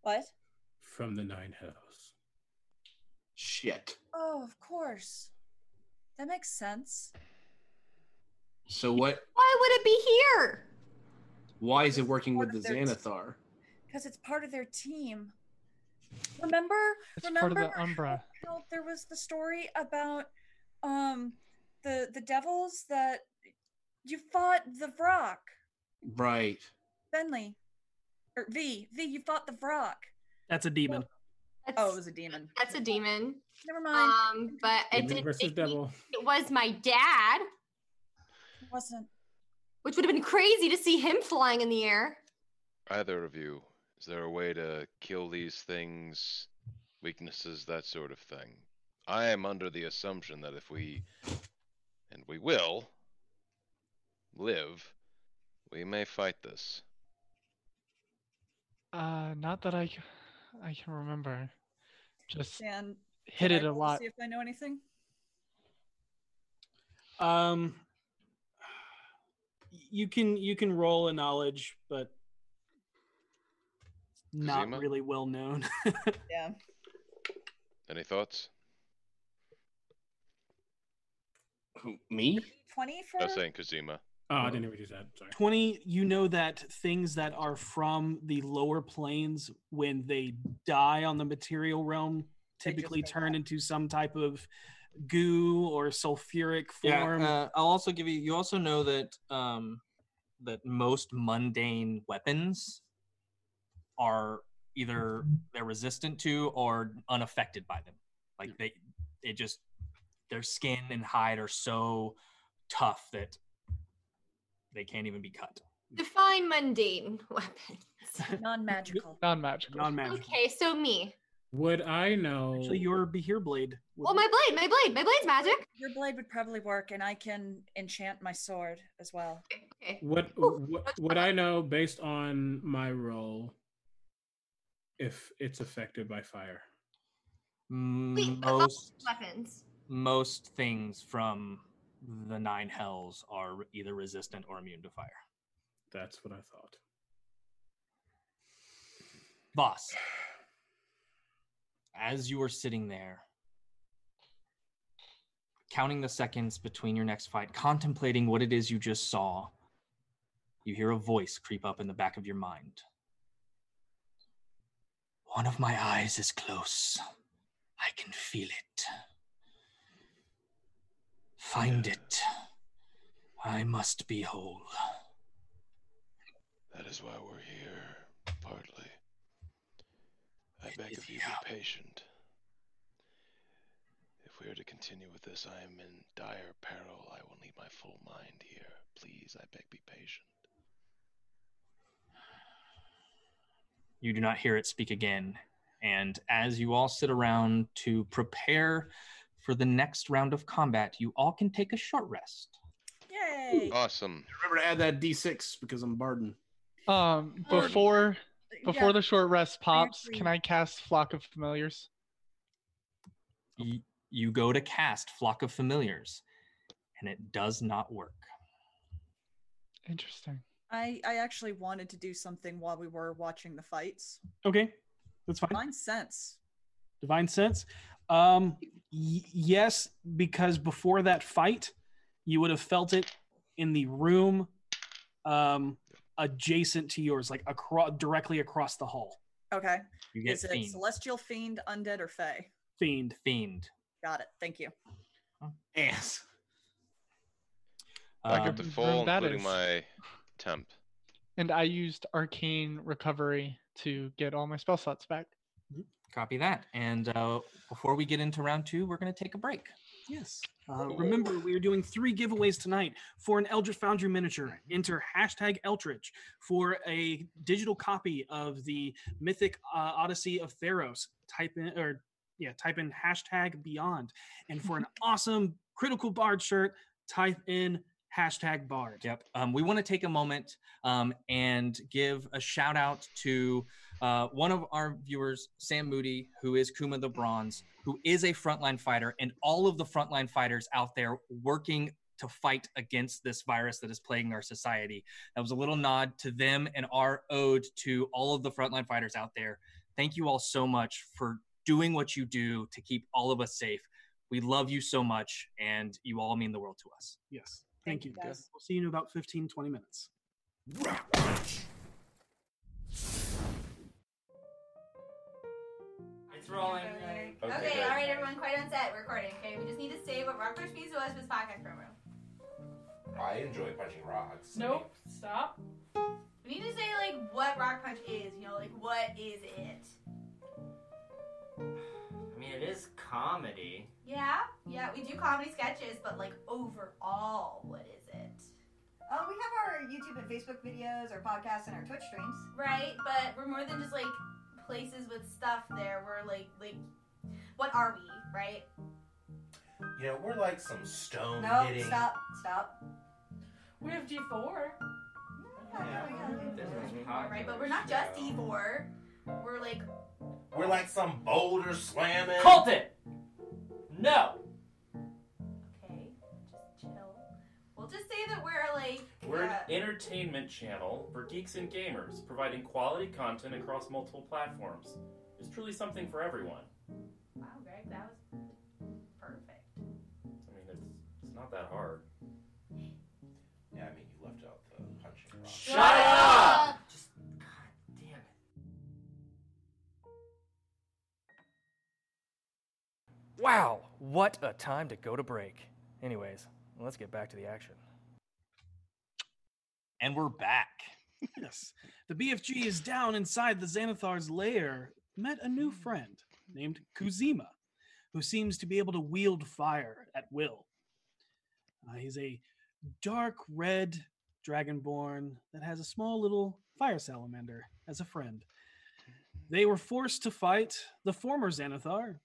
D: What?
H: From the Nine Hells.
G: Shit.
D: Oh, of course. That makes sense.
G: So what?
F: Why would it be here?
G: Why is it working with the
D: Part of their-
G: Xanathar?
D: Because it's part of their team. Remember?
I: It's part of
D: remember
I: the Umbra.
D: how there was the story about um the the devils that you fought the Vrock,
G: Right.
D: Benley. Or V. V, you fought the Vrock.
B: That's a demon.
F: That's,
D: Oh, it was a demon.
F: that's a demon.
D: Never mind.
F: Um, but I
H: Demon
F: did.
H: versus
F: think
H: devil.
F: It was my dad,
D: It wasn't.
F: which would have been crazy to see him flying in the air.
C: Either of you, is there a way to kill these things, weaknesses, that sort of thing? I am under the assumption that if we, and we will, live, we may fight this.
I: Uh, not that I, c- I can remember. Just
D: And
I: hit
D: can I
I: it a
D: roll to
I: lot.
D: See if I know anything.
B: Um you can you can roll a knowledge, but not
C: Kazima?
B: really well known. <laughs>
H: Oh,
D: Yeah.
C: Any thoughts?
G: Who, me?
D: Twenty for
C: I was saying Kazima.
H: Oh, I didn't even do that. Sorry.
B: 20 you know that things that are from the lower planes when they die on the material realm
D: They just
B: typically
D: go
B: turn into some type of goo or sulfuric form
A: Yeah, uh, I'll also give you. You also know that um, that most mundane weapons are either they're resistant to or unaffected by them. Like they, it just their skin and hide are so tough that they can't even be cut.
F: Define mundane weapons.
N: <laughs>
D: non-magical.
I: Non-magical.
B: non-magical
F: okay, so me.
H: Would I know?
B: actually your behir blade would-
F: Well, Oh, my blade, my blade, my blade's magic.
D: Your blade would probably work, and I can enchant my sword as well.
F: Okay.
H: What
F: Ooh,
H: what would I know based on my role? If it's affected by fire, Mm,
F: Wait, but
A: Most
F: weapons.
A: most things from the nine hells are either resistant or immune to fire.
H: that's what I thought.
A: Boss, as you are sitting there, counting the seconds between your next fight, contemplating what it is you just saw, you hear a voice creep up in the back of your mind. One of my eyes is close. I can feel it. Find it. I must be whole.
C: That is why we're here, partly. I
A: It
C: beg
A: is
C: of you,
A: here.
C: be patient. If we are to continue with this, I am in dire peril. I will need my full mind here. Please, I beg, be patient.
A: you do not hear it speak again. And as you all sit around to prepare for the next round of combat, you all can take a short rest.
D: Yay!
C: Awesome.
G: Remember to add that D6 because I'm Barden.
I: Um,
D: Or-
I: before before
D: Yeah,
I: the short rest pops,
D: agree.
I: can I cast Flock of Familiars?
A: You, you go to cast Flock of Familiars, and it does not work.
I: Interesting.
D: I I actually wanted to do something while we were watching the fights.
B: Okay, that's fine.
D: Mine sense.
B: divine sense um y- yes because before that fight you would have felt it in the room um adjacent to yours like across directly across the hall
D: Okay.
A: You get
D: Is it
A: fiend.
D: celestial fiend, undead, or fey?
B: fiend
A: Fiend.
D: Got it. Thank you.
O: Ass.
C: I get
I: Um,
C: the
I: room
C: full,
I: that
C: including
I: is.
C: my temp.
I: And I used arcane recovery to get all my spell slots back.
P: Copy that. And uh, before we get into round two, we're going to take a break.
B: yes uh, remember we are doing three giveaways tonight for an eldritch foundry miniature enter hashtag eldritch for a digital copy of the mythic uh, odyssey of theros type in or yeah type in hashtag beyond and for an awesome critical bard shirt type in hashtag bard
P: Yep. Um, we want to take a moment um, and give a shout out to uh, one of our viewers, Sam Moody, who is Kuma the Bronze, who is a frontline fighter, and all of the frontline fighters out there working to fight against this virus that is plaguing our society. That was a little nod to them and our ode to all of the frontline fighters out there. Thank you all so much for doing what you do to keep all of us safe. We love you so much, and you all mean the world to us.
B: Yes. Thank, you. guys. We'll see you in about 15, 20 minutes.
N: Okay, all right, everyone, quiet on set. We're recording. Okay, we just need to save what rock paper scissors was for this podcast promo.
H: I enjoy punching rocks.
N: Nope. Stop. We need to say like what rock punch is. You know, like what is it?
G: I mean, it is comedy.
N: Yeah, yeah. We do comedy sketches, but like overall, what is it?
F: Uh, we have our YouTube and Facebook videos, our podcasts, and our Twitch streams.
N: Right, but we're more than just like places with stuff there. We're like like, what are we? Right?
H: You know, we're like some stone
F: No,
H: hitting.
F: stop, stop.
N: We have G four. Right, but we're not just D four. We're like
H: We're like some boulder slamming.
G: Colton! No!
N: okay, just chill. We'll just say that we're like
G: We're an
N: uh,
G: entertainment channel for geeks and gamers, providing quality content across multiple platforms. It's truly something for everyone.
N: Wow, Greg, that was perfect.
G: I mean, it's, it's not that hard.
H: Yeah, I mean, you left out the punching rock.
G: Shut up!
H: Just
P: Wow, what a time to go to break. Anyways, let's get back to the action.
A: And we're back.
B: Yes. The BFG is down inside the Xanathar's lair. Met a
A: Mm.
B: new friend named Kuzima, who seems to be able to wield fire at will. Uh, he's a dark red dragonborn that has a small little fire salamander as a friend. They were forced to fight the former Xanathar,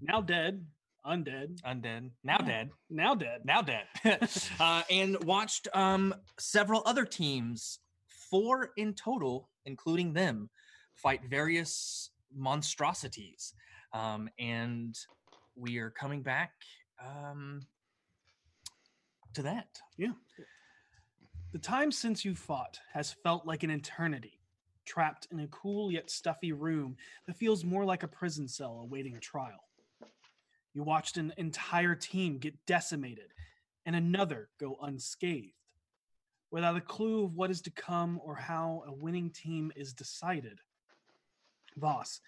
B: now dead, undead.
A: Undead. Now dead.
B: Now dead.
A: Now dead. <laughs> uh, and watched um, several other teams, four in total, including them, fight various monstrosities. Um, and we are coming back um, to that.
B: Yeah. The time since you fought has felt like an eternity, trapped in a cool yet stuffy room that feels more like a prison cell awaiting a trial. You watched an entire team get decimated and another go unscathed. Without a clue of what is to come or how a winning team is decided, Voss,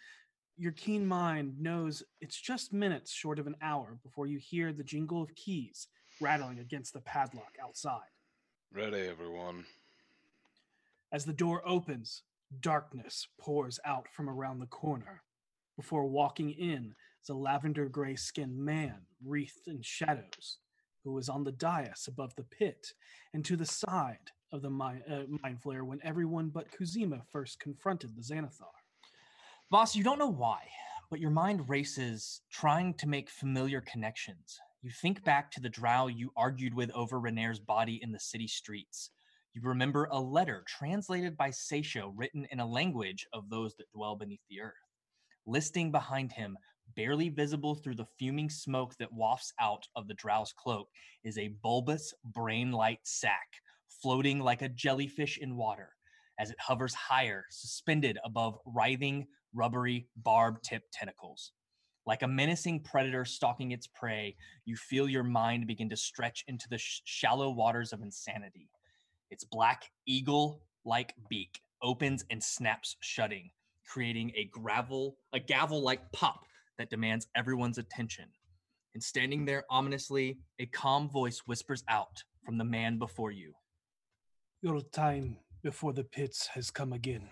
B: your keen mind knows it's just minutes short of an hour before you hear the jingle of keys rattling against the padlock outside.
C: Ready, everyone.
B: As the door opens, darkness pours out from around the corner. Before walking in is a lavender gray skinned man wreathed in shadows, who is on the dais above the pit and to the side of the mi- uh, mind flare when everyone but Kuzima first confronted the Xanathar.
A: Voss, you don't know why, but your mind races trying to make familiar connections. You think back to the drow you argued with over Renair's body in the city streets. You remember a letter translated by Seisho written in a language of those that dwell beneath the earth. Listing behind him, barely visible through the fuming smoke that wafts out of the drow's cloak, is a bulbous brain light sack floating like a jellyfish in water as it hovers higher, suspended above writhing, rubbery, barb tipped tentacles. Like a menacing predator stalking its prey, you feel your mind begin to stretch into the sh- shallow waters of insanity. Its black eagle like beak opens and snaps shutting, creating a gravel, a gavel like pop that demands everyone's attention. And standing there ominously, a calm voice whispers out from the man before you.
B: Your time before the pits has come again.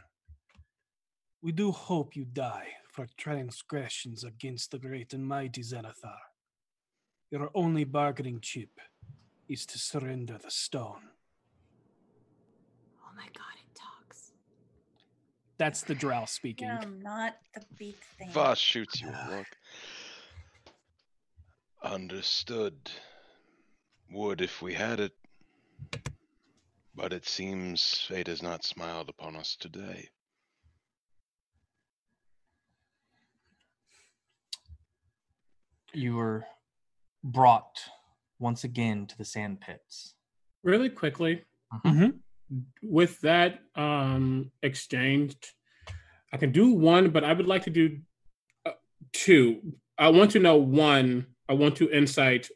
B: We do hope you die for transgressions against the great and mighty Xanathar. Your only bargaining chip is to surrender the stone.
F: Oh my god, it talks.
B: That's the drow speaking.
D: No, not the beak thing.
C: Voss shoots you a look. Understood. Would if we had it. But it seems fate has not smiled upon us today.
A: You were brought once again to the sand pits.
H: Really quickly,
B: Mm-hmm.
H: mhm, with that um, exchanged, I can do one, but I would like to do uh, two. I want to know one. I want to insight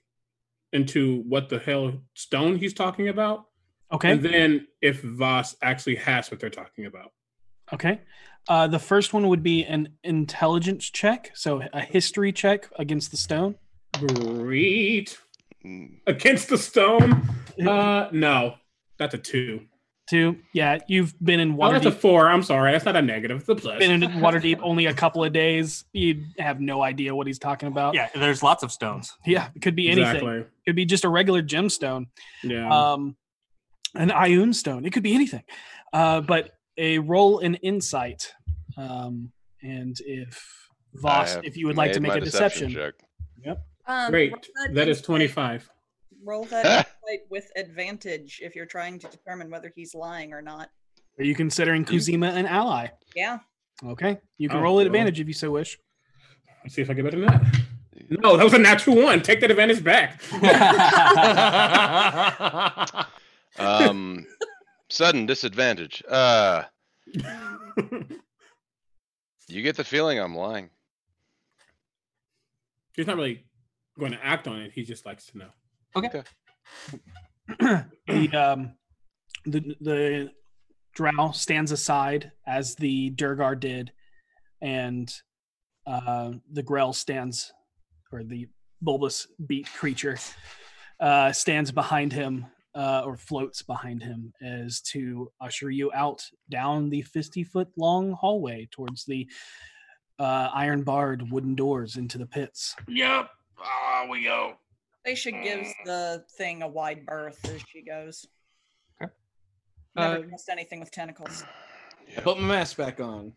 H: into what the hell stone he's talking about.
B: Okay.
H: And then if Voss actually has what they're talking about.
B: Okay. Uh, the first one would be an intelligence check, so a history check against the stone.
H: Great. Against the
B: <laughs>
H: stone? Uh, no, that's a two.
B: Two. Yeah, you've been in
H: Oh,
B: water.
H: that's a four. I'm sorry. That's not a negative. It's a plus.
B: Been in water deep only a couple of days. You have no idea what he's talking about.
Q: Yeah, there's lots of stones.
B: Yeah, it could be anything.
H: Exactly.
B: It could be just a regular gemstone.
H: Yeah.
B: Um, an Ioun stone. It could be anything. Uh, but a roll in insight. Um, and if
C: I
B: Voss,
C: have
B: if you would like to
C: made
B: make
C: my
B: a deception,
C: check.
B: Yep.
D: Um,
H: Great.
D: roll that
H: That is
D: insight-
H: 25.
D: Roll that insight with advantage if you're trying to determine whether he's lying or not.
B: are you considering Kuzima an ally?
D: Yeah.
B: Okay. You can
H: Oh,
B: roll at
H: well.
B: advantage if you so wish.
H: Let's see if I get better than that. No, that was a natural one. Take that advantage back.
C: Um, sudden disadvantage.
H: <laughs>
C: Uh, you get the feeling I'm lying.
H: He's not really going to act on it. He just likes to know.
C: Okay.
B: <clears throat> the um the the drow stands aside as the durgar did and uh the grell stands or the bulbous beak creature uh stands behind him uh or floats behind him as to usher you out down the 50 foot long hallway towards the uh iron barred wooden doors into the pits
G: Yep. Oh, we go. Mm.
D: They should give the thing a wide berth as she goes. Never
I: Uh,
D: trust anything with tentacles.
G: I put my mask back on.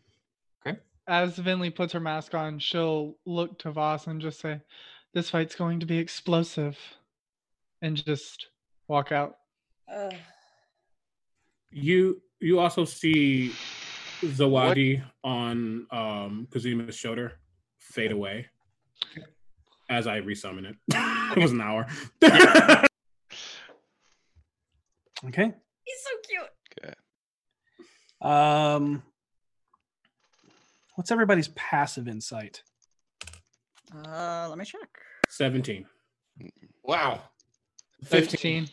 I: as Vinley puts her mask on, she'll look to Voss and just say, "This fight's going to be explosive," and just walk out.
D: Ugh.
H: You you also see Zawadi on um Kazima's shoulder fade away as I resummon it. <laughs> it was an hour.
B: okay
D: He's so cute.
C: Okay.
B: Um, what's everybody's passive insight?
D: Uh, let me check.
H: 17.
G: Wow.
I: 15.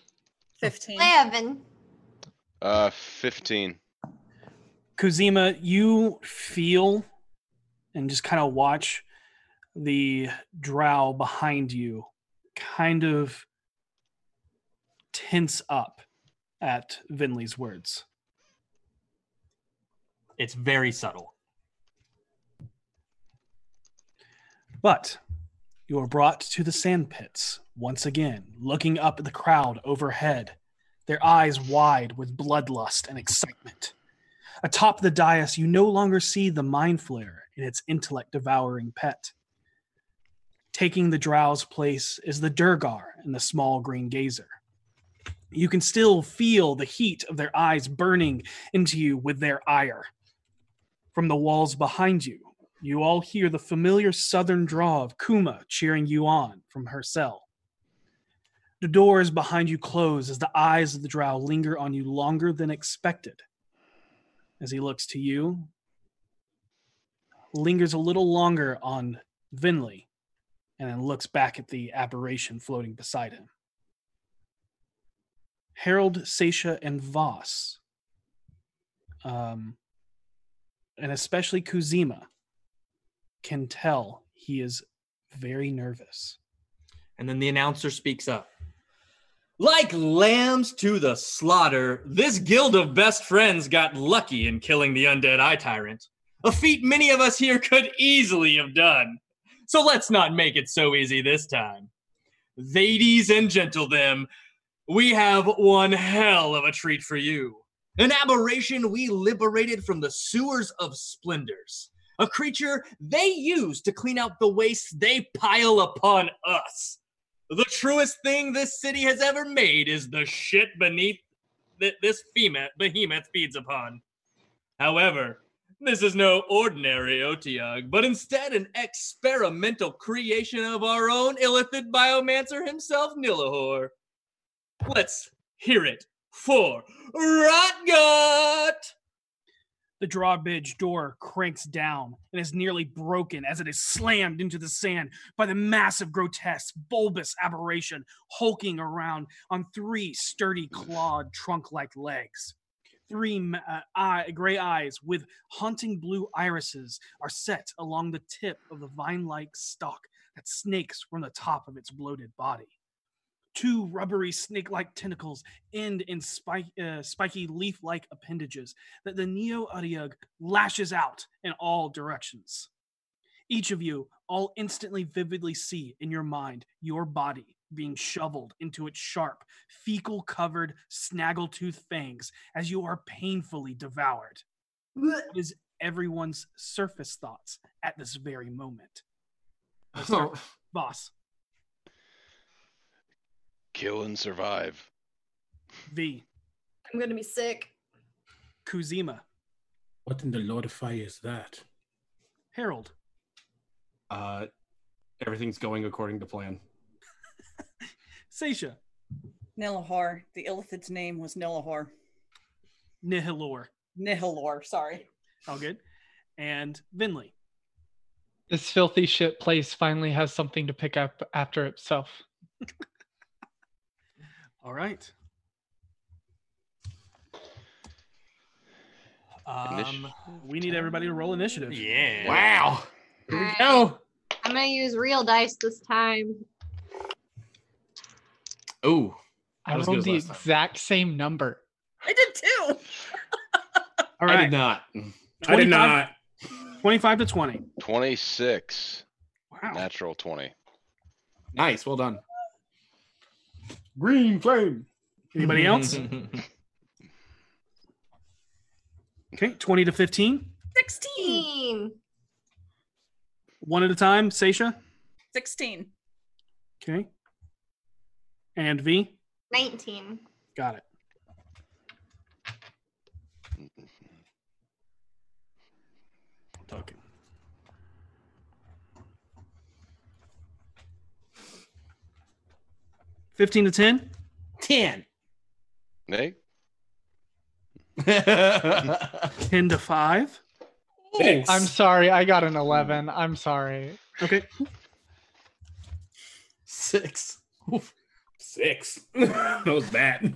D: 15.
F: 11.
C: Uh, fifteen.
B: Kuzima, you feel and just kind of watch the drow behind you kind of tense up at Vinley's words.
A: It's very subtle.
B: But you are brought to the sand pits once again, looking up at the crowd overhead, their eyes wide with bloodlust and excitement. Atop the dais, you no longer see the mind flayer in its intellect devouring pet. Taking the drow's place is the Durgar and the small green gazer. You can still feel the heat of their eyes burning into you with their ire. From the walls behind you, you all hear the familiar southern draw of Kuma cheering you on from her cell. The doors behind you close as the eyes of the drow linger on you longer than expected. As he looks to you, lingers a little longer on Vinley, and then looks back at the aberration floating beside him. Harold, Sasha, and Voss, um, and especially Kuzima, can tell he is very nervous.
A: And then the announcer speaks up. Like lambs to the slaughter, this guild of best friends got lucky in killing the undead eye tyrant, a feat many of us here could easily have done. So let's not make it so easy this time. Ladies and gentlemen, we have one hell of a treat for you. An aberration we liberated from the sewers of splendors. A creature they use to clean out the waste they pile upon us. The truest thing this city has ever made is the shit beneath that this fema- behemoth feeds upon. However, this is no ordinary Otiog, but instead an experimental creation of our own illithid biomancer himself, Nilahor. Let's hear it for Rotgut!
B: The drawbridge door cranks down and is nearly broken as it is slammed into the sand by the massive, grotesque, bulbous aberration hulking around on three sturdy, clawed, trunk like legs. Three ma- uh, eye, gray eyes with haunting blue irises are set along the tip of the vine like stalk that snakes from the top of its bloated body. Two rubbery snake like tentacles end in spike, uh, spiky leaf like appendages that the Neo Uryug lashes out in all directions. Each of you all instantly vividly see in your mind your body being shoveled into its sharp, fecal covered, snaggletooth fangs as you are painfully devoured. What is everyone's surface thoughts at this very moment? Let's start with Boss,
C: Kill and survive.
B: V,
F: I'm gonna be sick.
B: Kuzima,
R: What in the Lord of Fire is that?
B: Harold,
G: Uh, everything's going according to plan.
B: Sasha,
D: Nilahor. The Illithid's name was Nilahor.
B: Nihilor.
D: Nihilor, sorry.
B: All good. And Vinley.
I: This filthy shit place finally has something to pick up after itself.
B: All right. Um, we need everybody to roll initiative.
A: Yeah.
G: Wow.
F: Here we
G: go.
F: I'm gonna use real dice this time.
G: Ooh.
I: I
G: Not as good
I: rolled
G: as
I: the
G: last time.
I: exact same number.
D: I did too.
B: All
G: I
B: right.
G: did not.
H: I did
B: 25
H: not.
B: 25 to 20.
C: 26. Natural 20.
G: Nice. Well done. Green flame.
B: Anybody
G: Hmm.
B: else? Okay, 20 to 15.
D: 16.
B: One at a time. Sasha.
D: 16.
B: Okay. And V.
F: 19.
B: Got it. Talking. Fifteen to ten.
G: Ten.
C: Nate?
B: <laughs> Ten to five.
I: I'm sorry, I got an 11. I'm sorry.
B: Okay.
G: Six. <laughs>
H: Six. that was bad.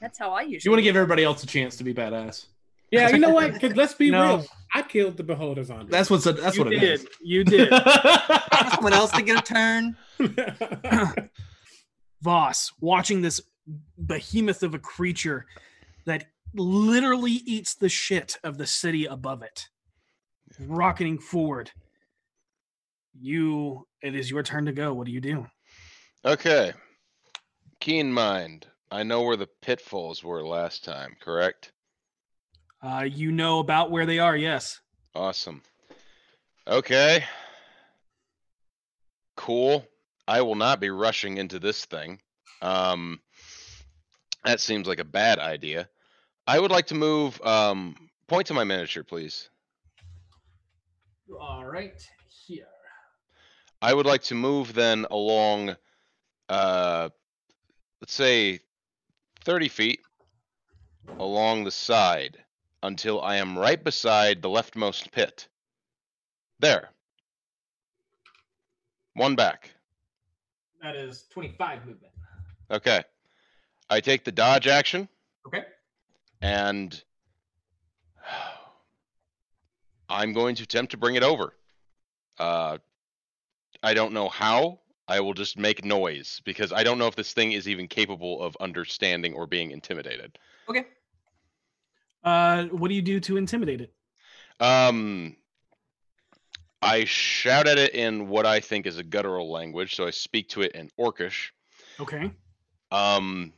D: That's how I usually
G: You want to give everybody else a chance to be badass.
H: Yeah, you know what? 'Cause let's be
G: No.
H: real. I killed the beholders on.
G: That's what's that's
H: You
G: what it
H: did.
G: is.
B: You did.
A: Someone else to get a turn.
B: Voss watching this behemoth of a creature that literally eats the shit of the city above it, rocketing forward. You, it is your turn to go. What do you do?
C: Okay. Keen mind. I know where the pitfalls were last time, correct?
B: Uh, you know about where they are, yes.
C: Awesome. Okay. Cool. I will not be rushing into this thing. Um, that seems like a bad idea. I would like to move. Um, point to my miniature, please.
B: All right, here.
C: I would like to move then along uh, let's say 30 feet along the side until I am right beside the leftmost pit. There. One back.
Q: That is 25 movement.
C: Okay. I take the dodge action.
Q: Okay.
C: And <sighs> I'm going to attempt to bring it over. Uh, I don't know how. I will just make noise because I don't know if this thing is even capable of understanding or being intimidated.
Q: Okay.
B: Uh, what do you do to intimidate it?
C: Um, I shout at it in what I think is a guttural language, so I speak to it in Orcish.
B: Okay.
C: Um,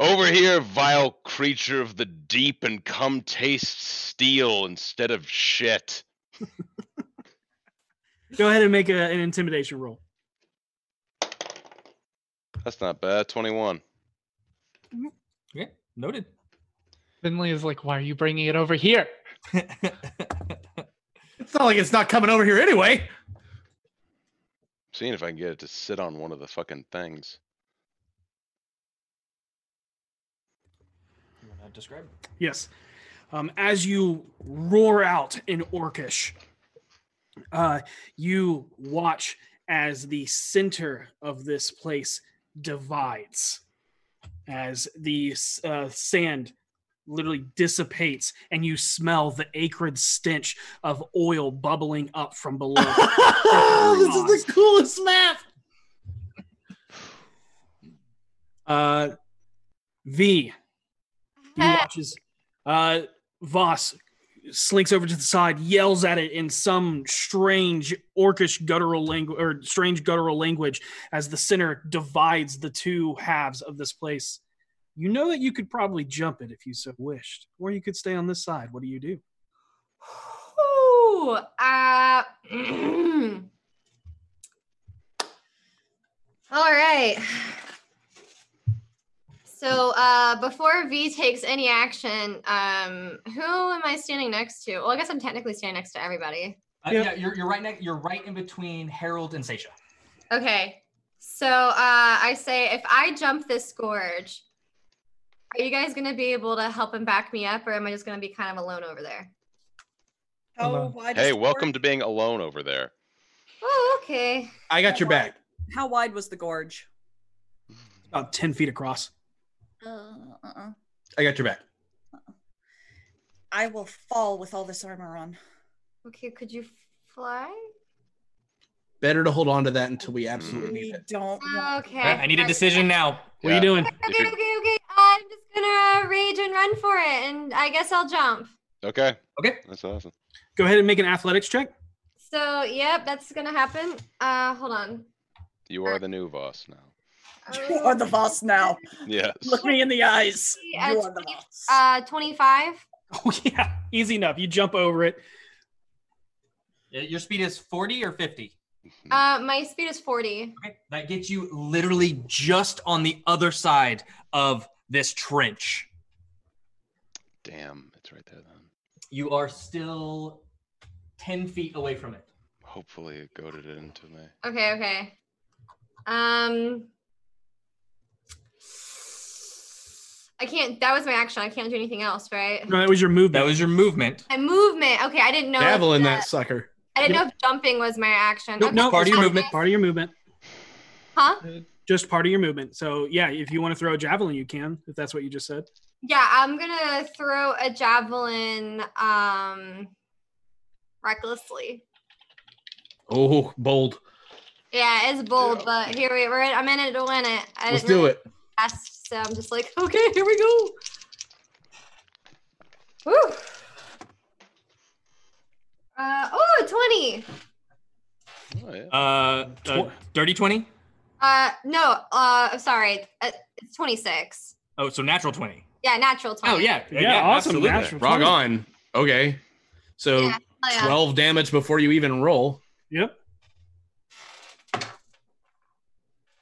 C: over here, vile creature of the deep, and come taste steel instead of shit.
B: Go ahead and make a, an intimidation roll.
C: That's not bad. Twenty-one.
Q: Yeah, noted.
I: Finley is like, why are you bringing it over here?
E: <laughs> It's not like it's not coming over here anyway.
C: Seeing if I can get it to sit on one of the fucking things.
Q: You want to describe? it?
B: Yes. Um, as you roar out in Orcish, uh, you watch as the center of this place divides, as the s- uh, sand literally dissipates, and you smell the acrid stench of oil bubbling up from below.
E: Oh, this is the coolest map.
B: Uh, v. He watches. Uh, Voss slinks over to the side, yells at it in some strange orcish guttural language or strange guttural language as the center divides the two halves of this place. You know that you could probably jump it if you so wished, or you could stay on this side. What do you do?
F: Ooh, uh, <clears throat> all right. So uh, before V takes any action, um, who am I standing next to? Well, I guess I'm technically standing next to everybody.
Q: Uh, Yeah, you're, you're right next. You're right in between Harold and Seisha.
F: Okay. So uh, I say, if I jump this gorge, are you guys gonna be able to help and back me up, or am I just gonna be kind of alone over there?
D: Oh, why
C: Hey, welcome to being alone over there.
F: Oh, okay.
G: I got your back.
D: How wide was the gorge?
B: About ten feet across.
D: Uh, uh-uh.
G: I got your back.
D: I will fall with all this armor on.
F: Okay, could you
D: <laughs>
F: fly?
G: Better to hold on to that until we absolutely need it.
D: Don't.
F: Okay.
Q: I need a decision now.
G: What are you doing?
F: Okay, okay, okay. I'm just gonna uh, rage and run for it, and I guess I'll jump.
C: Okay.
Q: Okay.
C: That's awesome.
B: Go ahead and make an athletics check.
F: So, yep, that's gonna happen. Uh, hold on.
C: You are the new boss now.
D: You are the boss now.
C: Yes.
D: Look me in the eyes. You
F: Uh,
D: are the
F: 20
D: boss.
F: uh, 25.
B: Easy enough. You jump over it.
Q: Y- Your speed is 40 or 50.
F: Uh, my speed is 40.
Q: That gets you literally just on the other side of this trench.
C: Damn, it's right there then.
Q: You are still 10 feet away from it.
C: Hopefully it goaded it into me.
F: Okay, okay. Um, I can't. That was my action. I can't do anything else, right?
B: No, that was your movement.
Q: That was your movement.
F: My movement. Okay, I didn't know. if
G: Dabbling
F: the-
G: that sucker.
F: I didn't know if jumping was my action.
B: Nope,
F: okay.
B: nope,
F: okay.
B: Part of your movement.
F: Huh?
B: Just part of your movement. So yeah, if you want to throw a javelin, you can. If that's what you just said.
F: Yeah, I'm gonna throw a javelin um recklessly.
G: Oh, bold.
F: Yeah, it's bold, but here we, we're in, I'm in it to win it. I
G: Let's
F: didn't
G: do
F: really
G: it.
F: Ask, so I'm just like, <laughs> okay, here we go. Woo! Uh, oh, 20.
C: Oh,
Q: Uh, uh dirty 20?
F: Uh, no, uh, sorry, uh, it's 26.
Q: Oh, so natural 20.
F: Yeah, natural 20.
Q: Oh, yeah.
G: Yeah,
B: awesome,
G: absolutely.
B: natural
G: Rock
B: 20.
G: on. Okay. So
F: Yeah, hell yeah.
G: 12 damage before you even roll.
B: Yep.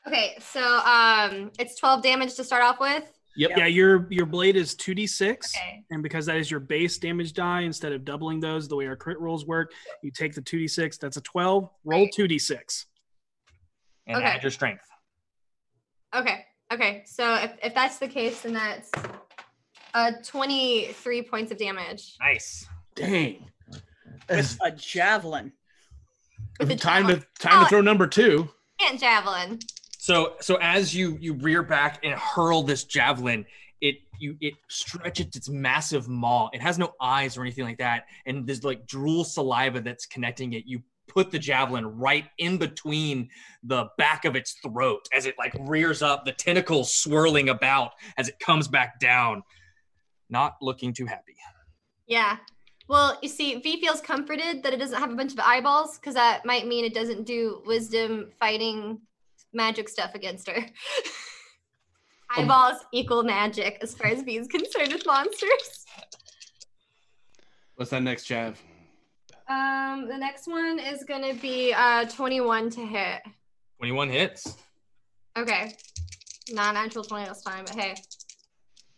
F: Okay, so um, it's 12 damage to start off with.
G: Yep.
B: Yeah, your your blade is two d six,
F: Okay.
B: and because that is your base damage die, instead of doubling those, the way our crit rolls work, you take the two d six. That's a twelve. Roll two d six.
A: and
F: Okay.
A: add your strength.
F: Okay. Okay. So if, if that's the case, then that's uh 23 points of damage.
A: Nice.
G: Dang.
D: With a javelin.
G: time to time to throw number two.
F: And Oh, javelin.
A: So so as you you rear back and hurl this javelin, it you it stretches its massive maw. It has no eyes or anything like that, and there's like drool saliva that's connecting it. You put the javelin right in between the back of its throat as it like rears up, the tentacles swirling about as it comes back down. Not looking too happy.
F: Yeah. Well, you see, V feels comforted that it doesn't have a bunch of eyeballs because that might mean it doesn't do wisdom fighting magic stuff against
G: <laughs>
F: her. eyeballs equal magic as far as V is concerned with monsters.
G: What's that next, Chav?
F: Um, the next one is gonna be uh 21 to hit.
A: 21 hits.
F: Okay. Not an actual 20 this time, but hey.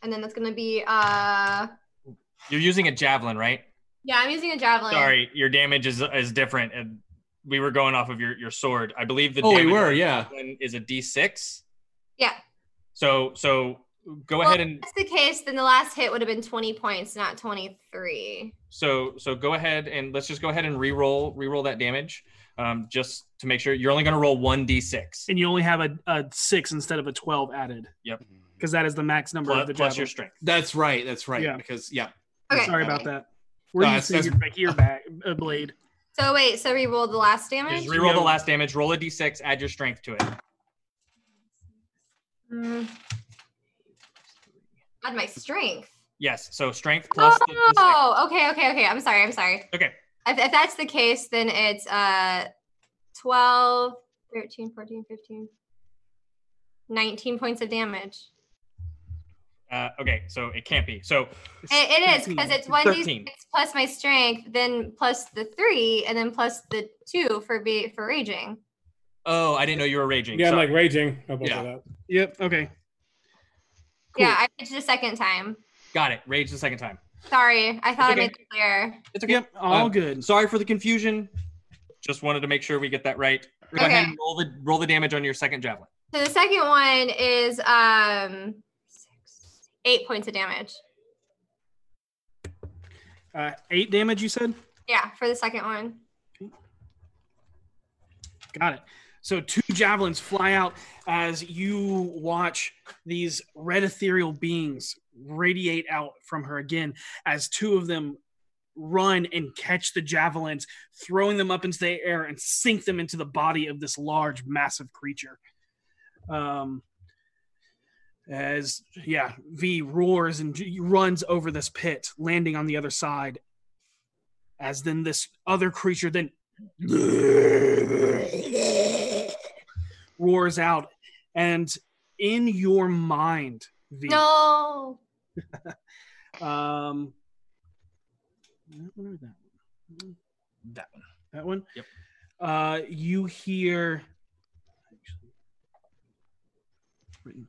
F: And then that's gonna be uh
A: You're using a javelin, right?
F: yeah, I'm using a javelin.
A: Sorry, your damage is is different. And we were going off of your, your sword. I believe the
G: Oh, we
A: damage
G: were,
A: on the
G: yeah.
A: javelin is a d6.
F: Yeah.
A: So so go ahead and
F: If that's the case, then the last hit would have been 20 points, not 23.
A: so so go ahead and let's just go ahead and re-roll re-roll that damage, um, just to make sure you're only going to roll one d6
B: and you only have a, a six instead of a twelve added.
A: Yep.
B: Because that is the max number
A: plus,
B: of the
A: plus
B: javelin.
A: your strength.
G: That's right. That's right.
B: Yeah.
G: Because yeah.
F: Okay.
B: Sorry about that. We're
A: Uh,
G: No,
B: used to
G: that's-
B: your back, your back uh, blade.
F: So wait, so re-roll the last damage.
A: Just re-roll the last damage. Roll a d6. Add your strength to it.
F: Mm. Add my strength.
A: Yes. So strength plus. The,
F: Oh, okay, okay, okay. I'm sorry. I'm sorry.
A: Okay.
F: If, if that's the case, then it's uh 12, 13, 14, 15, 19 points of damage.
A: uh, okay. So it can't be. So
F: It, it is because it's one d
A: 13.
F: plus my strength, then plus the three, and then plus the two for be for raging.
A: Oh, I didn't know you were raging.
H: Yeah, I'm
A: Sorry.
H: like raging. about
A: Yeah.
H: that.
B: Yep.
A: Um,
B: Okay.
F: Yeah, I raged the second time.
A: Got it. Rage the second time.
F: Sorry, I thought
A: okay.
F: I made it clear.
A: It's okay.
B: Yep, all
A: good. Sorry for the confusion. Just wanted to make sure we get that right. Go
F: Okay.
A: ahead and roll the roll the damage on your second javelin.
F: So the second one is um six, eight points of damage.
B: Uh, eight damage, you said?
F: Yeah, for the second one.
B: Got it. So two javelins fly out as you watch these red ethereal beings radiate out from her again as two of them run and catch the javelins, throwing them up into the air and sink them into the body of this large, massive creature. Um, as yeah, V roars and j- runs over this pit, landing on the other side. As then this other creature then roars out, and in your mind, V,
F: No.
B: um, that one or that one?
A: That one.
B: That one.
A: Yep.
B: Uh, you hear. written.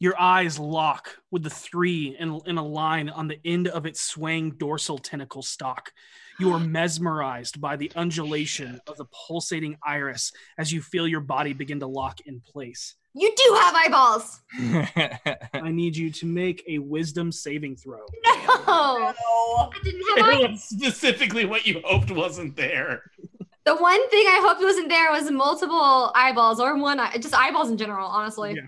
B: Your eyes lock with the three in, in a line on the end of its swaying dorsal tentacle stalk. You are mesmerized by the undulation of the pulsating iris as you feel your body begin to lock in place.
F: You do have
A: <laughs>
F: eyeballs.
B: <laughs> I need you to make a wisdom saving throw.
F: No. <laughs> I didn't have eyes.
G: specifically what <laughs> you hoped wasn't there.
F: The one thing I hoped wasn't there was multiple eyeballs or one eye, just eyeballs in general, honestly.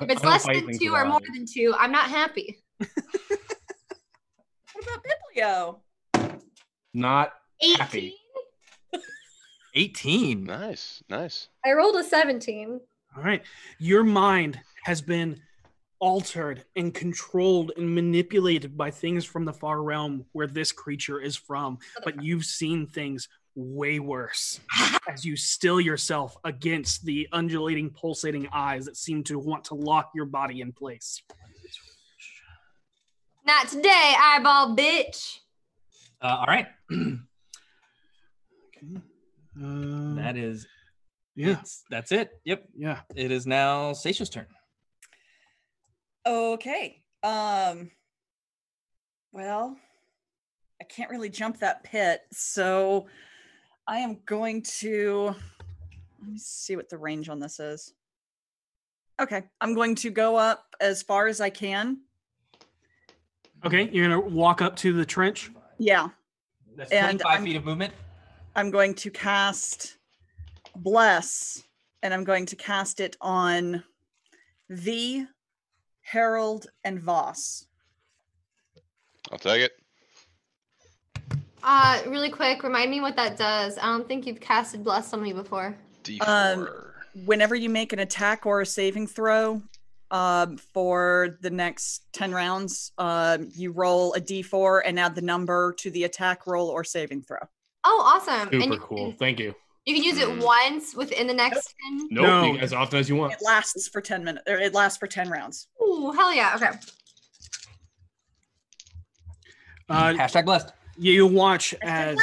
F: If it's less than two or more than two, I'm not happy. <laughs>
D: Yo.
G: Not
F: 18.
G: happy.
A: 18.
S: Nice. Nice.
F: I rolled a 17.
B: All right. Your mind has been altered and controlled and manipulated by things from the far realm where this creature is from, but you've seen things way worse as you still yourself against the undulating, pulsating eyes that seem to want to lock your body in place.
F: Not today, eyeball bitch.
A: Uh, all
B: <clears throat>
A: right.
B: Um,
A: That is
B: yeah.
A: that's it. Yep.
B: Yeah.
A: It is now Seisha's turn.
D: Okay. Um well, I can't really jump that pit, so I am going to Let me see what the range on this is. Okay, I'm going to go up as far as I can.
B: Okay, you're gonna walk up to the trench.
D: Yeah.
A: That's
D: And
A: 25
D: I'm-
A: feet of movement.
D: I'm going to cast Bless, and I'm going to cast it on the Harold and Voss.
C: I'll take it.
F: Uh, really quick, remind me what that does. I don't think you've casted bless on me before.
D: Um, whenever you make an attack or a saving throw um, for the next 10 rounds, um, you roll a d4 and add the number to the attack roll or saving throw.
F: Oh, awesome! and
G: Super
F: you,
G: cool. Thank you.
F: you can use it
G: Mm.
F: once within the next ten.
G: Nope. You, as often as you want.
D: It lasts for 10 minutes, or it lasts for 10 rounds.
F: Ooh, hell yeah! Okay.
B: Uh,
A: Hashtag blessed.
B: Yeah, you'll watch as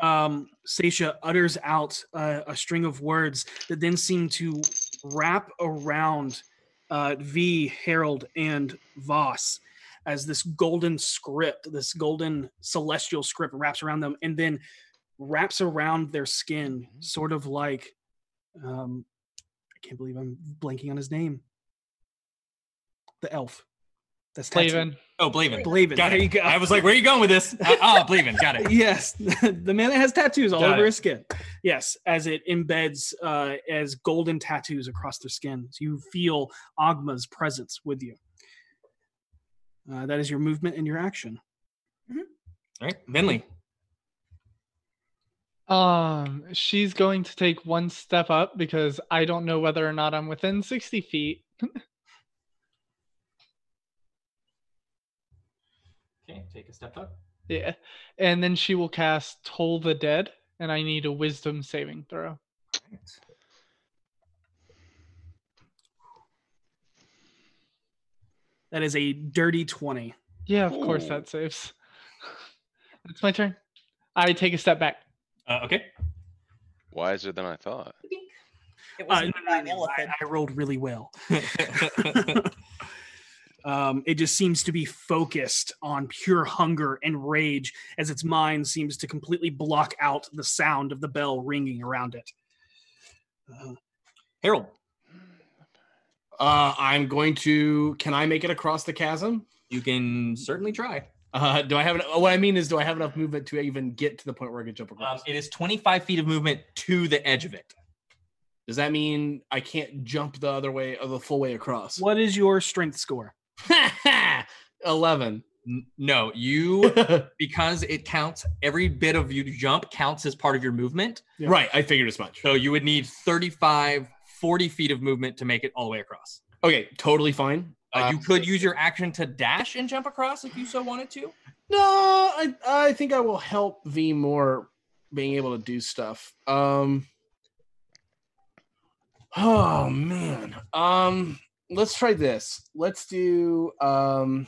B: um, Sasha utters out uh, a string of words that then seem to wrap around uh, V, Harold, and Voss as this golden script, this golden celestial script wraps around them and then wraps around their skin,
A: Mm-hmm.
B: sort of like um, I can't believe I'm blanking on his name. The elf. That's tattooed.
I: Blaven.
A: Oh, Blaven.
B: Blaven.
A: Got
B: There
A: it.
B: you go.
A: I was like, where are you going with this? Uh, oh, Blaven. Got
B: <laughs>
A: it.
B: Yes, the man that has tattoos all
A: Got
B: over
A: it.
B: his skin. Yes, as it embeds uh, as golden tattoos across their skin. So you feel Agma's presence with you. Uh, that is your movement and your action.
A: All right, Vinley.
I: Um, she's going to take one step up because I don't know whether or not I'm within 60 feet. <laughs>
A: Okay, take a step up.
I: yeah. And then she will cast Toll the Dead, and I need a wisdom saving throw.
B: That is a dirty 20.
I: Yeah, of course
B: Ooh.
I: that saves. <laughs> it's my turn. I take a step back.
A: Uh, okay.
C: Wiser than I thought.
D: It
B: was elephant. Uh, I, I rolled really
A: <laughs>
B: well. <laughs> um, it just seems to be focused on pure hunger and rage as its mind seems to completely block out the sound of the bell ringing around it. Uh,
A: Harold.
G: Uh, I'm going to. Can I make it across the chasm?
A: You can certainly try.
G: Uh, do I have? en- What I mean is, do I have enough movement to even get to the point where I can jump across?
A: Um, it is 25 feet of movement to the edge of it.
G: Does that mean I can't jump the other way, or the full way across?
B: what is your
G: <laughs>
B: strength score?
G: 11.
A: No, you because it counts every bit of you to jump counts as part of your movement.
G: Yeah. Right, I figured as much.
A: So you would need 35, 40 feet of movement to make it all the way across.
G: Okay, totally fine.
A: Uh, you could use your action to dash and jump across if you so wanted to.
G: No, I, I think I will help V more being able to do stuff. Um, oh man. Um, let's try this. Let's do. Um,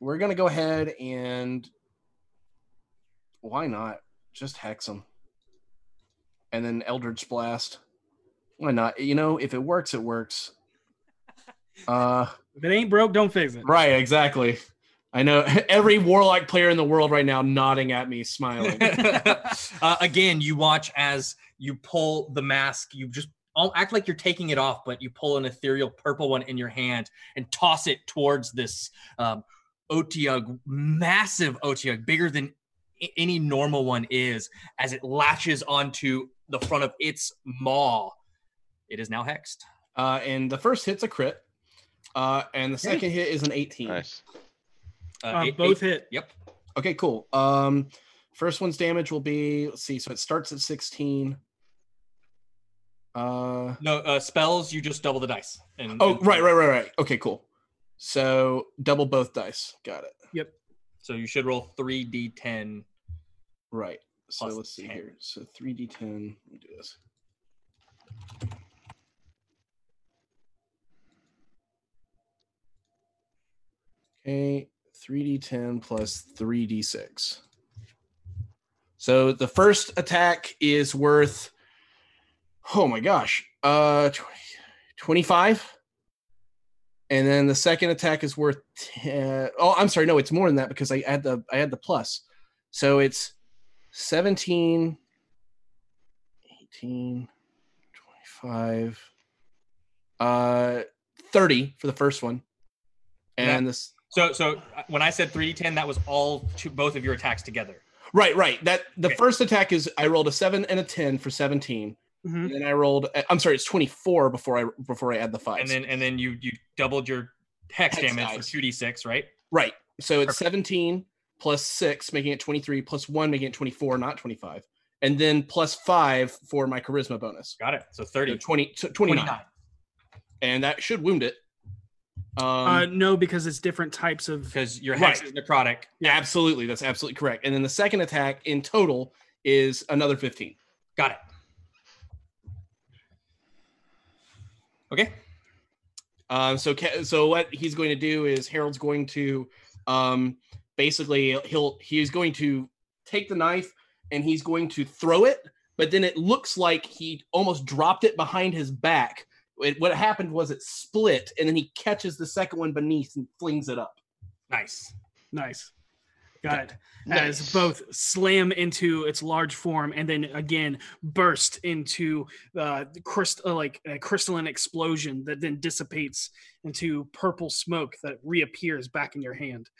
G: we're gonna go ahead and why not just hex him, and then Eldritch Blast. Why not? You know, if it works, it works. Uh,
B: if it ain't broke, don't fix it.
G: Right, exactly. I know <laughs> every warlock player in the world right now nodding at me,
B: <laughs>
G: smiling.
A: <laughs> Uh, again, you watch as you pull the mask. You just all act like you're taking it off, but you pull an ethereal purple one in your hand and toss it towards this um, Otiug, massive Otiug, bigger than a- any normal one is, as it latches onto the front of its maw. It is now hexed.
G: Uh, and the first hit's a crit, uh, and the second hit is an 18. Nice.
B: Uh, eight- both eight- hit.
A: Yep.
G: Okay, cool. Um, first one's damage will be let's see. So it starts at 16. Uh,
A: No uh, spells. You just double the dice.
B: Um,
A: And,
G: oh,
A: and-
G: right, right, right, right. Okay, cool. So double both dice. Got it.
B: Yep.
A: So you should roll three d10.
G: Right. So let's see here. So 3d10. Let me do this. Okay, 3d10 plus 3d6. So the first attack is worth, oh my gosh, uh, 20, 25. And then the second attack is worth, 10, oh, I'm sorry, no, it's more than that because I had the I had the plus. So it's 17, 18, 18, 25, uh, 30 for the first one. And this.
Q: So so uh, when I said 3d10, that was all two, both of your attacks together.
G: Right, right. That the first attack is I rolled a seven and a ten for 17
Q: Mhm.
G: And then I rolled. uh, I'm sorry, it's twenty four before I before I add the five.
Q: And then and then you you doubled your hex,
G: Hex
Q: damage
G: dice.
Q: for 2d6, right?
G: Right. So it's 17 plus 6, making it 23, plus 1, making it 24, not 25. And then plus 5 for my charisma bonus.
Q: Got it. So 30.
G: 20, so 29. And that should wound it. Um,
B: uh, no, because it's different types of.
Q: Because your
G: hex
Q: is necrotic.
G: Absolutely. That's absolutely correct. And then the second attack in total is another 15.
Q: Got it. Okay.
G: Um, so ca- so what he's going to do is Harold's going to um, basically he'll he's going to take the knife and he's going to throw it, but then it looks like he almost dropped it behind his back. It, what happened was it split, and then he catches the second one beneath and flings it up.
Q: Nice.
B: Nice. Got it.
G: Nice.
B: As both slam into its large form and then again burst into uh, the crystal, uh, like a crystalline explosion that then dissipates into purple smoke that reappears back in your hand.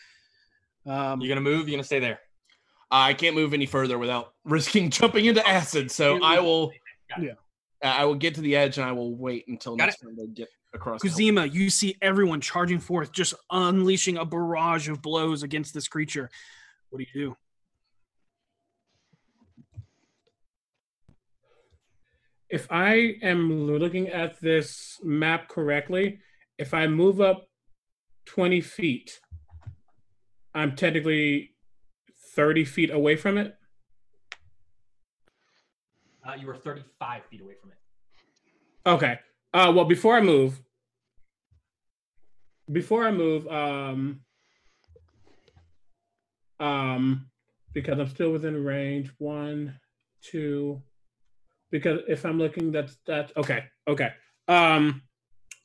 B: Um,
Q: you're gonna move. You're gonna stay there.
G: I can't move any further without <laughs> risking jumping into acid, so I will.
B: Yeah.
G: I will get to the edge and I will wait until next time to get across. the-
B: Kuzima, you see everyone charging forth, just unleashing a barrage of blows against this creature. What do you do?
H: If I am looking at this map correctly, if I move up 20 feet, I'm technically 30 feet away from it.
Q: Uh, you are 35 feet away from it.
H: Okay. Uh, well, before I move, before I move, um, um, because I'm still within range. One, two. Because if I'm looking, that's that. Okay, okay. Um,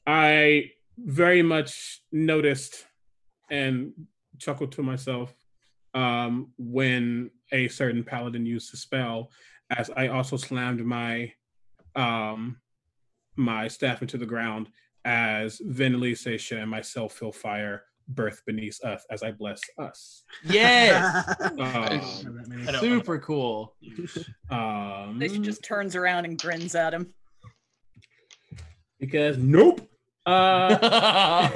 H: I very much noticed and chuckled to myself um, when a certain paladin used the spell, as I also slammed my um, my staff into the ground as Venelise, Seisha, and myself feel fire birth beneath us as I bless us.
D: <laughs>
H: Um,
G: Yes.
H: Nice.
G: Super cool.
H: Um,
D: They just turns around and grins at him.
H: because nope.
G: <laughs>
H: Uh,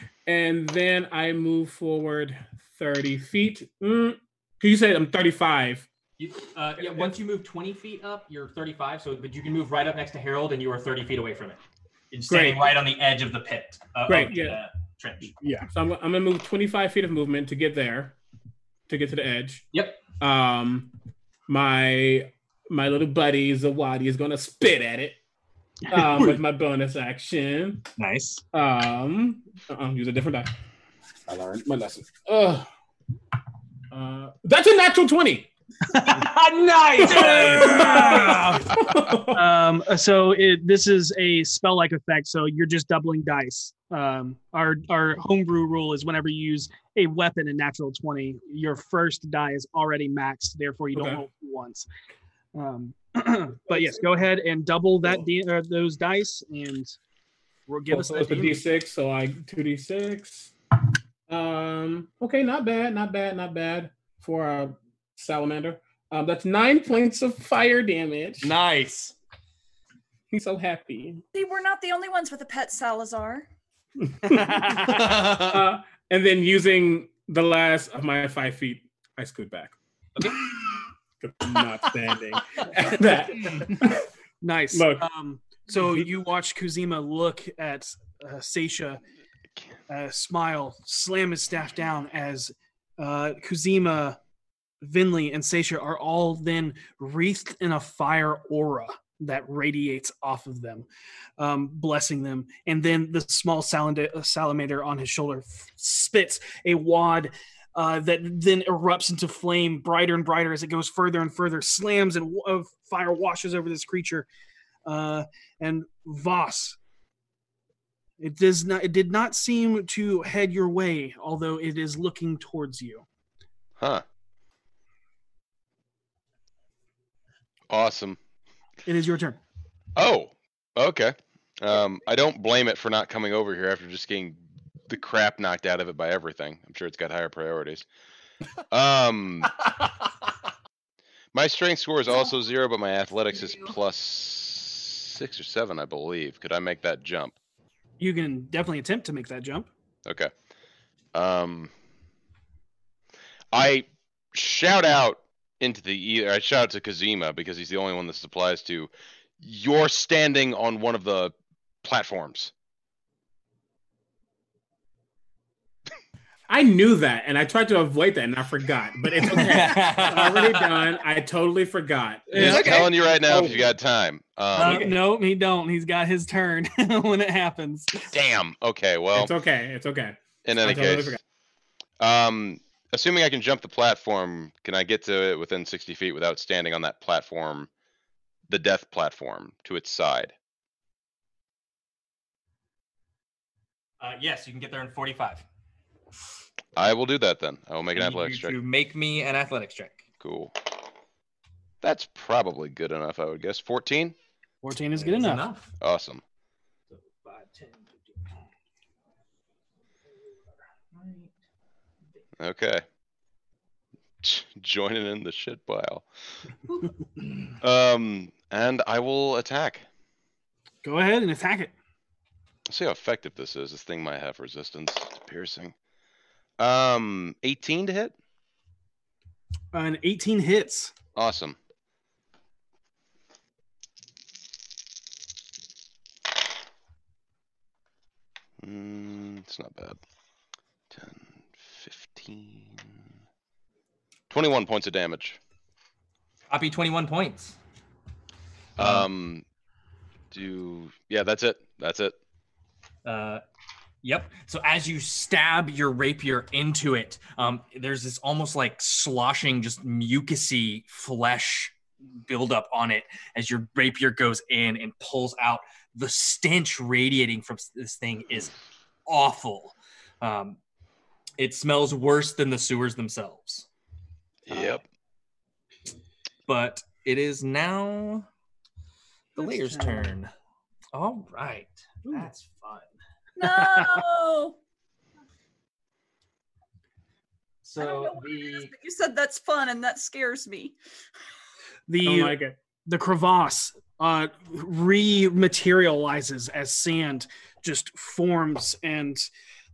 H: <laughs> and then I move forward 30 feet. Mm, 'cause you said I'm 35.
Q: You, uh, yeah. Once you move 20 feet up, you're 35. So, but you can move right up next to Harold, and you are 30 feet away from it. You're standing
H: Great.
Q: right on the edge of the pit. Uh, of
H: Great,
Q: the,
H: yeah.
Q: uh, trench.
H: Yeah. So I'm, I'm gonna move 25 feet of movement to get there, to get to the edge.
Q: Yep.
H: Um, my my little buddy Zawadi is gonna spit at it. Um, with my bonus action.
Q: Nice.
H: Um, uh-uh, use a different die. I learned my lesson. Ugh. Uh, that's a natural 20. <laughs> nice.
B: um, so it, this is a spell-like effect. So you're just doubling dice. Um, our our homebrew rule is whenever you use a weapon in natural twenty, your first die is already maxed. Therefore, you
H: Okay.
B: don't roll once. Um, <clears throat> but yes, go ahead and double that d uh, those dice, and we'll give
H: Oh,
B: us
H: so
B: that
H: it's a
B: damage.
H: d6, so I 2d6. Um, okay, not bad, not bad, not bad for a salamander. Um, that's nine points of fire damage.
G: Nice.
H: He's so happy.
D: See, we're not the only ones with a pet <laughs> Salazar.
H: Uh, and then using the last of my five feet, I scoot back. <laughs> I'm not <laughs> standing at that.
B: Nice.
H: Look.
B: Um, so you watch Kuzima look at uh, Seisha, uh, smile, slam his staff down as uh, Kuzima, Vinley, and Seisha are all then wreathed in a fire aura that radiates off of them, um, blessing them. And then the small salanda- uh, salamander on his shoulder f- spits a wad uh, that then erupts into flame, brighter and brighter as it goes further and further, slams and w- of fire washes over this creature. Uh, and Voss, it does not. It did not seem to head your way, although it is looking towards you.
C: Huh. Awesome.
B: It is your turn.
C: Oh, okay. Um, I don't blame it for not coming over here after just getting the crap knocked out of it by everything. I'm sure it's got higher priorities. Um, my strength score is also zero, but my athletics is plus six or seven, I believe. Could I make that jump?
B: You can definitely attempt to make that jump.
C: Okay. Um, I shout out into the ether. I shout out to Kazima because he's the only one this applies to. You're standing on one of the platforms.
H: I knew that, and I tried to avoid that, and I forgot. But it's okay. it's already done. I totally forgot.
C: He's telling you right now if
H: Oh.
C: you got time. Um,
B: Uh, no, he don't. He's got his turn <laughs> when it happens.
C: Damn. Okay. Well,
H: It's okay. It's okay.
C: in any
H: I totally
C: case, um, assuming I can jump the platform, can I get to it within 60 feet without standing on that platform, the death platform to its side?
A: Uh, yes, you can get there in 45.
C: I will do that then. I will make an
A: I need
C: athletics
A: you
C: check.
A: to make me an athletics check.
C: Cool. That's probably good enough, I would guess. 14?
B: 14 is good enough.
C: Awesome. Okay. Joining in the shit pile. um, and I will attack.
B: Go ahead and attack it.
C: see how effective this is. This thing might have resistance to piercing. Um, 18 to hit.
B: An 18 hits.
C: Awesome. Mm, it's not bad. 10, 15, 21 points of damage.
A: Copy 21 points.
C: Um, do yeah, that's it. That's it.
A: Uh, yep. So as you stab your rapier into it, um, there's this almost like sloshing, just mucusy flesh buildup on it as your rapier goes in and pulls out. The stench radiating from s- this thing is awful. Um, it smells worse than the sewers themselves.
C: Yep.
A: But it is now the layer's
T: turn.
A: turn. All right. That's fun.
D: No. I don't know
A: So
D: what it is, but you said that's fun and that scares me.
B: The
H: Don't like it.
B: the crevasse uh, rematerializes as sand just forms and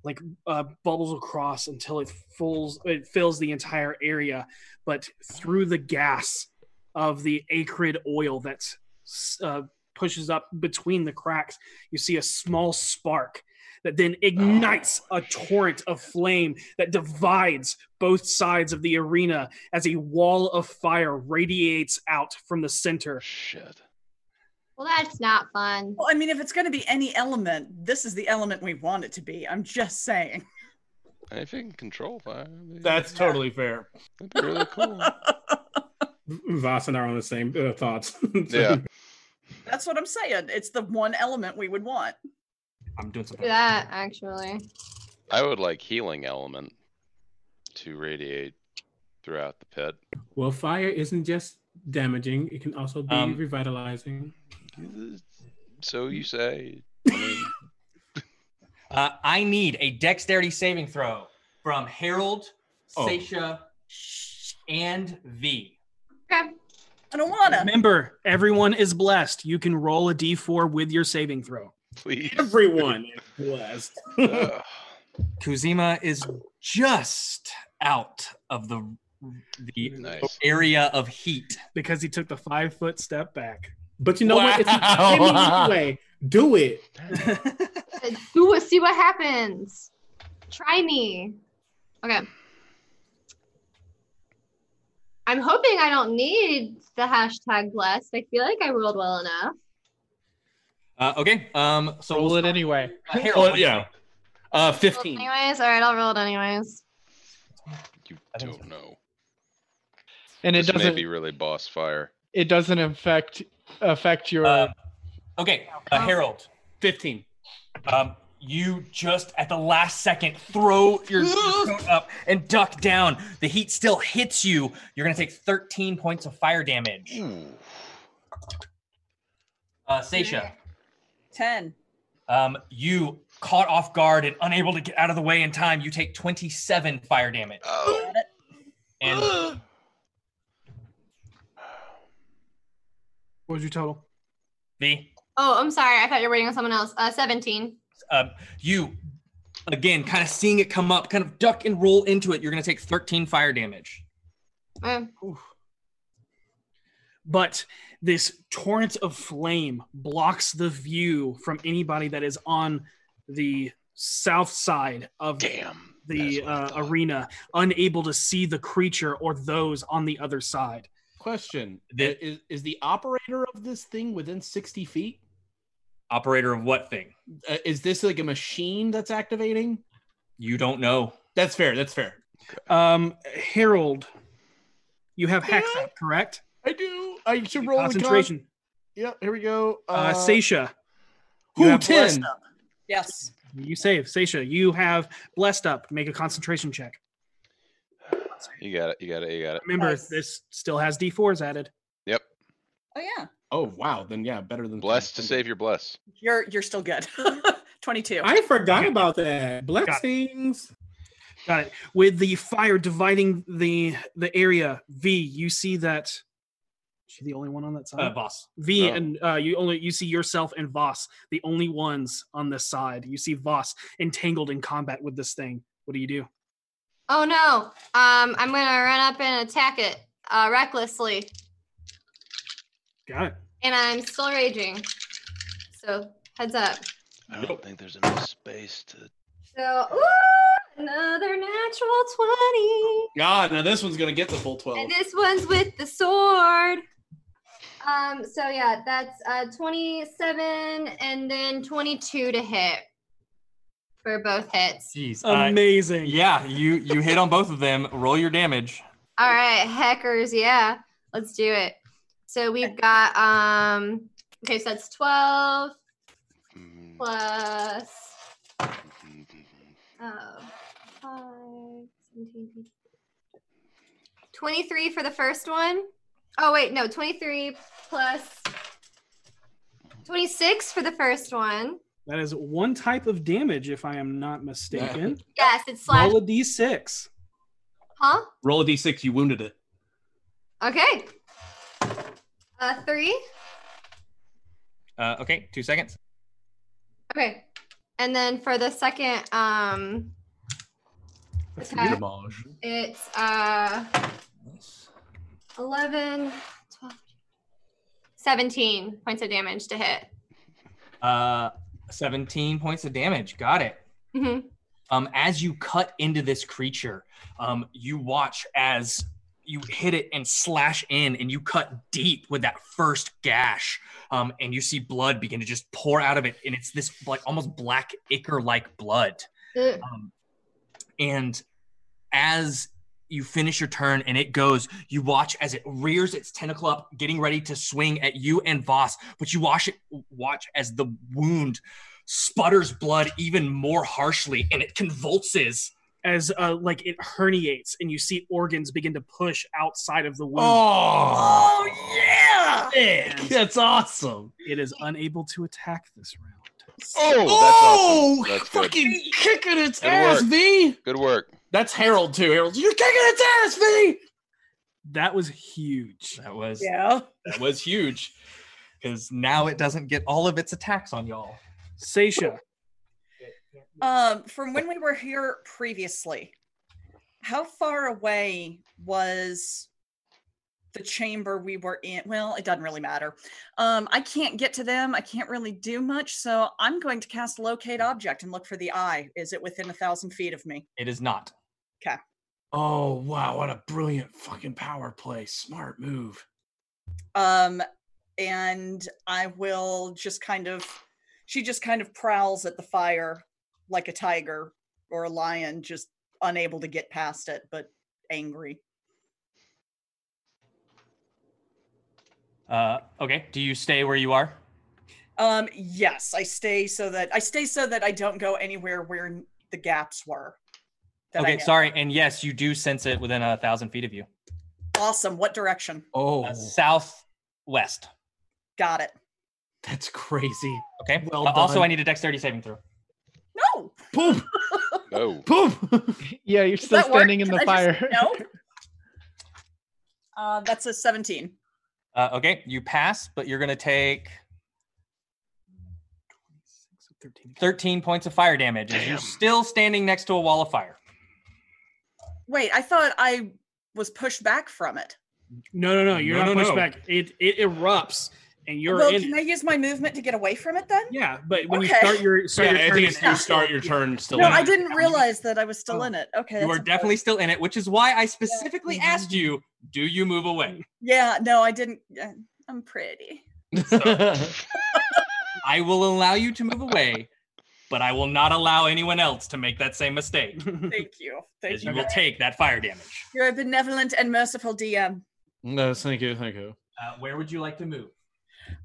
B: like uh, bubbles across until it fills it fills the entire area, but through the gas of the acrid oil that s- uh, pushes up between the cracks, you see a small spark that then ignites a torrent of flame that divides both sides of the arena as a wall of fire radiates out from the center.
C: Shit.
F: Well, that's not fun.
D: Well, I mean, if it's going to be any element, this is the element we want it to be. I'm just saying.
C: If you can control fire,
G: That's totally fair.
C: really cool.
H: Voss and I are on the same uh, thoughts. <laughs>
C: Yeah.
D: <laughs> That's what I'm saying. It's the one element we would want.
A: I'm doing
F: Do that actually.
C: I would like healing element to radiate throughout the pit.
H: Well, fire isn't just damaging; it can also be
C: Um,
H: revitalizing.
C: So you say.
A: Uh, I need a dexterity saving throw from Harold,
B: Oh.
A: Sasha, and V.
F: Okay.
D: I don't want to.
B: Remember, everyone is blessed. You can roll a d4 with your saving throw.
C: Please.
H: Everyone is blessed. <laughs>
A: Kuzima is just out of the the area of heat
B: because he took the five foot step back.
H: But you know what? It's a hit me anyway. Do it.
F: Do it. See what happens. Try me. Okay. I'm hoping I don't need the hashtag blessed. I feel like I rolled well enough.
A: Uh, okay. Um. So roll it anyway. Harold,
G: Well, yeah. Uh, fifteen.
F: Anyways, all right, I'll roll it anyways.
C: I don't know.
I: And it
C: this may
I: doesn't
C: be really boss fire.
I: it doesn't affect affect your
A: Uh, Okay,
D: Oh.
A: uh, Harold.
G: 15.
A: Um, you just at the last second throw your your coat up and duck down. The heat still hits you. You're going to take 13 points of fire damage. Uh, Seisha,
D: 10.
A: um, you caught off guard and unable to get out of the way in time. You take 27 fire damage.
C: Oh.
A: And
B: What was your total?
A: V,
F: Oh, I'm sorry. I thought you were waiting on someone else. Uh, 17.
A: um, you again kind of seeing it come up, kind of duck and roll into it. You're going to take 13 fire damage.
F: Mm.
B: But this torrent of flame blocks the view from anybody that is on the south side of the uh, arena, unable to see the creature or those on the other side.
G: Question: Is is the operator of this thing within sixty feet?
A: Operator of what thing?
G: Uh, is this like a machine that's activating?
A: You don't know.
G: That's fair. That's fair.
B: Um, Harold, you have hex up, correct?
G: I do. I should roll a con-
B: Concentration.
G: Yep. Here we go.
B: Uh, Seisha.
G: Who,
B: have blessed
G: 10?
B: up.
D: Yes.
B: You save. Seisha, you have blessed up. Make a concentration check.
C: You got it. You got it. You got it.
B: Remember, this still has d4s added.
C: Yep.
D: Oh yeah.
G: Oh wow. Then yeah, better than
C: bless to save your bless.
D: You're you're still good. <laughs> 22.
U: I forgot about that. Blessings.
B: Got it. With the fire dividing the the area, V, you see that. Is she the only one on that side?
A: Uh, Voss.
B: V
A: Oh.
B: and uh, you only you see yourself and Voss, the only ones on this side. You see Voss entangled in combat with this thing. What do you do?
F: Oh no. Um, I'm gonna run up and attack it uh, recklessly,
B: Got it.
F: and I'm still raging. So heads up.
C: I don't think there's enough space to.
F: So ooh, another natural twenty,
G: God, now this one's gonna get the full twelve.
F: and this one's with the sword. Um, so yeah, that's uh 27 and then 22 to hit for both hits.
A: Jeez.
B: Amazing.
A: yeah, you you hit on both of them. Roll your damage.
F: All right, hackers, yeah. Let's do it. So we've got um okay, so that's 12 plus oh, five, 17, 23 for the first one. Oh wait, no, 23 plus 26 for the first one.
B: That is one type of damage, if I am not mistaken.
F: Yes, it's slash
B: Roll a d6.
F: huh?
G: Roll a d6. You wounded it.
F: Okay. Uh 3.
A: Uh, okay, two seconds.
F: Okay. And then for the second um attack, It's uh 11, 12, 17 points of damage to hit.
A: Uh, 17 points of damage. Got it.
F: hmm
A: Um, as you cut into this creature, um, you watch as you hit it and slash in, and you cut deep with that first gash, um, and you see blood begin to just pour out of it, and it's this like almost black ichor-like blood.
F: Uh,
A: Um, and as you finish your turn and it goes, you watch as it rears its tentacle up, getting ready to swing at you and Voss. But you watch it, watch as the wound sputters blood even more harshly, and it convulses.
B: As uh, like it herniates, and you see organs begin to push outside of the wound.
G: Oh,
B: yeah!
A: <laughs>
G: That's awesome.
B: It is unable to attack this round.
G: Oh,
C: that's awesome. That's good.
G: fucking kicking its
C: Good
G: ass,
C: work.
G: V.
C: Good work.
G: That's Harold too. Harold, you're kicking its ass, V.
B: That was huge.
A: That was
D: Yeah.
G: That was huge.
A: Because now it doesn't get all of its attacks on y'all.
B: Seisha,
D: Um, from when we were here previously, how far away was the chamber we were in? Well, it doesn't really matter. Um, I can't get to them. I can't really do much. So I'm going to cast locate object and look for the eye. Is it within a thousand feet of me?
A: It is not.
D: Okay.
G: Oh wow, what a brilliant fucking power play. Smart move.
D: Um, and I will just kind of, she just kind of prowls at the fire like a tiger or a lion, just unable to get past it, but angry.
A: Uh, okay. Do you stay where you are?
D: Um, yes, I stay so that I stay so that I don't go anywhere where n- the gaps were. that I
A: Okay.
D: know.
A: Sorry. And yes, you do sense it within a thousand feet of you.
D: Awesome. What direction?
A: Oh. southwest.
D: Got it.
G: That's crazy.
A: Okay.
G: Well
A: Uh, also,
G: done.
A: I need a dexterity saving throw.
D: No.
G: Poop.
B: <laughs>
V: No.
G: Poop.
I: yeah, you're still
D: that work?
I: standing in the
D: Did I
I: fire.
D: just- <laughs> no. Uh, that's a 17.
A: Uh, okay, you pass, but you're going to take 13 points of fire damage. as You're still standing next to a wall of fire.
D: Wait, I thought I was pushed back from it.
B: No, no, no. You're
H: No,
B: not
H: no,
B: pushed
H: no.
B: back. It it erupts, and you're
D: well,
B: in.
D: can I use my movement to get away from it then?
B: Yeah, but when
D: Okay.
B: you start your start
A: Yeah,
B: your
A: I
B: turn
A: think
B: in
A: it's you
B: action-
A: start your turn still
D: No,
A: in it.
D: I didn't realize that I was still
B: Oh.
D: in it. Okay.
A: You
D: that's
A: are definitely still in it, which is why I specifically asked you, do you move away?
D: <laughs> Yeah, no, I didn't. uh, I'm pretty.
A: I will allow you to move away, but I will not allow anyone else to make that same mistake.
D: <laughs> Thank you. Thank
A: As you
D: you.
A: will take that fire damage.
D: You're a benevolent and merciful DM.
G: No, thank you, thank you.
A: Uh, where would you like to move?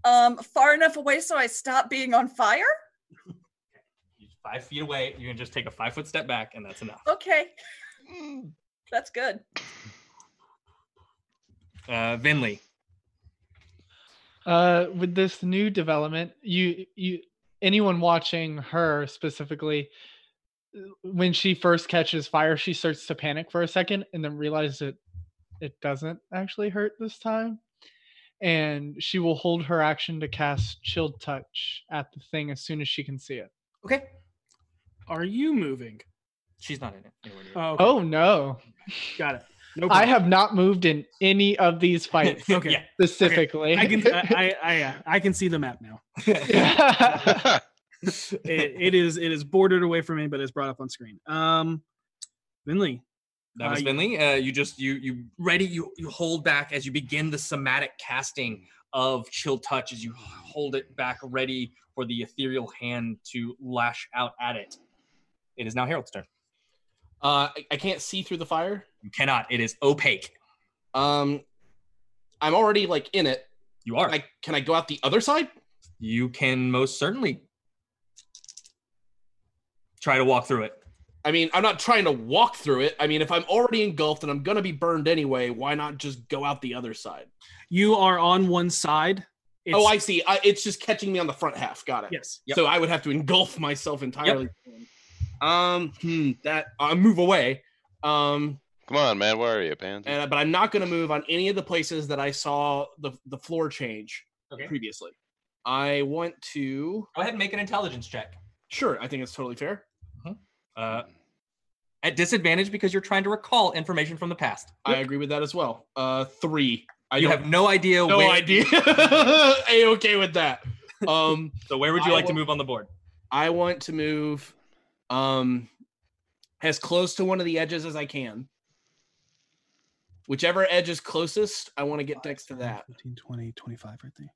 D: Um, far enough away so I stop being on fire.
A: Five feet away. You can just take a five foot step back, and that's enough.
D: Okay. That's good.
A: Uh, Vinley.
I: uh, with this new development, you you anyone watching her specifically, when she first catches fire, she starts to panic for a second and then realizes it it doesn't actually hurt this time, and she will hold her action to cast Chilled Touch at the thing as soon as she can see it.
A: Okay.
B: Are you moving?
A: She's not in it. Anywhere near.
B: Oh,
I: Oh no,
B: got it. <laughs> No
I: I
B: problem.
I: have not moved in any of these fights.
B: <laughs> Okay. Yeah.
I: specifically.
B: I can I I, I, uh, I can see the map now. it, it is it is bordered away from me, but it's brought up on screen. Um, Vinley,
A: That was
B: Uh,
A: Vinley. Uh, you just you you ready. You you hold back as you begin the somatic casting of chill touch as you hold it back, ready for the ethereal hand to lash out at it. It is now Harold's turn.
G: Uh, I, I can't see through the fire.
A: You cannot. It is opaque.
G: Um, I'm already like in it.
A: You are.
G: Can I, can I go out the other side?
A: You can most certainly try to walk through it.
G: I mean, I'm not trying to walk through it. I mean, if I'm already engulfed and I'm gonna be burned anyway, why not just go out the other side?
B: you are on one side.
G: oh, I see. I, it's just catching me on the front half. Got it.
B: Yes.
G: So I would have to engulf myself entirely. Um, hmm, that I move away. Um,
V: Come on, man. Where are you, Pansy?
G: and, but I'm not gonna move on any of the places that I saw the the floor change
A: Okay.
G: previously. I want to.
A: Go ahead and make an intelligence check.
G: Sure, I think it's totally fair.
A: Uh, at disadvantage because you're trying to recall information from the past.
G: I agree with that as well. Uh, three. I
A: you
G: don't-
A: have no idea.
G: no
A: where-
G: idea. <laughs> I okay with that. Um,
A: <laughs> So where would you
G: I
A: like to
G: will-
A: move on the board?
G: I want to move, um, as close to one of the edges as I can. Whichever edge is closest, I want to get next to that.
B: 15, 20, 25 right there.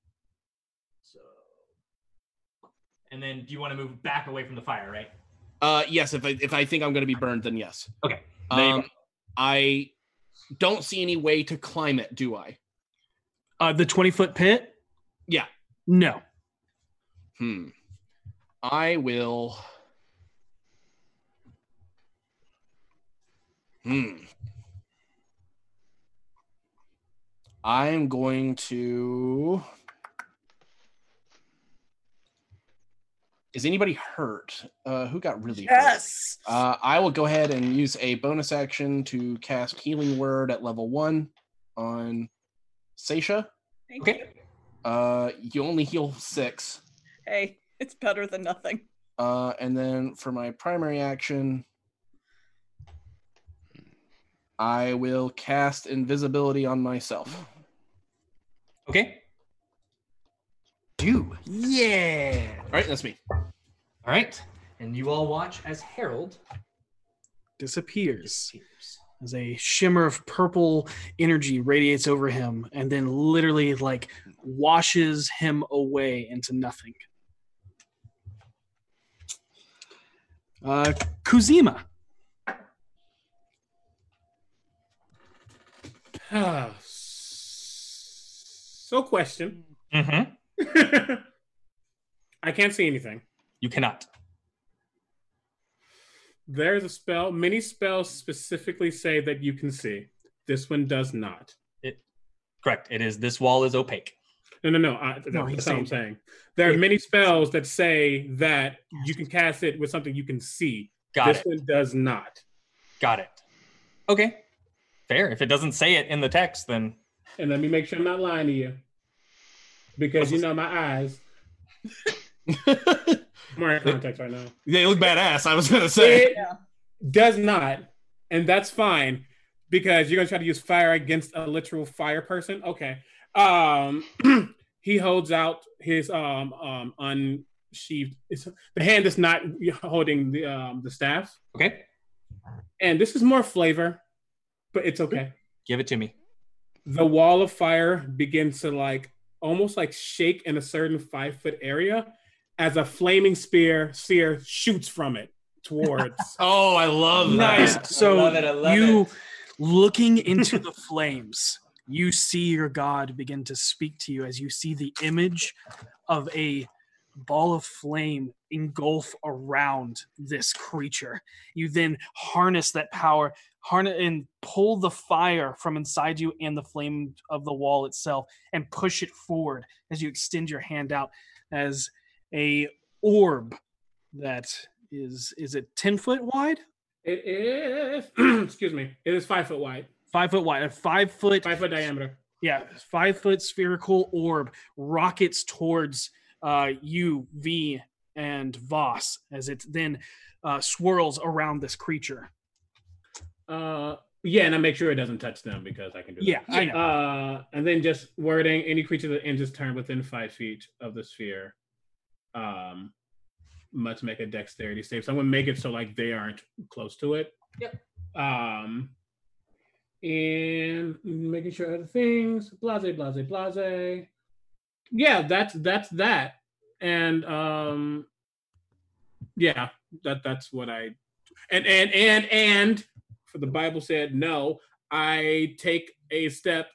A: And then do you want to move back away from the fire, right?
G: Uh, yes, if I if I think I'm going to be burned, then yes.
A: Okay. There you
G: Um, I don't see any way to climb it. Do I?
B: Uh, the twenty foot pit.
G: Yeah.
B: No.
G: Hmm. I will. Hmm. I am going to. Is anybody hurt? Uh, who got really
D: Yes.
G: hurt? Uh, I will go ahead and use a bonus action to cast Healing Word at level one on Seisha.
D: Thank
A: Okay.
D: you.
G: Uh, you only heal six.
D: Hey, it's better than nothing.
G: Uh, and then for my primary action, I will cast invisibility on myself.
A: Okay.
G: You.
A: Yeah.
G: All right, that's me.
A: All right. And you all watch as Harold
B: disappears as a shimmer of purple energy radiates over him and then literally like washes him away into nothing. Uh, Kuzima.
H: Ah, so question.
A: Mm-hmm.
H: <laughs> I can't see anything.
A: You cannot.
H: There's a spell. Many spells specifically say that you can see. This one does not.
A: Correct. It is this wall is opaque.
H: No, no, no. I,
J: No, he's
H: that's not what I'm
J: saying-
H: saying. There are many spells that say that you can cast it with something you can see.
Q: Got
H: this
Q: it.
H: one does not.
Q: Got it. Okay. Fair. If it doesn't say it in the text, then
H: And let me make sure I'm not lying to you, because you know my
G: <laughs>
H: eyes. I'm out of context right now.
G: They look badass. I was gonna
H: It does not, and that's fine because you're gonna try to use fire against a literal fire person. Okay. Um, <clears throat> he holds out his um um unsheathed it's, the hand that's not holding the um the staff.
Q: Okay.
H: And this is more flavor, but it's okay
Q: give it to me.
H: the wall of fire begins to like almost like shake in a certain five foot area as a flaming spear seer shoots from it towards
G: oh i love
B: Nice. So you, looking into the flames, you see your god begin to speak to you as you see the image of a ball of flame engulf around this creature. You then harness that power, harness and pull the fire from inside you and the flame of the wall itself, and push it forward as you extend your hand out as a orb that is is it 10 foot wide
H: it is <clears throat> excuse me it is five foot wide
B: five foot wide a five foot
H: five foot diameter
B: yeah five foot spherical orb rockets towards uh you v and voss as it then uh, swirls around this creature
H: uh yeah and i make sure it doesn't touch them because i can do
B: Yeah,
H: that.
B: I know.
H: uh and then just wording any creature that ends its turn within five feet of the sphere um must make a dexterity save so i'm gonna make it so like they aren't close to it
G: Yep.
H: um and making sure other things blase blase blase yeah that's that's that and um yeah that that's what i and and and and for the bible said no i take a step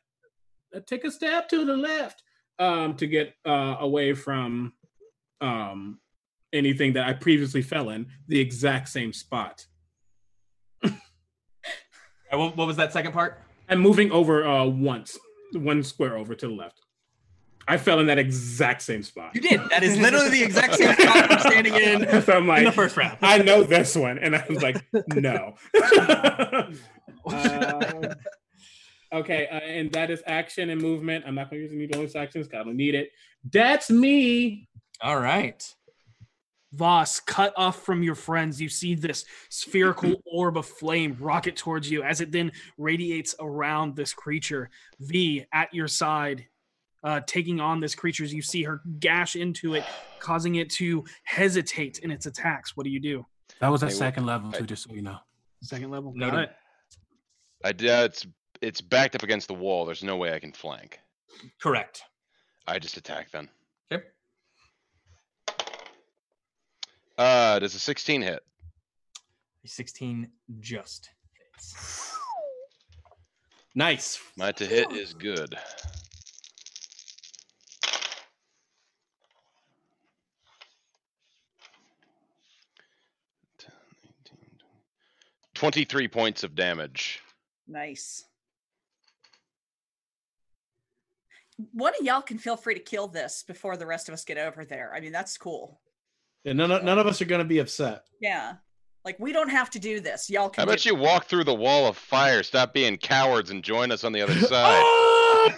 H: I take a step to the left um to get uh away from um anything that i previously fell in the exact
Q: <laughs>
H: same spot
Q: And Uh, what, what was that second part?
H: I'm moving over uh once, one square over to the left. I fell in that exact same spot.
Q: You did. That is literally the exact
H: <laughs>
Q: same spot I'm standing in.
H: so I'm like,
Q: in the first round.
H: I know this one, and I was like,
Q: <laughs>
H: no. Um, okay, uh, and that is action and movement. I'm not going to use any bonus actions. 'cause I don't need it. That's me.
Q: All right.
B: Voss, cut off from your friends, you see this spherical orb of flame rocket towards you as it then radiates around this creature. V, at your side, uh, taking on this creature, as you see her gash into it, causing it to hesitate in its attacks. What do you do?
W: That was at
C: They will-
W: second level
C: I-
W: too, just so you know.
B: Second level.
C: Noted.
B: Got it.
C: I d- uh, it's it's backed up against the wall. There's no way I can flank.
Q: Correct.
C: I just attack then.
Q: Yep.
C: Uh, does a 16 hit?
Q: 16 just.
G: Nice.
C: My to hit is good. Twenty-three points of damage.
D: Nice. One of y'all can feel free to kill this before the rest of us get over there. I mean, that's cool.
G: And none of, none of us are gonna be upset.
D: Yeah. Like we don't have to do this. Y'all can
C: I bet
D: do
C: you walk through the wall of fire. Stop being cowards and join us on the other
Q: <laughs>
C: side.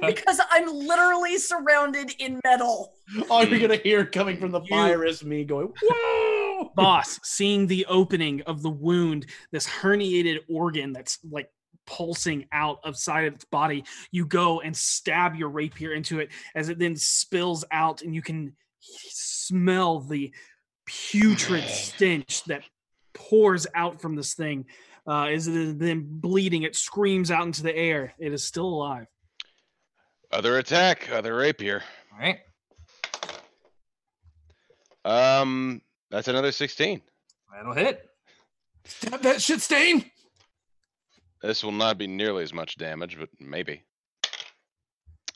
D: because I'm literally surrounded in metal.
G: All Oh, you're gonna hear coming from the fire is me going, "Whoa!"
B: Boss, seeing the opening of the wound, this herniated organ that's like pulsing out of side of its body, you go and stab your rapier into it as it then spills out, and you can smell the putrid stench that pours out from this thing. Uh, as it is then bleeding, it screams out into the air. It is still alive.
C: Other attack, other rapier.
Q: All right.
C: Um, that's another sixteen.
Q: That'll hit.
G: Stab that shit stain.
C: This will not be nearly as much damage, but maybe.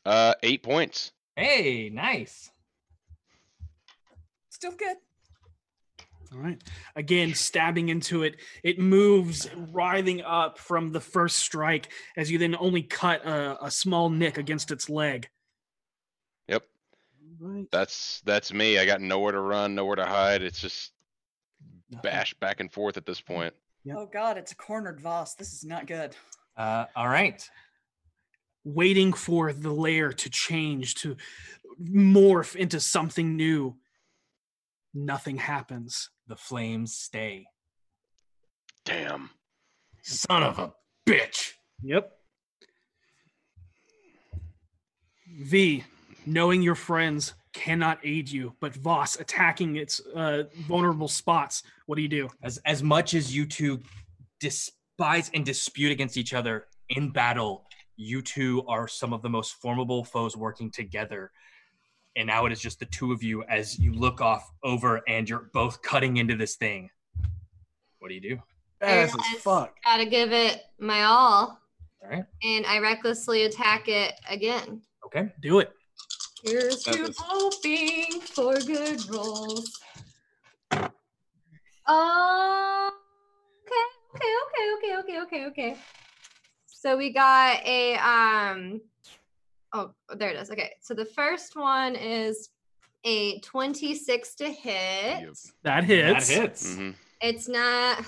C: Uh, eight points.
Q: Hey, nice.
D: Still good.
B: All right. Again, stabbing into it. It moves, writhing up from the first strike as you then only cut a, a small nick against its leg. right.
C: That's that's me. I got nowhere to run, nowhere to hide. It's just bash back and forth at this point.
D: Oh God, it's a cornered Voss. This is not good.
A: Uh, all right.
B: Waiting for the layer to change, to morph into something new. Nothing happens.
A: The flames stay.
C: Damn.
G: Son of a bitch.
B: Yep. V, knowing your friends cannot aid you, but Voss attacking its uh, vulnerable spots. What do you do?
A: As as much as you two despise and dispute against each other in battle, you two are some of the most formidable foes working together. And now it is just the two of you as you look off over and you're both cutting into this thing. What do you do?
F: Badass as
G: fuck.
F: Gotta give it my all,
A: All right.
F: and I recklessly attack it again.
A: Okay.
B: Do it.
F: Here's
A: That
F: to
A: was-
F: hoping for good rolls. Oh, okay, okay, okay, okay, okay, okay, okay. So we got a um. Oh, there it is. Okay, so the first one is a twenty-six to hit.
B: That hits.
H: That hits.
F: It's not.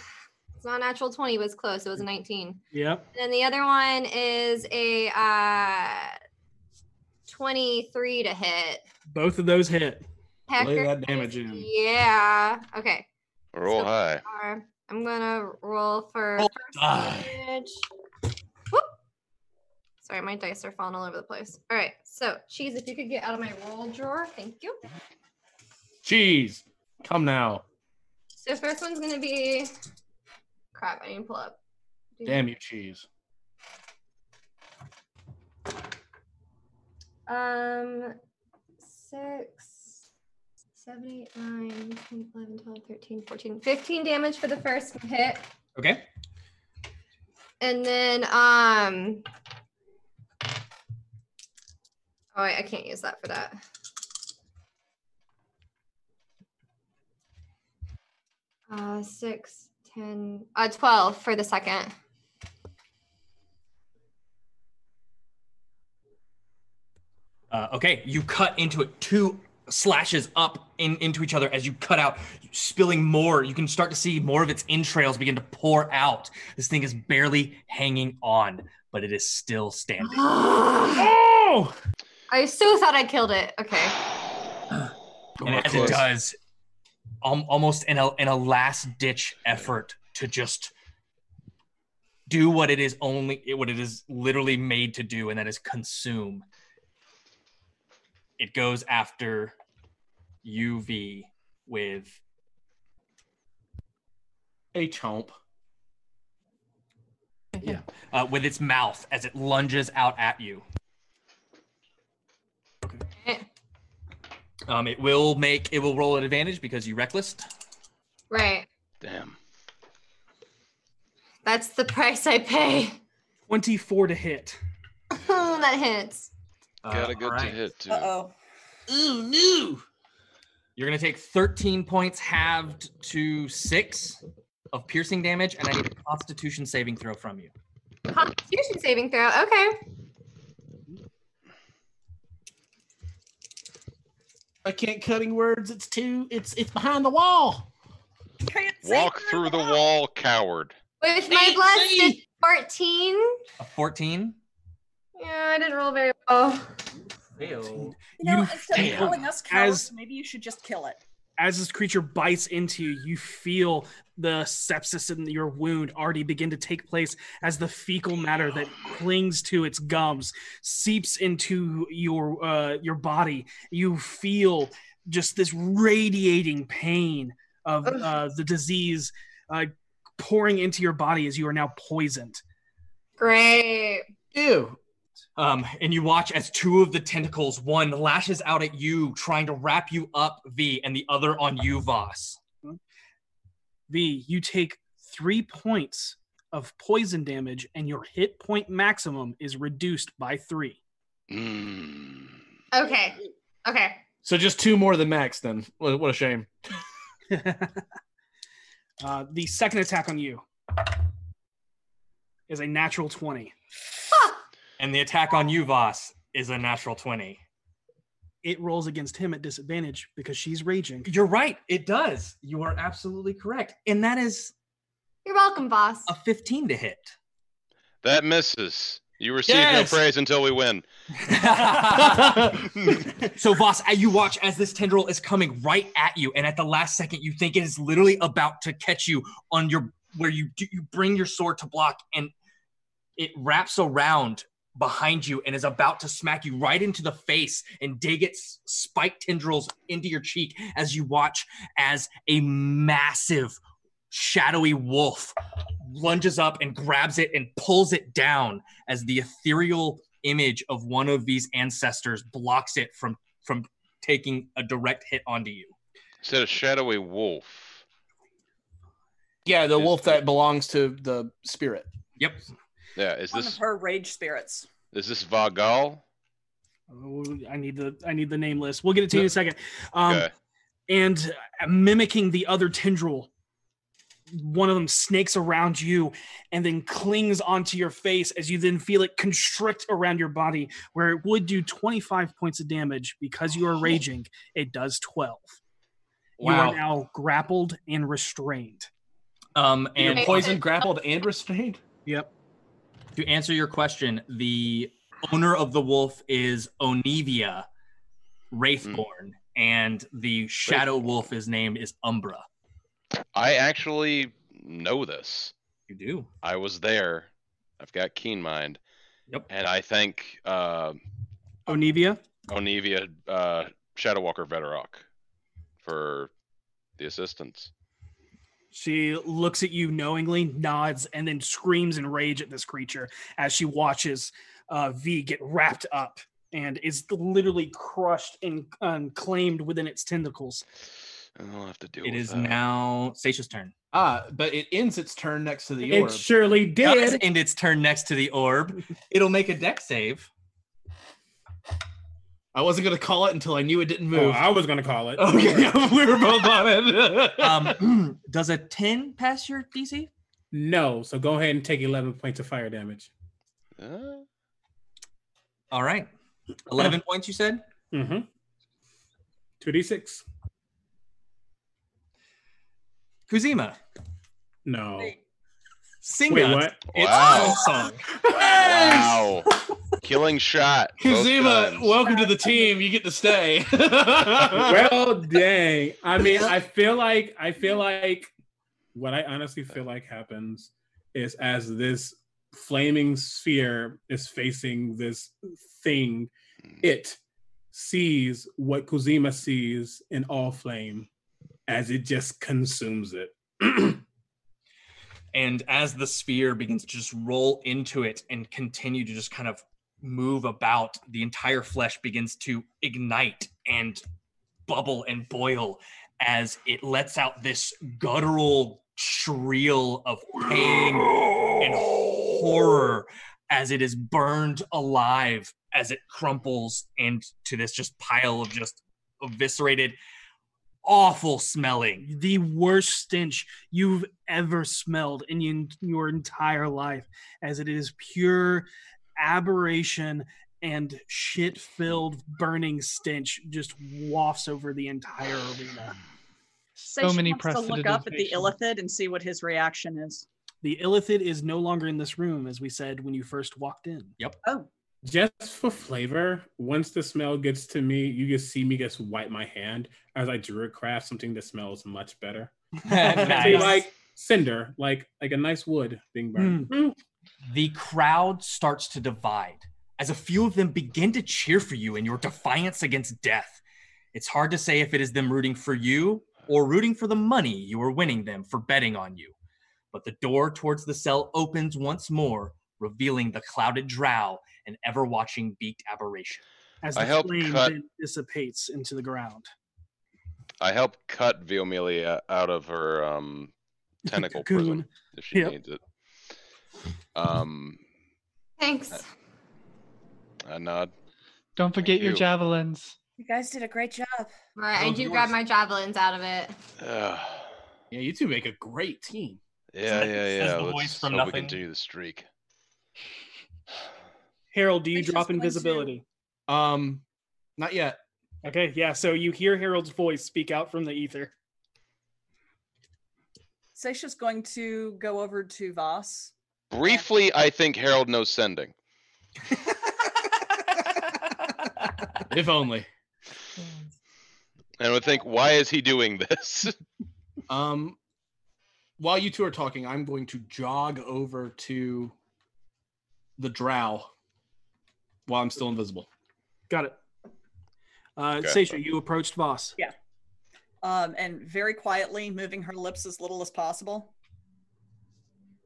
F: It's not a natural twenty. It was close. It was a nineteen.
B: Yep.
F: And then the other one is a uh, 23 to hit.
B: Both of those hit.
F: Hacker.
G: damage in.
F: Yeah. Okay.
C: Roll high.
F: Uh, I'm going to roll for first
C: die.
F: damage. Whoop. Sorry, my dice are falling all over the place. All right. So, Cheese, if you could get out of my roll drawer. Thank you.
G: Jeez. Come now.
F: So, first one's going to be. Crap, I need to pull up.
G: Damn you, cheese.
F: Um, six, seven, eight, nine, 10, 11, 12, 13, 14, 15 damage for the first hit.
A: Okay.
F: And then, um, oh, wait, I can't use that for that. Uh, six, 10, uh, 12 for the second.
A: Uh, okay, you cut into it. Two slashes up in, into each other as you cut out, spilling more. You can start to see more of its entrails begin to pour out. This thing is barely hanging on, but it is still standing.
F: oh! I so thought I killed it. Okay.
A: and as
H: close.
A: it does, al- almost in a in a last ditch effort to just do what it is only what it is literally made to do, and that is consume. It goes after UV with
G: a chomp.
A: <laughs> Yeah, uh, with its mouth as it lunges out at you. Um, it will make it will roll at advantage because you reckless.
F: Right.
C: Damn.
F: That's the price I pay. <laughs>
B: 24 to hit.
F: that hits.
C: Got a good to hit too.
D: Uh-oh.
F: Ooh, new.
A: You're gonna take 13 points halved to six of piercing damage, and I need a Constitution saving throw from you.
F: Constitution saving throw. Okay.
X: I can't cutting words. It's too. It's it's behind the wall.
C: Walk through the wall, coward.
F: With my blessed it's 14.
A: A 14.
F: Yeah, I didn't roll very well.
D: You know, instead
B: failed.
D: of calling us cowards,
B: As-
D: maybe you should just kill it.
B: As this creature bites into you, you feel the sepsis in your wound already begin to take place as the fecal matter that clings to its gums seeps into your uh, your body. You feel just this radiating pain of
F: Ugh.
B: uh, the disease uh, pouring into your body as you are now poisoned.
F: Great.
G: Ew.
A: Um, and you watch as two of the tentacles, one lashes out at you, trying to wrap you up, V, and the other on you, Voss.
B: V, you take three points of poison damage, and your hit point maximum is reduced by three.
F: Okay. Okay.
G: So just two more than max then. What, what a shame.
B: Uh, the second attack on you is a natural 20.
A: And the attack on you, Voss, is a natural 20.
B: it rolls against him at disadvantage because she's raging.
A: You're right. It does. You are absolutely correct. And that is
F: You're welcome, boss.
A: a 15 to hit.
C: That misses. You receive
A: Yes!
C: no praise until we win.
A: so Voss, I- you watch as this tendril is coming right at you, and at the last second, you think it is literally about to catch you on your where you do, you bring your sword to block, and it wraps around behind you and is about to smack you right into the face and dig its spiked tendrils into your cheek as you watch as a massive shadowy wolf lunges up and grabs it and pulls it down as the ethereal image of one of these ancestors blocks it from from taking a direct hit onto you.
C: Instead of shadowy wolf.
G: Yeah, the wolf that belongs to the spirit.
A: Yep.
C: Yeah, is
D: One of
C: this
D: her rage spirits.
C: is this Vagal?
B: Oh, I need the I need the name list. We'll get it to you in a second. Um,
C: Okay.
B: And uh, mimicking the other tendril, one of them snakes around you and then clings onto your face as you then feel it constrict around your body, where it would do 25 points of damage because you are raging. It does 12.
G: Wow.
B: You are now grappled and restrained.
A: Um,
G: You're
A: and
G: poisoned, grappled, and restrained.
B: Yep.
A: To answer your question, the owner of the wolf is Onivia Wraithborn, and the shadow wolf is named is Umbra.
C: I actually know this.
A: You do.
C: I was there. I've got keen mind.
A: Yep.
C: And I thank uh,
B: Onivia?
C: Onivia uh, Shadowwalker Veterok for the assistance.
B: She looks at you knowingly, nods, and then screams in rage at this creature as she watches uh, V get wrapped up and is literally crushed and, and claimed within its tentacles.
C: I'll have to deal
A: It is now Stacia's turn.
G: Ah, but it ends its turn next to the
A: It
G: orb.
A: surely Does end its turn next to the orb. It'll make a deck save.
G: I wasn't gonna call it until I knew it didn't move.
A: Oh, I
H: was gonna call it.
G: Okay,
H: <laughs>
G: we were both on it. <laughs>
A: um, <clears throat> does a ten pass your DC?
H: No, so go ahead and take 11 points of fire damage.
G: Uh,
A: All right. 11 points, you said?
H: Mm-hmm. 2d6.
A: Kuzima.
H: No.
A: Sing
H: Wait,
A: us
H: what?
A: It's
C: Wow.
A: song.
C: Wow. Killing
A: <laughs>
C: shot. both
G: Kazima,
B: Oh.
C: times.
G: welcome to the team. You get to stay. <laughs>
H: well, dang. I mean, I feel like I feel like what I honestly feel like happens is as this flaming sphere is facing this thing, it sees what Kuzima sees in all flame as it just consumes it.
A: And as the sphere begins to just roll into it and continue to just kind of move about, the entire flesh begins to ignite and bubble and boil as it lets out this guttural shriel of pain and horror as it is burned alive as it crumples into this just pile of just eviscerated awful smelling
B: The worst stench you've ever smelled in y- your entire life, as it is pure aberration and shit filled burning stench just wafts over the entire arena.
D: So
B: many
D: wants to look up at the
B: precedentation.
D: illithid and see what his reaction is.
B: The illithid is no longer in this room, as we said when you first walked in.
A: Yep.
D: Oh,
H: Just for flavor, once the smell gets to me, you just see me just wipe my hand as I druid craft something that smells much better.
A: <laughs> Nice.
H: Like cinder, like like a nice wood being burned.
A: Hmm.
H: Hmm.
A: the crowd starts to divide as a few of them begin to cheer for you in your defiance against death. It's hard to say if it is them rooting for you or rooting for the money you are winning them for betting on you. But the door towards the cell opens once more, revealing the clouded drow and ever watching beaked aberration.
B: As
C: I
B: the
C: help
B: flame
C: cut-
B: then dissipates into the ground.
C: I help cut Viomelia out of her um, tentacle prison
B: Cocoon.
C: if she
B: Yep.
C: needs it. Um,
D: Uh,
F: Thanks.
C: I nod.
I: Don't forget your
C: you.
I: javelins.
D: you guys did a great job.
F: All right, I
G: Those
F: do
G: ones.
F: grab my javelins out of it.
C: Ugh.
G: yeah, you two make a great team.
C: yeah, yeah,
G: says
C: yeah.
G: the
C: Let's
G: voice
C: hope
G: from
C: we
G: nothing.
C: continue the streak.
B: Harold, do you
D: Which is
B: drop
D: going to-
B: invisibility?
G: Um, not yet.
B: Okay, yeah, so you hear Harold's voice speak out from the ether.
D: Seisha's going to go over to Voss.
C: Briefly, I think Harold knows
G: <laughs>
C: sending.
G: if only.
C: And I would think, why is he doing this? <laughs>
G: Um, while you two are talking, I'm going to jog over to the drow while I'm still invisible.
B: Got it. Uh,
G: Okay.
B: Seisha, you approached Voss.
D: Yeah. Um, and very quietly moving her lips as little as possible.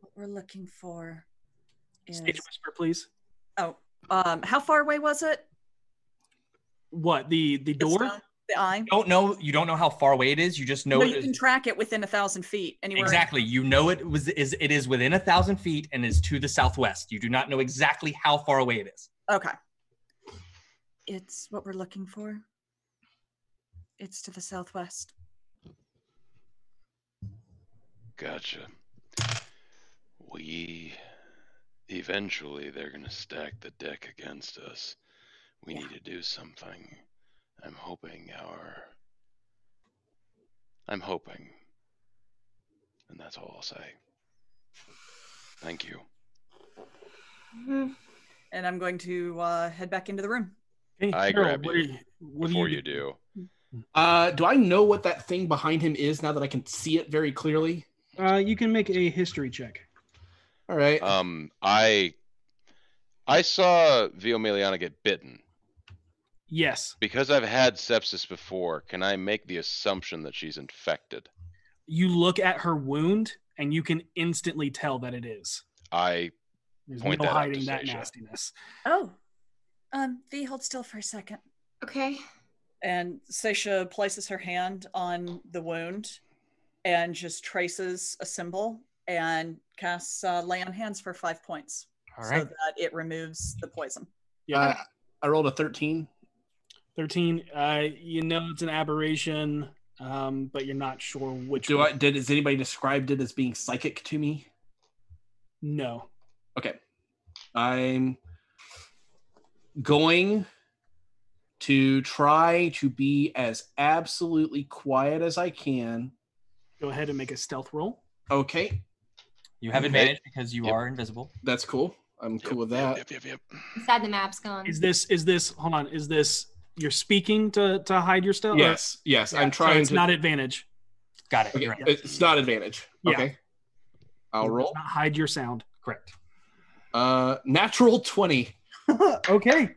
D: What we're looking for is.
B: Stage whisper, please.
D: Oh, um, how far away was it?
B: What the the
D: door? The eye.
Q: You don't know. You don't know how far away it is. You just know
D: No,
Q: it
D: you
Q: is-
D: can track it within a thousand feet anywhere.
Q: exactly. You know it was is it is within a thousand feet and is to the southwest. You do not know exactly how far away it is.
D: Okay. It's what we're looking for. It's to the southwest.
C: Gotcha. We eventually they're gonna stack the deck against us. We need to do something. I'm hoping our I'm hoping. And that's all I'll say. Thank you.
D: And I'm going to uh, head back into the room.
C: I grab you,
B: do
C: before you do.
G: Uh, do I know what that thing behind him is now that I can see it very clearly?
B: Uh, you can make a history check.
G: All right.
C: Um I I saw Viomeliana get bitten.
B: Yes.
C: Because I've had sepsis before, can I make the assumption that she's infected?
B: You look at her wound and you can instantly tell that it is.
C: I
B: There's
C: point
B: no
C: that out to
B: hiding that
C: Seisha.
B: nastiness.
D: Oh. Um, V, hold still for a second.
F: Okay.
D: And Seisha places her hand on the wound and just traces a symbol and casts uh, lay on hands for five points.
G: All
D: So
G: right.
D: that it removes the poison.
G: Yeah. I, I rolled a 13.
B: 13 uh you know it's an aberration um but you're not sure which
G: Do I
B: one.
G: did is anybody described it as being psychic to me?
B: no
G: Okay. I'm going to try to be as absolutely quiet as I can.
B: go ahead and make a stealth roll
G: Okay.
Q: You have advantage because you are invisible.
G: That's cool. I'm cool with that.
C: Yep, yep, yep.
F: Inside the map's gone.
B: is this is this hold on is this you're speaking to to hide your stealth or-
G: Yes, yes, I'm
B: Yeah, so
G: trying
B: it's
G: to-
B: not advantage
Q: got
G: Okay. It's not advantage.
B: Yeah. Mm-hmm.
G: Okay. I'll
B: It does
G: roll.
B: not hide your sound correct
G: Uh natural 20.
B: okay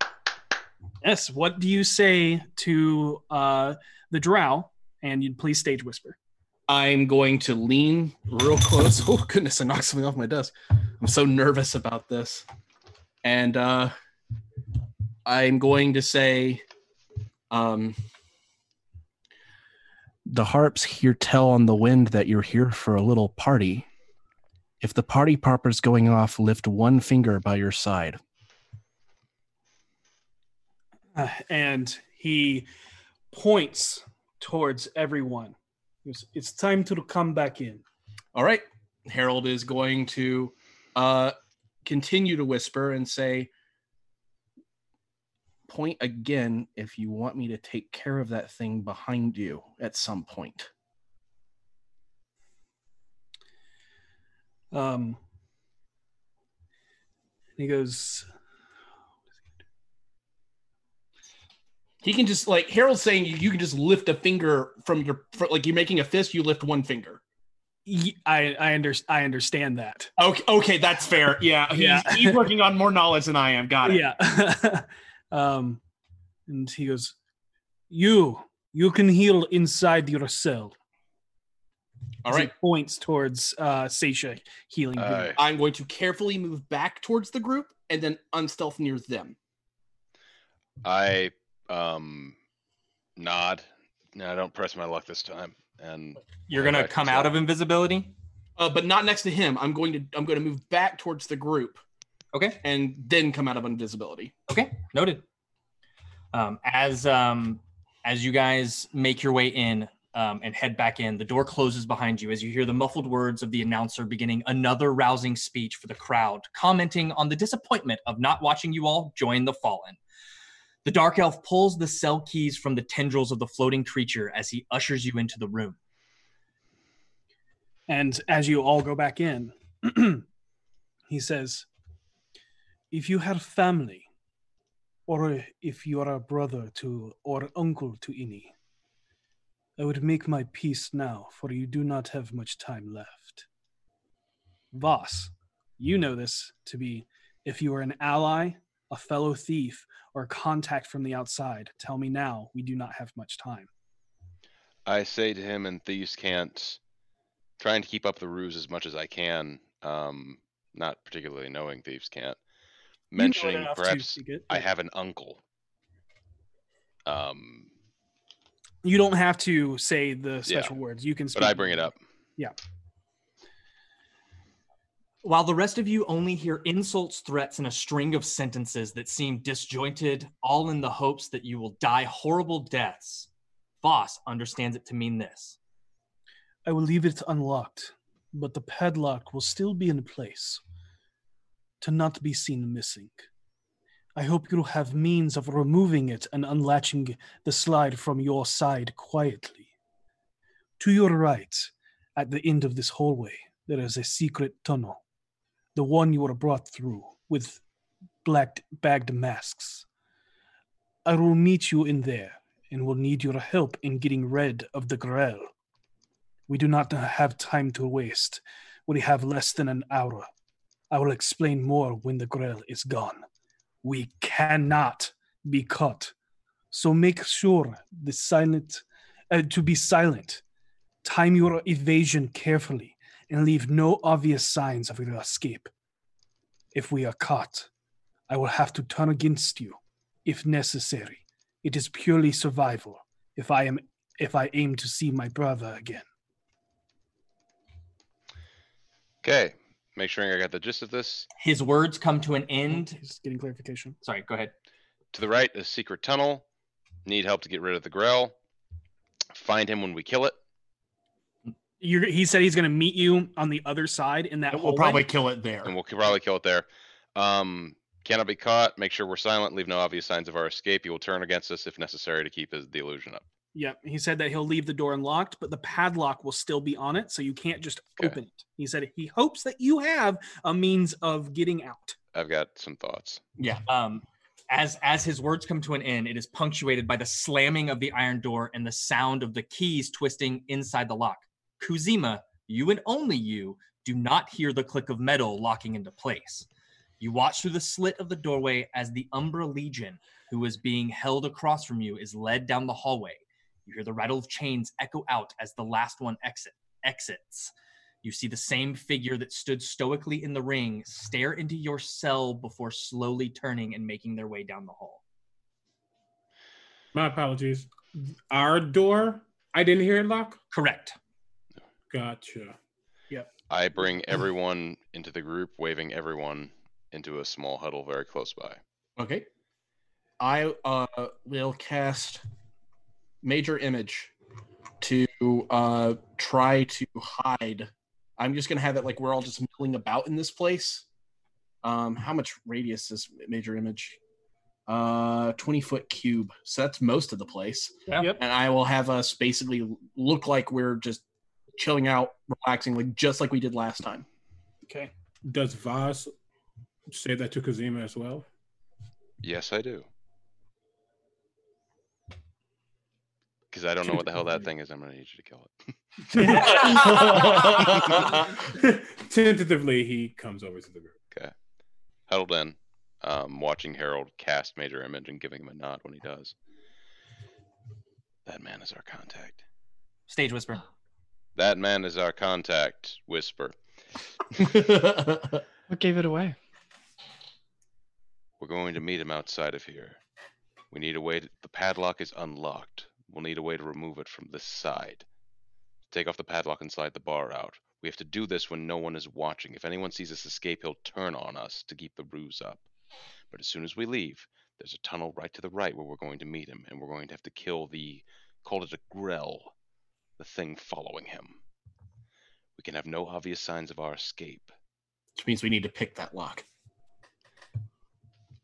B: yes what do you say to uh the drow and you please stage whisper <sighs>
G: I'm going to lean real close. <laughs> Oh goodness, I knocked something off my desk. I'm so nervous about this. And uh I'm going to say um the harps here tell on the wind that you're here for a little party. If the party popper's going off, lift one finger by your side.
B: Uh, and he points towards everyone. He goes, It's time to come back in.
G: All right. Harold is going to uh, continue to whisper and say, Point again if you want me to take care of that thing behind you at some point.
B: Um, and he goes,
G: He can just like Harold's saying you, you can just lift a finger from your fr- like you're making a fist, you lift one finger.
B: "Ye- I, I, under, I understand that.
G: Okay, okay, that's fair. Yeah, he's,
B: Yeah.
G: he's working on more knowledge than I am. Got it.
B: Yeah. um, and he goes, You, you can heal inside your cell.
G: All
B: As he
G: right.
B: points towards uh, Seisha healing. him.
G: I'm going to carefully move back towards the group and then unstealth near them.
C: I um nod. No, I don't press my luck this time. And
Q: You're gonna come out of invisibility.
G: uh, but not next to him. I'm going to I'm going to move back towards the group.
Q: Okay.
G: And then come out of invisibility.
Q: Okay, noted. Um, as um, as you guys make your way in um, and head back in, the door closes behind you as you hear the muffled words of the announcer beginning another rousing speech for the crowd, commenting on the disappointment of not watching you all join the fallen. The
A: The dark elf pulls the cell keys from the tendrils of the floating creature as he ushers you into the room.
E: And as you all go back in, <clears throat> he says, If you have family, or if you are a brother to or uncle to any, I would make my peace now, for you do not have much time left. Voss, you know this to be if you are an ally, a fellow thief, or a contact from the outside, tell me now. We do not have much time.
C: I say to him in Thieves' Cant, trying to keep up the ruse as much as I can, um, not particularly knowing Thieves' Cant,
E: You know it
C: mentioning
E: enough to
C: perhaps
E: speak it,
C: I
E: yeah.
C: have an uncle. Um,
E: You don't have to say the
C: Yeah.
E: special words. You can speak.
C: but I bring it up.
E: Yeah.
A: While the rest of you only hear insults, threats, and a string of sentences that seem disjointed, all in the hopes that you will die horrible deaths, Voss understands it to mean this.
E: I will leave it unlocked, but the padlock will still be in place to not be seen missing. I hope you'll have means of removing it and unlatching the slide from your side quietly. To your right, at the end of this hallway, there is a secret tunnel, the one you were brought through with black bagged masks. I will meet you in there and will need your help in getting rid of the Grell. We do not have time to waste. We have less than an hour. I will explain more when the Grail is gone. We cannot be caught. So make sure the silent uh, to be silent. Time your evasion carefully and leave no obvious signs of your escape. If we are caught, I will have to turn against you if necessary. It is purely survival if I am if I aim to see my brother again.
C: Okay, make sure I got the gist of this.
A: His words come to an end.
E: Just getting clarification.
A: Sorry, go ahead.
C: To the right is secret tunnel. Need help to get rid of the Grell. Find him when we kill it.
E: You're, he said he's going to meet you on the other side in that. hallway.
C: it there. And we'll k- probably kill it there. Um, cannot be caught. Make sure we're silent. Leave no obvious signs of our escape. He will turn against us if necessary to keep his, the illusion up.
E: Yep. He said that he'll leave the door unlocked, but the padlock will still be on it, so you can't just open it. He said he hopes that you have a means of getting out.
C: I've got some thoughts.
A: Yeah. Um, as as his words come to an end, it is punctuated by the slamming of the iron door and the sound of the keys twisting inside the lock. Kuzima, you and only you do not hear the click of metal locking into place. You watch through the slit of the doorway as the Umbra Legion, who is being held across from you, is led down the hallway. You hear the rattle of chains echo out as the last one exit exits. You see the same figure that stood stoically in the ring stare into your cell before slowly turning and making their way down the hall.
H: My apologies. Our door, I didn't hear it lock?
A: Correct.
H: Gotcha.
E: Yep.
C: I <laughs> bring everyone into the group, waving everyone into a small huddle very close by.
G: Okay. I uh, will cast Major Image to uh, try to hide. I'm just going to have it like we're all just milling about in this place. Um, how much radius is Major Image? Uh, 20 foot cube. So that's most of the place.
E: Yeah. Yep.
G: And I will have us basically look like we're just chilling out, relaxing, like just like we did last time.
E: Okay.
H: Does Voss say that to Kazima as
A: <laughs>
H: well? <laughs>
C: Yes, I do. Because I don't know what the hell <laughs> that thing is. I'm going to need you to kill it.
H: <laughs>
C: <laughs>
H: Tentatively, he comes over to the group.
C: Okay. Huddled in, um, watching Harold cast Major Image and giving him a nod when he does. That man is our contact.
A: Stage whisper.
C: That man is our contact,
A: <laughs>
C: Whisper.
I: What gave it away?
C: We're going to meet him outside of here. We need a way. To, the padlock is unlocked. We'll need a way to remove it from this side. Take off the padlock and slide the bar out. We have to do this when no one is watching. If anyone sees us escape, he'll turn on us to keep the ruse up. But as soon as we leave, there's a tunnel right to the right where we're going to meet him, and we're going to have to kill the call it a grell, the thing following him. We can have no obvious signs of our escape.
G: Which means we need to pick that lock.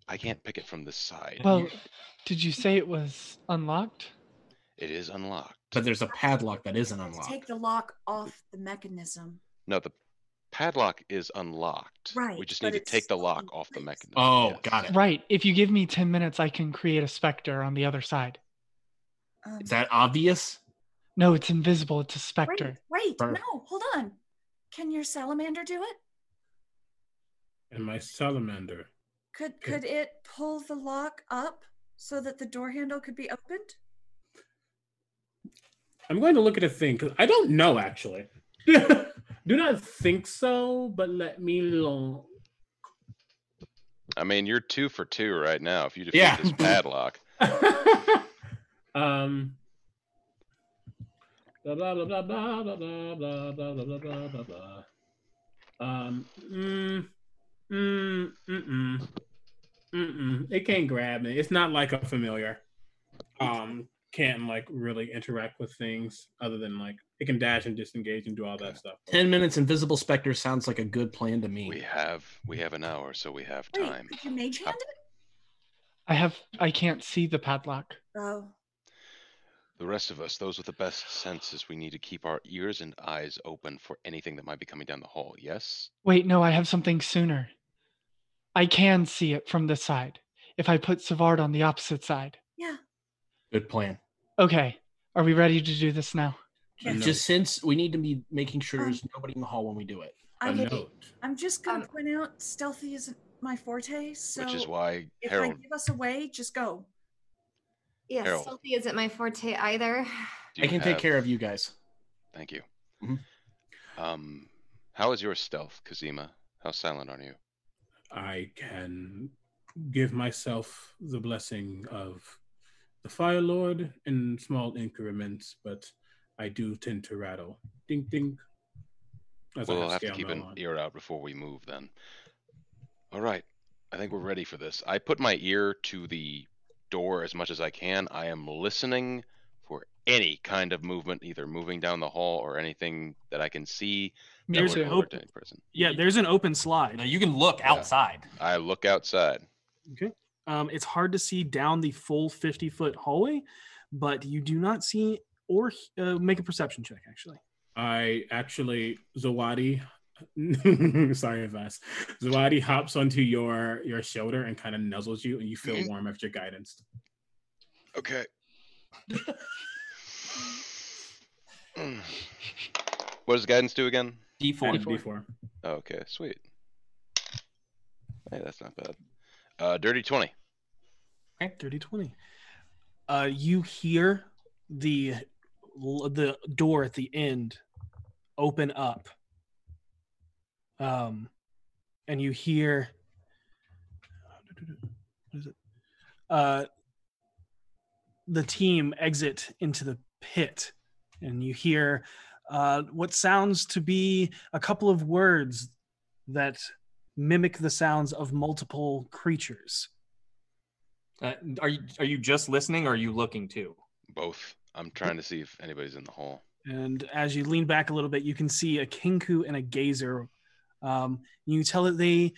C: I can't pick it from this
G: <laughs>
C: side.
I: Well, did you say it was unlocked?
C: It is unlocked.
G: But there's a padlock that isn't unlocked.
W: Take the lock off the mechanism.
C: No, the padlock is unlocked.
W: Right,
C: We just
W: but
C: need to
W: it's
C: take the lock off the mechanism.
G: Oh, got it.
I: Right. If you give me 10 minutes, I can create a specter on the other side.
W: Um,
G: Is that obvious?
I: No, it's invisible. It's a
W: Wait,
I: specter.
W: wait,
I: Burr.
W: no, hold on. Can your salamander do it?
H: And my salamander.
W: Could
H: Okay.
W: could it pull the lock up so that the door handle could be opened?
H: I'm going to look at a thing because I don't know actually. Do not think so, but let me long. <laughs>
C: I mean, you're two for two right now. If you defeat
H: Yeah.
G: <laughs>
C: this padlock,
H: Um. Blah, blah, blah, blah, blah, blah, blah, blah, blah, blah, blah, blah, blah. Um. Mm, mm, mm-mm. Mm-mm. It can't grab me. It's not like a familiar. Um. Can't like really interact with things other than like it can dash and disengage and do all that stuff.
G: Ten minutes invisible specter sounds like a good plan to me.
C: we have we have an hour, so we have
W: Wait,
C: time.
W: could you mage hand it?
I: I have. I can't see the padlock.
W: Oh,
C: The rest of us, those with the best senses, we need to keep our ears and eyes open for anything that might be coming down the hall. Yes.
I: Wait, no, I have something sooner. I can see it from this side if I put Savard on the opposite side.
W: yeah.
G: Good plan.
I: Okay, are we ready to do this now?
G: Just since we need to be making sure there's nobody in the hall when we do it.
W: I will- I'm just gonna
F: Um,
W: point out stealthy isn't my forte, so
C: Which is why
W: if I
C: Harold-
W: give us away, just go.
F: Yeah,
C: Harold.
F: stealthy isn't my forte either.
C: Do
G: I
C: you
G: can take
C: have-
G: care of you guys.
C: Thank you.
G: Mhm.
C: Um, how is your stealth, Kazima? How silent are you?
H: I can give myself the blessing of the Fire Lord in small increments, but I do tend to rattle. Ding ding. As I
C: we'll have to
H: scale
C: keep
H: now
C: an
H: on.
C: ear out before we move then. All right. I think we're ready for this. I put my ear to the door as much as I can. I am listening for any kind of movement, either moving down the hall or anything that I can see. that
B: There's
C: would
B: an
C: alert
B: open-
C: any person.
B: Yeah, there's an open slide.
Q: you can look outside.
C: I look outside.
B: Okay. Um, it's hard to see down the full 50 foot hallway, but you do not see or he- uh, make a perception check, actually.
H: I actually Zawadi <laughs> sorry advice. Zawadi hops onto your your shoulder and kind of nuzzles you and you feel
C: Mhm.
H: warm after guidance.
C: Okay. What does guidance do again?
Q: D4.
H: D4.
C: Okay, sweet. Hey, that's not bad. Uh, dirty 20.
B: Okay. Dirty 20. Uh, you hear the the door at the end open up. Um, and you hear what is it? Uh, the team exit into the pit, and you hear uh, what sounds to be a couple of words that mimic the sounds of multiple creatures.
Q: Uh, are you are you just listening or are you looking too?
C: Both. I'm trying to see if anybody's in the hall.
B: And as you lean back a little bit, you can see a kinku and a gazer. Um, you tell that they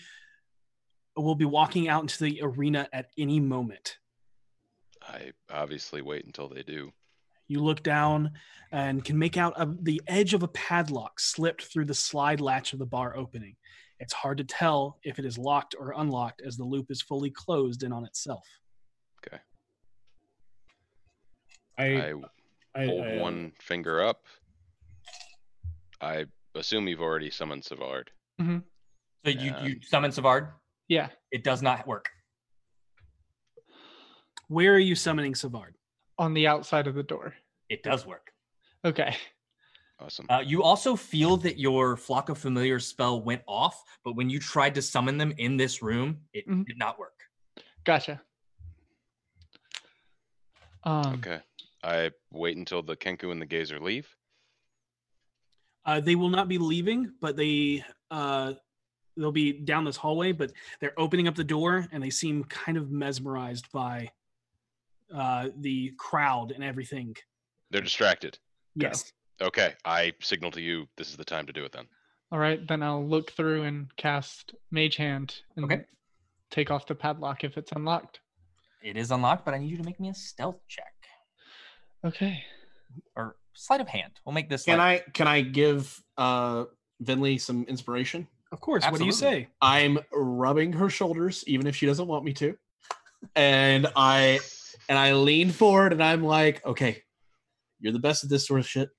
B: will be walking out into the arena at any moment.
C: I obviously wait until they do.
B: You look down and can make out a, the edge of a padlock slipped through the slide latch of the bar opening. It's hard to tell if it is locked or unlocked as the loop is fully closed in on itself.
C: I,
H: I I-
C: hold
H: I, uh,
C: one finger up. I assume you've already summoned Savard.
I: Mm-hmm.
Q: So you, you summon Savard?
I: Yeah.
Q: It does not work.
B: Where are you summoning Savard?
I: On the outside of the door.
Q: It does work.
I: Okay.
C: Awesome.
Q: Uh, you also feel that your flock of familiar spell went off, but when you tried to summon them in this room, it did not work.
I: Mm-hmm. Gotcha. Um,
C: Okay. I wait until the Kenku and the Gazer leave.
B: Uh, they will not be leaving, but they uh, they'll be down this hallway. But they're opening up the door, and they seem kind of mesmerized by uh, the crowd and everything.
C: They're distracted.
B: Yes.
C: Okay. I signal to you this is the time to do it then.
I: All right, then I'll look through and cast Mage Hand and take off the padlock if it's unlocked.
A: It is unlocked, but I need you to make me a stealth check
I: Okay.
A: or sleight of hand. We'll make this.
G: Can
A: like-
G: I can I give uh Vinley some inspiration?
B: Of course. What do you Absolutely. say?
G: I'm rubbing her shoulders, even if she doesn't want me to. And I and I lean forward and I'm like, okay, you're the best at this sort of shit.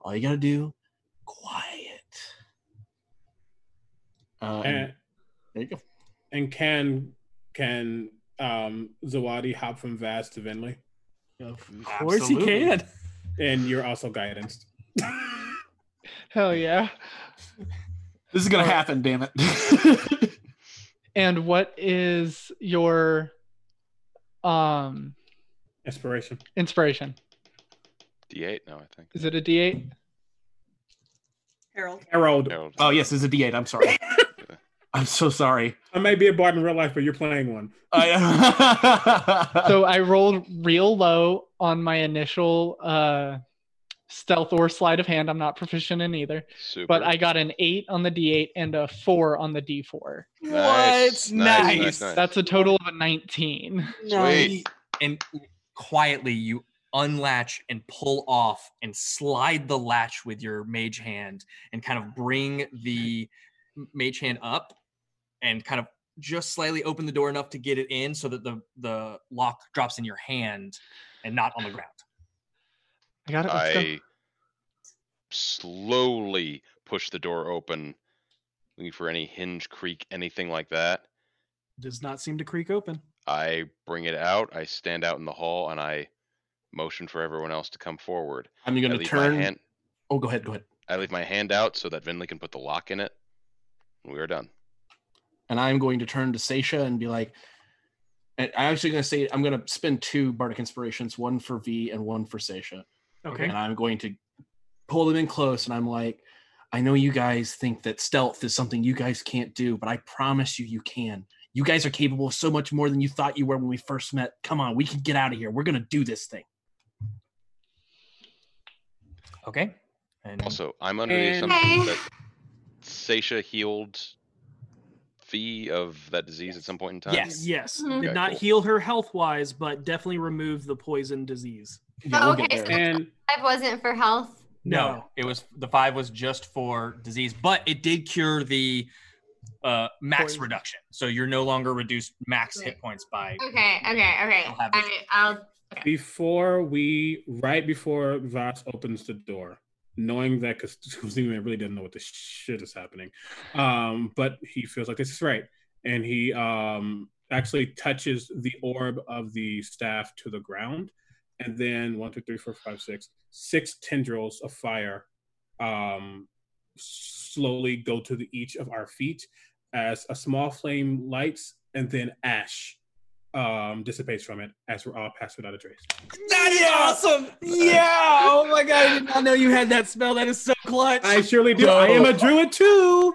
G: All you gotta do, quiet. Uh, and-
H: and,
G: there you go.
H: And can can um Zawadi hop from Vaz to Vinley?
G: Of
I: course he Absolutely. can.
H: And you're also guidance.
I: <laughs> Hell yeah.
G: <laughs> This is gonna happen, damn it. <laughs>
I: And what is your um
H: Inspiration.
I: inspiration?
C: D8 now, I think.
I: Is it a
G: <laughs>
I: D8?
D: Harold.
H: Harold.
G: Oh yes, it's a D8. I'm sorry. I'm so sorry.
H: I may be a bard in real life, but you're playing one.
I: so I rolled real low on my initial uh, stealth or sleight of hand. I'm not proficient in either, but
C: Super.
I: I got an eight on the D8 and a four on the D4.
C: Nice, <laughs> What? nice, nice, nice.
I: That's a total of a 19.
A: Sweet. And quietly, you unlatch and pull off and slide the latch with your mage hand and kind of bring the m- mage hand up and kind of just slightly open the door enough to get it in so that the, the lock drops in your hand and not on the ground.
I: I got it. Let's go.
C: I slowly push the door open, looking for any hinge creak, anything like that.
B: Does not seem to creak open.
C: I bring it out. I stand out in the hall and I motion for everyone else to come forward.
G: I'm
C: I
G: gonna
C: leave my
G: turn.
C: hand-
G: Oh, go ahead, go ahead.
C: I leave my hand out so that Vinley can put the lock in it. We are done.
G: and I'm going to turn to Seisha and be like, and I'm actually going to say, I'm going to spend two bardic inspirations, one for V and one for Seisha.
B: Okay.
G: And I'm going to pull them in close and I'm like, I know you guys think that stealth is something you guys can't do, but I promise you, you can. You guys are capable of so much more than you thought you were when we first met. Come on, we can get out of here. We're going to do this thing.
A: Okay. And
C: also, I'm under the
A: And-
C: assumption
F: Hey.
C: that Seisha healed Fee of that disease at some point in time.
B: Yes. Yes.
F: Mhm.
B: Did
C: Okay,
B: not
C: cool.
B: heal her health wise, but definitely removed the poison disease.
F: Oh, we'll get okay, there. so-
H: And
F: Five wasn't for health.
A: No, it was the five was just for disease, but it did cure the uh, max
I: Poison.
A: reduction. So you're no longer reduced max hit points by.
F: Okay, okay, okay.
A: I'll
F: All
A: have
F: right, I'll.
H: Before we, right before Voss opens the door, knowing that because Zima really doesn't know what the shit is happening, um, but he feels like this is right, and he um, actually touches the orb of the staff to the ground, and then one, two, three, four, five, six, six tendrils of fire um, slowly go to the, each of our feet as a small flame lights, and then ash um, dissipates from it as we're all passed without a <laughs> trace.
E: That is awesome! Yeah! Oh my god, I did not know you had that spell. That is so clutch.
H: I surely do. I am a druid too.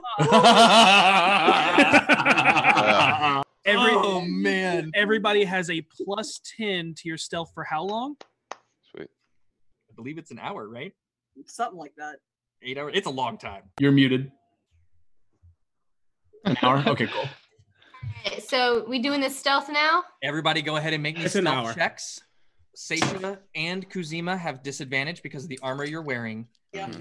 B: <laughs> Every,
E: oh man.
B: Everybody has a plus 10 to your stealth for how long?
A: I believe it's an hour, right?
D: Something like that.
A: Eight hours. It's a long time.
G: <laughs> You're muted. An hour? Okay, cool.
F: Okay, So we doing this stealth now?
A: <laughs> Everybody, go ahead and make me
H: It's an hour.
A: stealth checks. Seisha and Kuzima have disadvantage because of the armor you're wearing,
D: Yeah.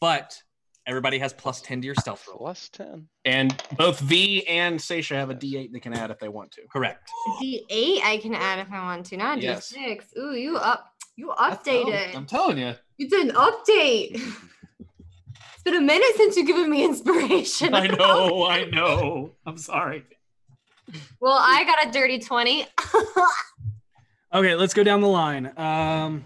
A: but everybody has plus ten to your stealth roll.
C: Mm-hmm. Plus 10.
G: And both V and Seisha have a D8 they can add if they want to.
A: Correct.
F: D8 I can add if I want to, not a
G: Yes.
F: D6. Ooh, you up. You updated.
G: Oh, I'm telling you.
F: You did an update. it's been a minute since you've given me inspiration.
G: I know, I know. I'm sorry.
F: well, I got a dirty <laughs> 20.
B: Okay, let's go down the line. Um,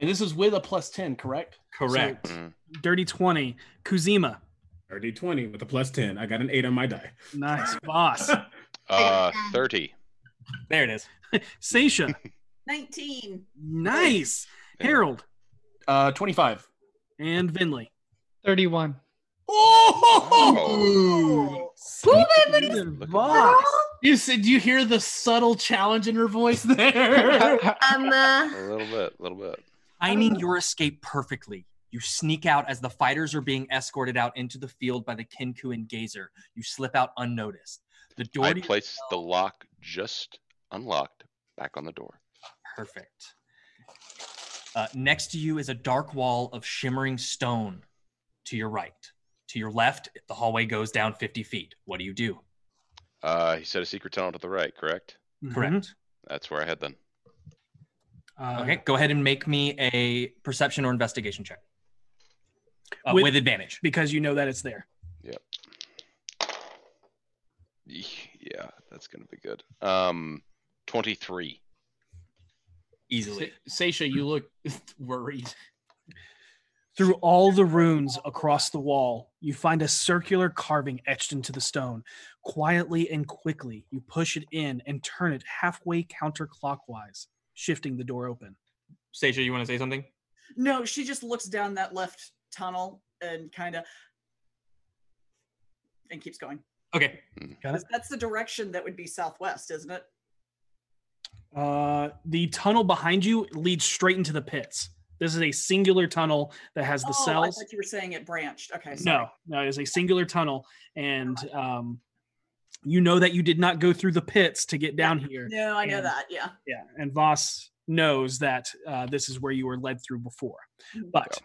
G: and this is with a plus 10, correct?
A: Correct.
B: Dirty 20. Kuzima.
H: 30 20 with a plus 10. I got an 8 on my die.
B: Nice.
H: <laughs>
B: Boss.
C: Uh, 30.
A: There it
B: <laughs>
A: is.
B: Seisha.
D: 19.
B: Nice. Harold.
G: Uh, 25.
B: And Vinley.
I: 31.
G: Oh!
F: Woo, baby!
G: Boss. You said you hear the subtle challenge in her voice there.
F: Um, uh,
C: A little bit, a little bit.
A: timing your escape perfectly. You sneak out as the fighters are being escorted out into the field by the Kinku and Gazer. You slip out unnoticed. The door
C: I
A: to your
C: place the lock just unlocked back on the door.
A: Perfect. Uh, next to you is a dark wall of shimmering stone to your right. To your left, the hallway goes down 50 feet. What do you do?
C: Uh, he said a secret tunnel to the right, correct?
A: Correct.
C: That's where I head then.
B: Uh,
A: Okay, go ahead and make me a perception or investigation check uh,
B: With-
A: with, advantage.
B: because you know that it's there.
C: Yep. Eek, Yeah, that's gonna be good. Um, twenty-three.
A: Easily.
G: Seisha, you look worried.
B: Through all the runes across the wall, you find a circular carving etched into the stone. Quietly and quickly, you push it in and turn it halfway counterclockwise, shifting the door open.
Q: Stacia, you want to say something?
D: No, she just looks down that left tunnel and kind of and keeps going.
Q: Okay.
D: Because that's the direction that would be southwest, isn't it?
B: Uh, the tunnel behind you leads straight into the pits. This is a singular tunnel that has the
D: oh, I
B: cells.
D: thought you were saying it branched. Okay. Sorry.
B: No, no, it is a singular tunnel, and um, you know that you did not go through the pits to get down here.
D: No, I know
B: and-
D: that. Yeah.
B: Yeah, and Voss knows that uh, this is where you were led through before.
D: Mm-hmm. Mm.
B: But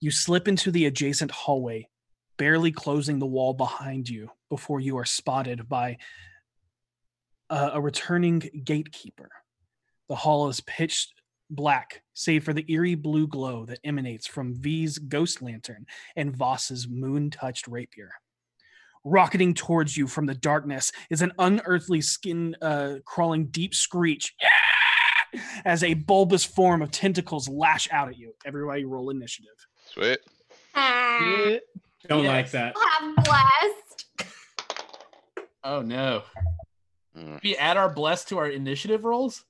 B: you slip into the adjacent hallway, barely closing the wall behind you before you are spotted by uh, a returning gatekeeper. The hall is pitch black, save for the eerie blue glow that emanates from V's ghost lantern and Voss's moon touched rapier. Rocketing towards you from the darkness is an unearthly skin uh, crawling deep screech as a bulbous form of tentacles lash out at you. Everybody roll initiative.
C: Sweet.
H: Don't like that.
F: I'm blessed.
G: Oh no. We add our bless to our initiative rolls.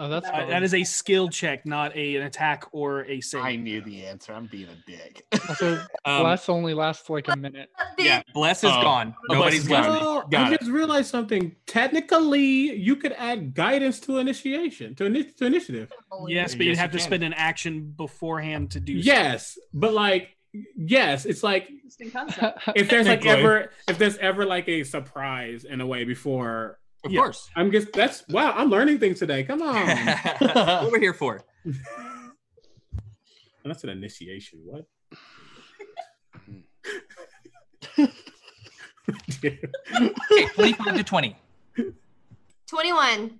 I: Oh,
G: that's
B: Uh, that is a skill check, not a, an attack or a save. I
G: knew the answer. I'm being a dick. <laughs>
I: Also,
Q: Um,
I: bless only lasts like a minute.
Q: Yeah, bless is
H: Oh.
Q: gone.
H: Oh,
Q: Nobody's
H: but-
Q: left.
H: Oh, I just realized something. Technically, you could add guidance to initiation to, ini- to initiative.
B: Yes, but you'd
H: Yes,
B: have
H: you
B: to
H: can.
B: spend an action beforehand to do. so.
H: Yes, but like, yes, it's like
D: Interesting concept.
Q: <laughs>
H: if there's like
B: Technically.
H: ever if there's ever like a surprise in a way before.
Q: Of course.
H: I'm just that's wow. I'm learning things today.
Q: <laughs>
H: Come on.
Q: what we're here for.
H: <laughs> that's an initiation. What?
Q: Okay, 25 to 20.
F: 21.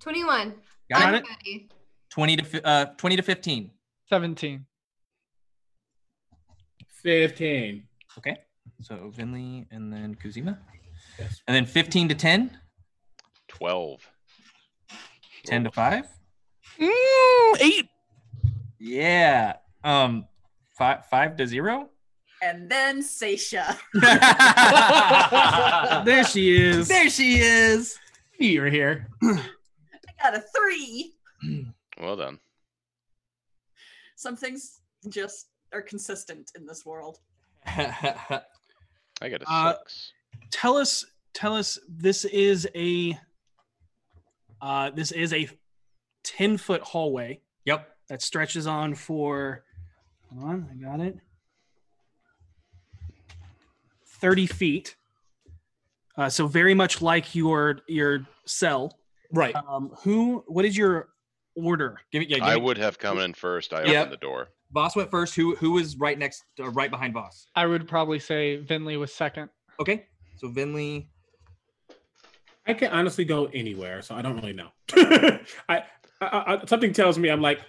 F: 21.
Q: Got
F: I'm
Q: it?
F: ready.
Q: 20 to fi- uh, 20 to 15.
I: 17.
H: 15.
Q: Okay. So Vinley and then Kuzima. And then 15 to 10,
C: Twelve.
Q: 10 to 5.
B: eight.
Q: Yeah. Um five five to zero.
D: And then <laughs> Seisha.
H: <laughs>
B: there she is.
Q: There she is.
G: You're here.
D: I got a three.
C: Well done.
D: Some things just are consistent in this world.
Q: I
C: got a
B: Uh,
C: six.
B: Tell us, tell us. This is a, uh, this is a, ten foot hallway.
Q: Yep.
B: That stretches on for. Hold on, I got it. Thirty feet. Uh, so very much like your your cell.
G: Right.
B: Um, who? What is your order?
Q: Give it. Yeah.
C: I would have come in first. I
I: Yep.
C: opened the door.
Q: Voss went first. Who who was right next uh, right behind Voss?
I: I would probably say Vinley was second.
Q: Okay. So Vinley.
H: I can honestly go anywhere, so I don't really know. <laughs> I, I, I something tells me I'm like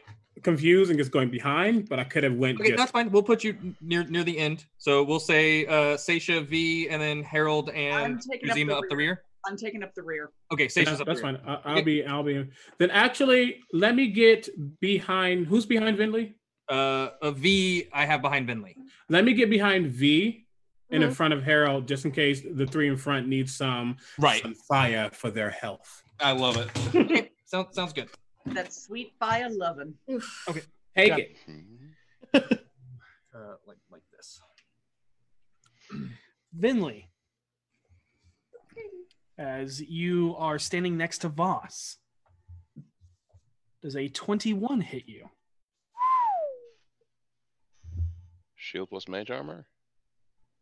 H: confused and just going behind, but I could have went
Q: Okay,
H: just
Q: that's fine. We'll put you near near the end. So we'll say uh Seisha V and then Harold and
D: taking up
Q: Kuzima
D: the
Q: up the rear.
D: I'm taking up the rear.
Q: Okay,
H: Yeah,
Q: Seisha's up
H: that's
Q: the rear.
H: fine. I, I'll be. I'll be. Then actually, let me get behind. Who's behind Vinley?
Q: Uh, a V I have behind Vinley.
H: Let me get behind V and in
Q: Mhm.
H: front of Harold, just in case the three in front need some
Q: Right.
H: some fire for their health.
Q: I love it. <laughs> Sounds sounds good.
D: That sweet fire lovin'.
Q: Okay.
H: Take
Q: Got
H: it.
Q: Uh, like like this.
B: Vinley, as you are standing next to Voss, does a 21 hit you?
C: Shield plus mage armor.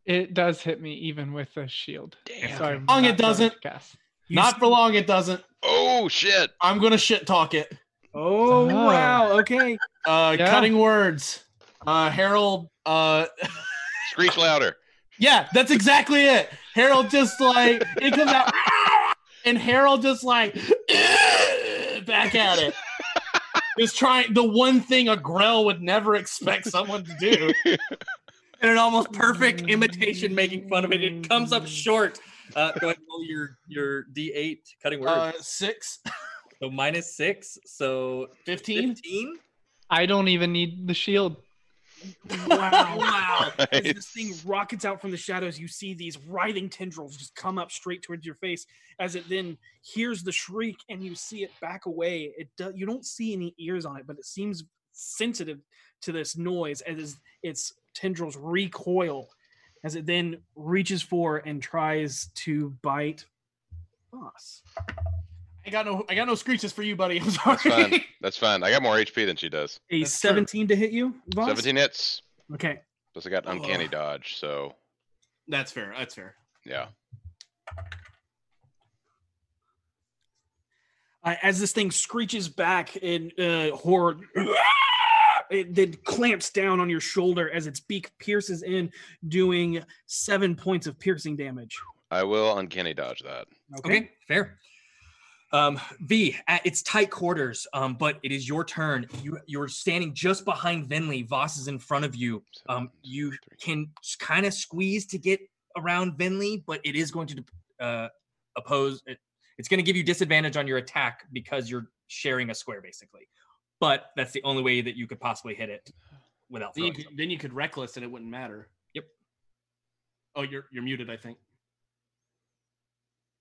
I: It does hit me even with the shield. Damn.
G: long it doesn't.
I: Guess.
G: Not for long it doesn't.
C: Oh shit.
G: I'm gonna shit talk it.
Y: Oh wow. Okay.
G: Uh, Cutting words. Uh, Harold. Uh, <laughs>
C: Screech louder.
G: yeah, that's exactly it. Harold just like it comes out, <laughs> and Harold just like <laughs> back at it. Just trying the one thing a Grell would never expect someone to
C: <laughs>
G: do.
E: in an almost perfect imitation, making fun of it. It comes up short. Uh, go ahead and roll your your d8 cutting word.
G: Uh, six. <laughs>
E: So minus six. So
G: 15?
I: I don't even need the shield.
B: Wow. wow. As
I: Nice.
B: this thing rockets out from the shadows, you see these writhing tendrils just come up straight towards your face as it then hears the shriek and you see it back away. It do- you don't see any ears on it, but it seems sensitive to this noise as is- its tendrils recoil as it then reaches for and tries to bite us.
G: I got no. I got no screeches for you, buddy. I'm sorry.
C: That's
G: <laughs>
C: fine. That's fine. I got more HP than she does.
B: A 17 to hit you, Voss?
C: 17 hits.
B: Okay.
C: Plus I got uncanny
B: Ugh.
C: dodge, so
E: That's fair. That's fair.
C: yeah.
B: uh, as this thing screeches back in uh, horror. <laughs> It then clamps down on your shoulder as its beak pierces in, doing seven points of piercing
F: <laughs>
B: damage.
C: I will uncanny dodge that.
B: Okay.
A: Okay, fair. Um, v, at its tight quarters, um, but it is your turn. You you're standing just behind Vinley. Voss is in front of you. Um, you can kind of squeeze to get around Vinley, but it is going to uh, oppose. It, it's going to give you disadvantage on your attack because you're sharing a square, basically. But that's the only way that you could possibly hit it without.
E: Then you,
A: throwing
E: could, then you could reckless and it wouldn't matter.
A: Yep.
E: Oh, you're you're muted. I think.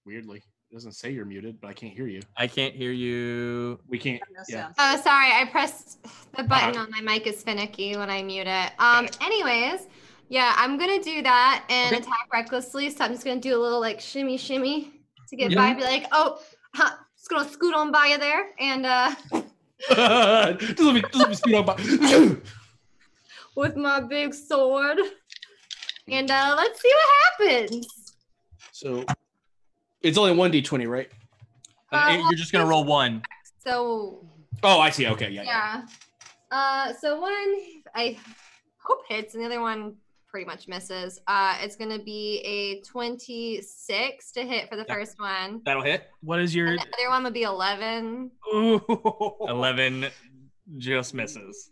E: Weirdly, it doesn't say you're muted, but I can't hear you.
A: I can't hear you.
E: We can't. yeah.
F: Oh, sorry. I pressed the button
E: Uh-huh.
F: on my mic is finicky when I mute it. Um. Anyways, yeah, I'm gonna do that and attack recklessly. So I'm just gonna do a little like shimmy, shimmy to get by.
E: Yeah.
F: Be like, oh, huh, just gonna scoot on by you there, and uh,
G: just let me. Just let me speed up. by-
F: with my big sword, and uh, let's see what happens.
E: So it's only one d20, right?
F: Uh,
E: you're just gonna roll one.
F: So
E: Oh, I see. Okay, yeah. yeah.
F: yeah. Uh, so one I hope hits, and the other one pretty much misses. Uh, it's gonna be a twenty-six to hit for the first one.
A: That'll hit.
B: What is your
F: And the other one would be eleven.
A: eleven? Just misses.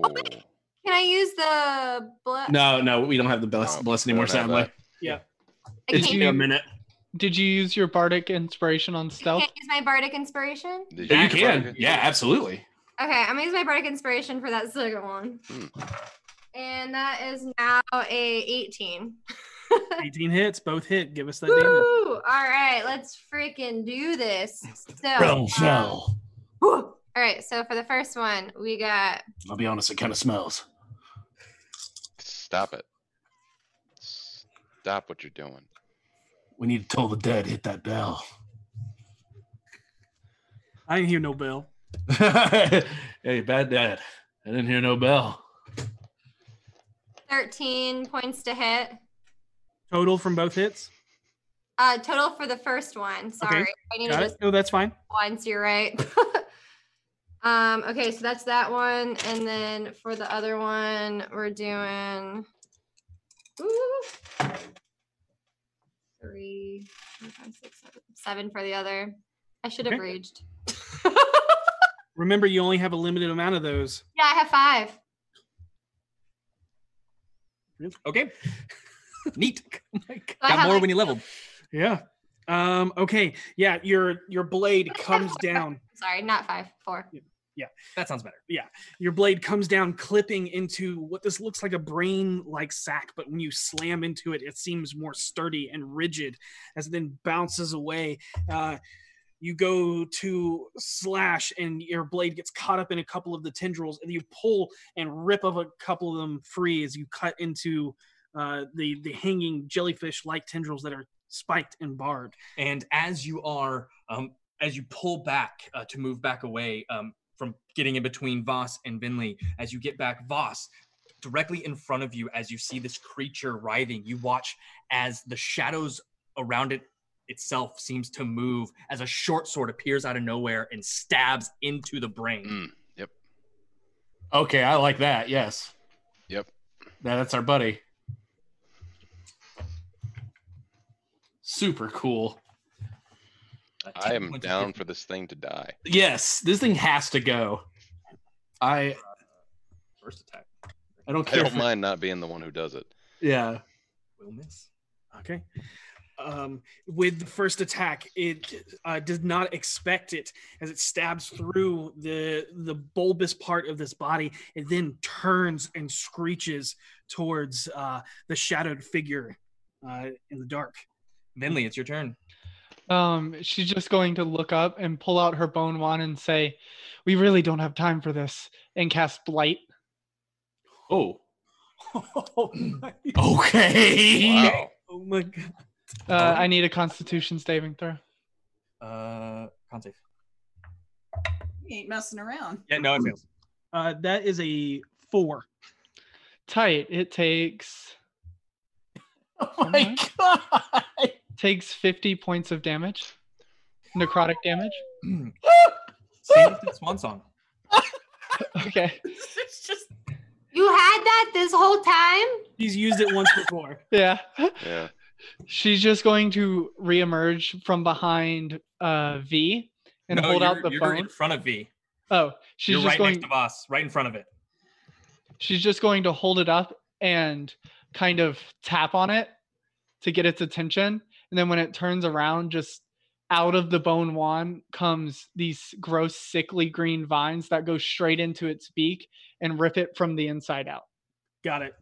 F: Can I use the blood?
E: No, no, we don't have the bless,
G: Oh,
E: bless anymore,
A: don't have
E: sadly.
B: Yeah.
F: I can't, I
E: minute.
I: Did you use your bardic inspiration on stealth?
F: can't use my bardic inspiration.
C: You
E: can. Yeah, absolutely.
F: Okay, I'm gonna use my bardic inspiration for that second one, and that is now a eighteen.
B: 18 hits, both hit. Give us that damage.
F: Woo! All right, let's freaking
E: <laughs>
F: do this. So, um, all right. So for the first one, we got
G: I'll be honest. It kind of smells.
C: Stop it. Stop what you're doing.
G: We need to tell the dead. Hit that bell.
B: <laughs> I didn't hear no bell.
G: hey, bad dad. I didn't hear no bell.
F: thirteen points to hit.
B: Total from both hits.
F: Uh, total for the first one. Sorry, I need to
B: Got it.
F: just
B: No, that's fine.
F: once. You're right. <laughs> um. Okay, so that's that one, and then for the other one, we're doing. Ooh. Three, four, five, six, seven, seven for the other. I should have
B: Okay.
F: raged.
B: Remember, you only have a limited amount of those.
F: Yeah, I have five.
A: Okay. Neat.
F: I
A: Got
F: have,
A: more
F: like,
A: when you
F: <laughs>
A: leveled.
B: Yeah. Um, okay. Yeah, your your blade comes down.
F: Sorry, not five, four.
B: Yeah.
A: That sounds better.
B: Yeah. Your blade comes down, clipping into what this looks like a brain like sack, but when you slam into it, it seems more sturdy and rigid as it then bounces away. Uh, you go to slash, and your blade gets caught up in a couple of the tendrils, and you pull and rip of a couple of them free as you cut into uh, the, the hanging jellyfish like tendrils that are spiked and barred.
A: And as you are, um, as you pull back uh, to move back away um, from getting in between Voss and Vinley, as you get back, Voss directly in front of you as you see this creature writhing. You watch as the shadows around it itself seems to move as a short sword appears out of nowhere and stabs into the brain.
C: yep.
G: Okay, I like that. Yes.
C: Yep.
G: Now that's our buddy. Super cool.
C: I am down for this thing to die.
G: Yes, this thing has to go. I
A: First attack.
G: I don't
C: I
G: care.
C: don't
G: if it-
C: mind not being the one who does it.
G: Yeah.
A: Will miss.
B: Okay. Um, with the first attack, it uh, does not expect it as it stabs through the the bulbous part of this body. It then turns and screeches towards uh, the shadowed figure uh, in the dark.
A: Vinley, it's your turn.
I: Um, she's just going to look up and pull out her bone wand and say, "We really don't have time for this," and cast blight.
G: Oh.
I: okay.
G: Wow.
B: Oh my god.
I: Uh, I need a Constitution saving throw.
A: Um, Uh, con save.
D: He ain't messing around.
A: Yeah, no, it fails.
B: Uh, that is a four.
I: Tight. It takes.
G: Oh my god!
I: Takes fifty points of damage, necrotic
G: <clears throat>
I: damage.
A: Same with the
G: <laughs>
A: swan song.
I: Okay.
F: You had that this whole time?
B: He's used it once before.
I: Yeah.
C: Yeah.
I: She's just going to reemerge from behind uh, V and
A: no,
I: hold
A: you're,
I: out the
A: you're
I: bone.
A: in front of V.
I: Oh, she's
A: you're
I: just
A: right
I: going.
A: next to us, right in front of it.
I: she's just going to hold it up and kind of tap on it to get its attention and then when it turns around just out of the bone wand comes these gross sickly green vines that go straight into its beak and rip it from the inside out
B: Got it.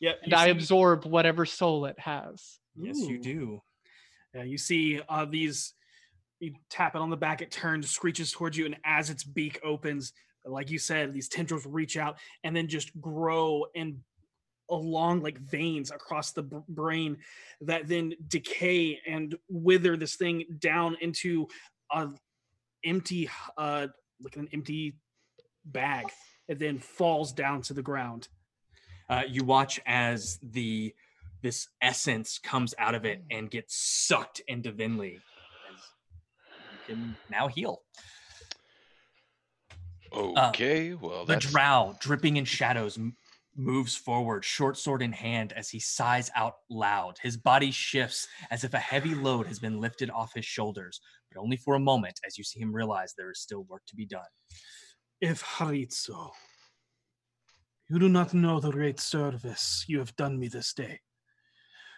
B: Yep.
I: and
B: you
I: i
B: see-
I: absorb whatever soul it has
B: Yes, you do. Yeah, you see uh, these. You tap it on the back, it turns, screeches towards you, and as its beak opens, like you said, these tendrils reach out and then just grow and along like veins across the b- brain that then decay and wither this thing down into a empty, uh, like an empty bag, and then falls down to the ground.
A: Uh, you watch as the this essence comes out of it and gets sucked into Vinley. As You can now heal. Uh,
C: Okay, well
A: the
C: that's
A: drow, dripping in shadows, m- moves forward, short sword in hand, as he sighs out loud. His body shifts as if a heavy load has been lifted off his shoulders, but only for a moment as you see him realize there is still work to be done.
B: If Haritsu, you do not know the great service you have done me this day,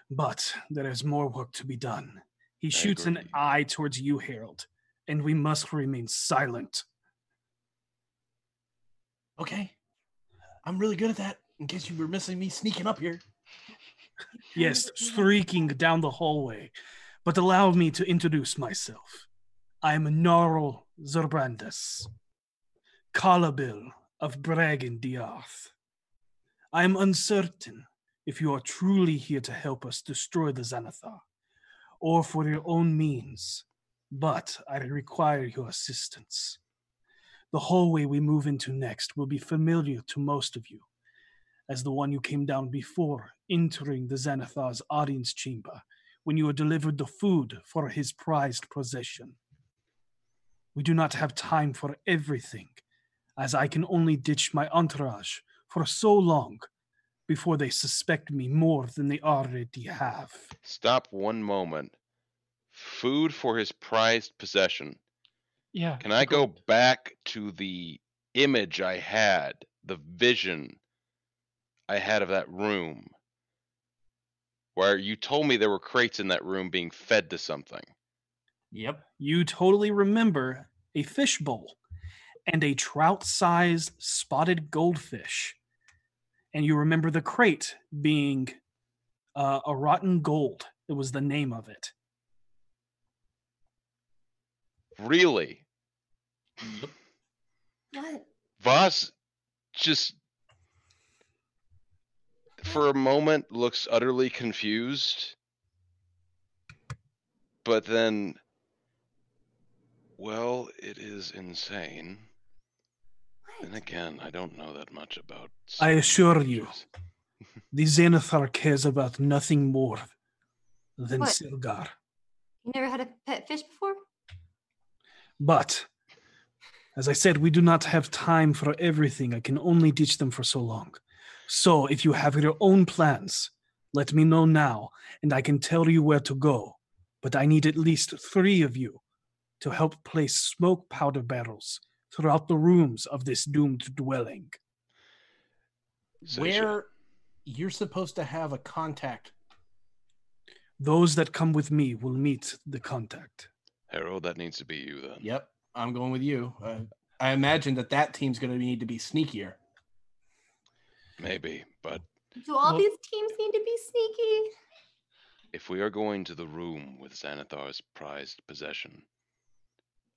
B: but there is more work to be done. He shoots an eye towards you, Harold, and we must remain silent.
E: Okay. I'm really good at that. In case you were missing me sneaking up here.
B: Yes, streaking down the hallway, but allow me to introduce myself. I am Narl Zorbrandes, Calabil of Bragan Diath. I am uncertain if you are truly here to help us destroy the Xanathar, or for your own means, but I require your assistance. The hallway we move into next will be familiar to most of you, as the one you came down before, entering the Xanathar's audience chamber when you were delivered the food for his prized possession. We do not have time for everything, as I can only ditch my entourage for so long before they suspect me more than they already have.
C: stop one moment. Food for his prized possession.
I: yeah
C: Can I go back to the image I had, the vision I had of that room? Where you told me there were crates in that room being fed to something.
A: Yep.
B: You totally remember a fishbowl and a trout sized spotted goldfish. And you remember the crate being uh, a rotten gold. It was the name of it.
C: Really?
F: What?
C: Voss just for a moment looks utterly confused, but then, well, it is insane. And again, I don't know that much about.
E: I assure you, the Xanathar cares about nothing more than
F: What?
E: Silgar.
F: You never had a pet fish before?
E: But as I said, we do not have time for everything. I can only teach them for so long. So if you have your own plans, let me know now, and I can tell you where to go. But I need at least three of you to help place smoke powder barrels throughout the rooms of this doomed dwelling.
G: Where you're supposed to have a contact.
E: Those that come with me will meet the contact.
C: Harold, that needs to be you then.
G: Yep, I'm going with you. Uh, I imagine that that team's going to need to be sneakier.
C: Maybe, but
F: Do all
G: Well-
F: these teams need to be sneaky?
C: if we are going to the room with Xanathar's prized possession,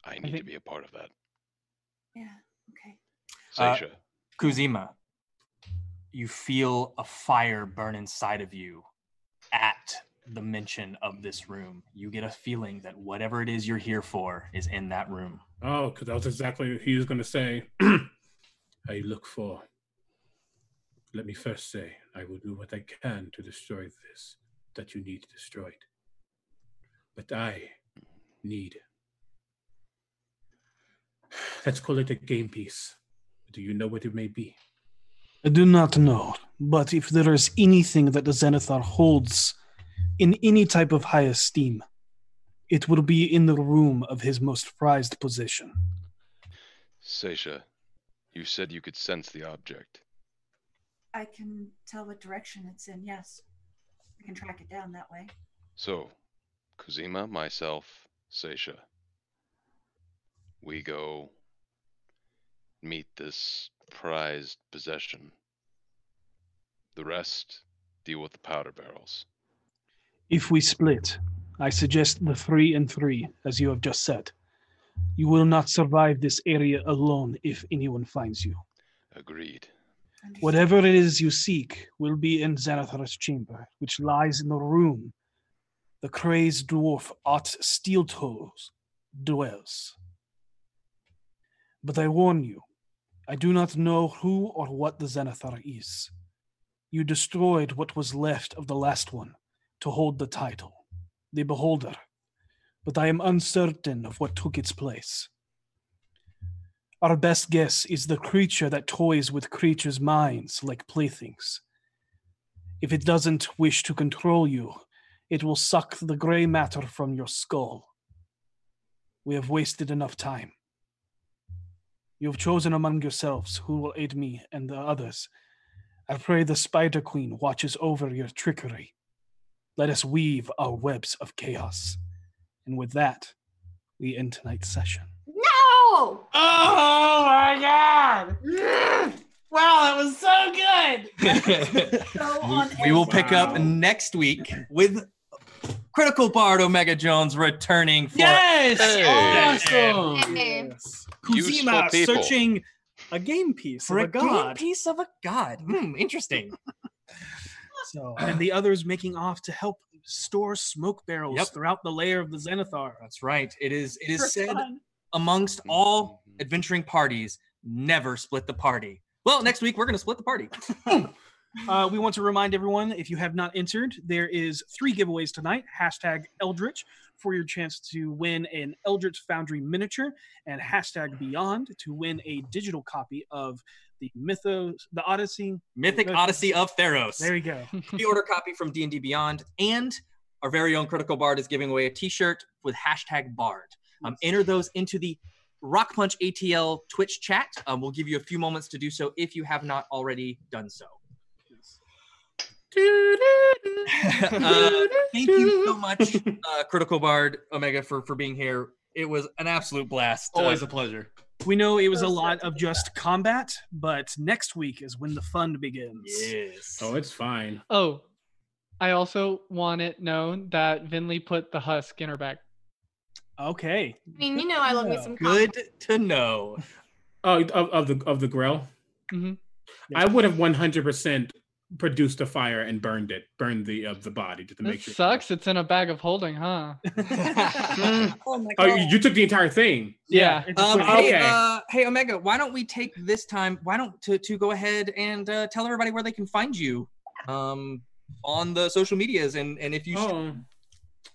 C: I need to
A: think-
C: be a part of that.
D: Yeah. Okay.
A: Uh,
C: Seisha,
A: Kuzima, you feel a fire burn inside of you at the mention of this room. You get a feeling that whatever it is you're here for is in that <laughs> room.
H: Oh, because that was exactly what he was going to say. <clears throat> I look for. Let me first say, I will do what I can to destroy this that you need destroyed. But I need. <sighs> Let's call it a game piece. Do you know what it may be?
E: I do not know, but if there is anything that the Xanathar holds in any type of high esteem, it will be in the room of his most prized possession.
C: Seisha, you said you could sense the object.
D: I can tell what direction it's in. Yes. I can track it down that way.
C: So, Kuzima, myself, Seisha, we go meet this prized possession. The rest deal with the powder barrels.
E: If we split, I suggest the three and three, as you have just said. You will not survive this area alone if anyone finds you.
C: Agreed.
E: Whatever it is you seek will be in Xanathar's chamber, which lies in the room the crazed dwarf Ot Steeltoes dwells. But I warn you, I do not know who or what the Xanathar is. You destroyed what was left of the last one to hold the title, the Beholder, but I am uncertain of what took its place. Our best guess is the creature that toys with creatures' minds like playthings. If it doesn't wish to control you, it will suck the gray matter from your skull. We have wasted enough time. You have chosen among yourselves who will aid me and the others. I pray the Spider Queen watches over your trickery. Let us weave our webs of chaos. And with that, we end tonight's session.
F: No!
G: Oh my god! wow, that was so good.
A: we will pick up next week with Critical Bard Omega Jones returning for
E: Yes!
A: Hey!
E: Awesome!
A: Kuzima Useful people. searching
E: a game piece
A: for a,
E: god.
A: game piece of a god. Hmm, interesting.
E: So, and the others making off to help store smoke barrels
A: Yep.
E: throughout the layer of the Xanathar.
A: That's right. It is. It
E: For
A: is said
E: fun.
A: amongst
B: Mm-hmm.
A: all adventuring parties, never split the party. Well, next week we're going to split
B: <laughs>
A: the party.
E: Uh, we want to remind everyone if you have not entered, there is three giveaways tonight. Hashtag Eldritch for your chance to win an Eldritch Foundry miniature, and hashtag Beyond to win a digital copy of the Mythos, the Odyssey,
A: Mythic Odyssey of Theros.
E: There you go.
A: Pre-order copy from D and D Beyond, and our very own Critical Bard is giving away a T-shirt with hashtag Bard. Um, enter those into the Rock Punch ATL Twitch chat. Um, we'll give you a few moments to do so if you have not already
B: <laughs>
A: done so.
I: <laughs>
A: Uh, thank you so much, uh, Critical Bard Omega, for for being here. It was an absolute blast. Uh,
B: Always a
A: pleasure.
E: We know it was a lot of just combat, but next week is when the fun begins. Yes.
H: Oh, it's fine.
I: Oh, I also want it known that Vinley put the husk in her bag.
E: Okay.
F: I mean, you know I love me
A: <laughs>
F: some
A: Good to know.
H: Oh, of, of the of the grill.
I: Mhm.
H: I would have one hundred percent produced a fire and burned it, burned the uh, the body to
I: This
H: make sure.
I: sucks. It's in a bag of holding, huh? <laughs>
H: oh you, you took the entire thing.
I: Yeah.
A: Um, hey,
H: okay.
A: uh, hey, Omega, why don't we take this time? Why don't to, to go ahead and uh, tell everybody where they can find you um, on the social medias and, and if you.
H: Oh,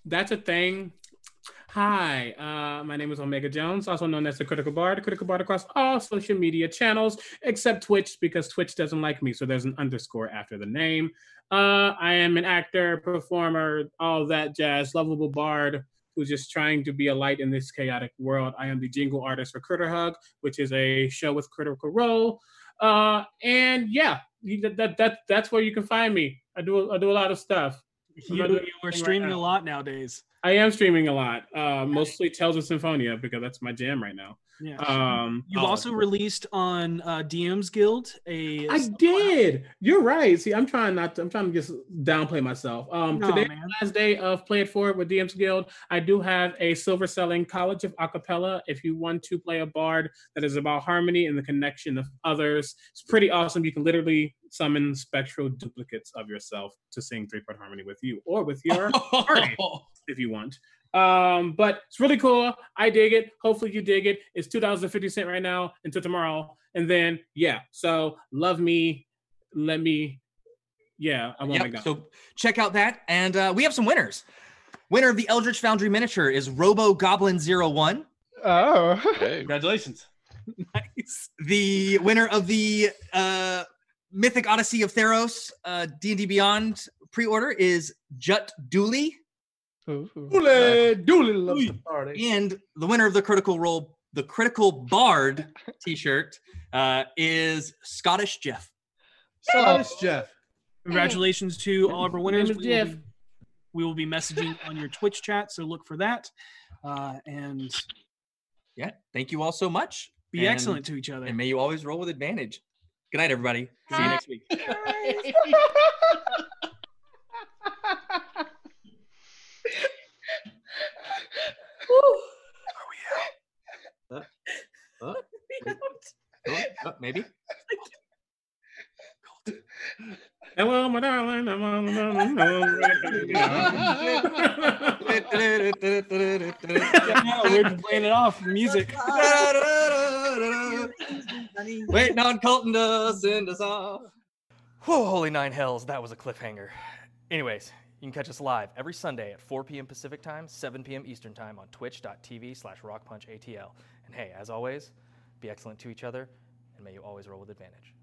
H: that's a thing. Hi, uh, my name is Omega Jones, also known as the Critical Bard. Critical Bard across all social media channels except Twitch because Twitch doesn't like me, so there's an underscore after the name. Uh, I am an actor, performer, all that jazz, lovable bard who's just trying to be a light in this chaotic world. I am the jingle artist for Critter Hug, which is a show with Critical Role. Uh, and yeah, you- that, that, that that's where you can find me. I do I do a lot of stuff. I'm not
B: You,
H: doing
B: are
H: anything right
B: streaming
H: now.
B: a lot nowadays.
H: I am streaming a lot, uh, mostly Tales of Symphonia because that's my jam right now.
B: Yeah.
H: Um,
B: You've
H: oh,
B: also released on uh, DM's Guild a.
H: I did. You're right. See, I'm trying not. To, I'm trying to just downplay myself. Um,
B: No,
H: today,
B: man.
H: last day of Play It Forward with DM's Guild. I do have a silver selling College of Acapella. If you want to play a bard that is about harmony and the connection of others, it's pretty awesome. You can literally summon spectral duplicates of yourself to sing three part harmony with you or with
A: <laughs>
H: your party if you want. Um, but it's really cool. I dig it. Hopefully you dig it. It's two dollars and fifty cent right now until tomorrow, and then yeah. So love me, let me. Yeah, I won't
A: Yep,
H: make that.
A: so check out that. And uh, we have some winners. Winner of the Eldritch Foundry miniature is Robo Goblin 01.
I: Oh.
Z: Congratulations.
A: <laughs> Nice. The winner of the uh, Mythic Odyssey of Theros uh, D&D Beyond pre-order is Jut Dooley.
I: <laughs> Dooley,
H: Dooley
I: loves
A: the party. And the winner of the Critical Role, the Critical
B: <laughs>
A: Bard t-shirt uh, is Scottish Jeff.
B: Scottish
Z: Jeff.
B: Congratulations to all of our winners.
A: Name is
B: We will,
A: Jeff.
B: be, we will be messaging on your Twitch chat, so look for that. Uh, and
A: Yeah, thank you all so much.
B: Be excellent to each other.
A: And may you always roll with advantage. Good night, everybody. See you next week. <laughs>
Z: Uh,
B: Oh,
A: uh, maybe.
H: Hello, my darling. I'm on the
B: <laughs>
H: <laughs>
B: no, we're playing it off for music.
H: <laughs>
A: Waiting on Colton to send us off. Whoa, holy nine hells, that was a cliffhanger. Anyways, you can catch us live every Sunday at 4 p.m. Pacific Time, 7 p.m. Eastern Time on twitch.tv slash rockpunchatl. And hey, as always, be excellent to each other, and may you always roll with advantage.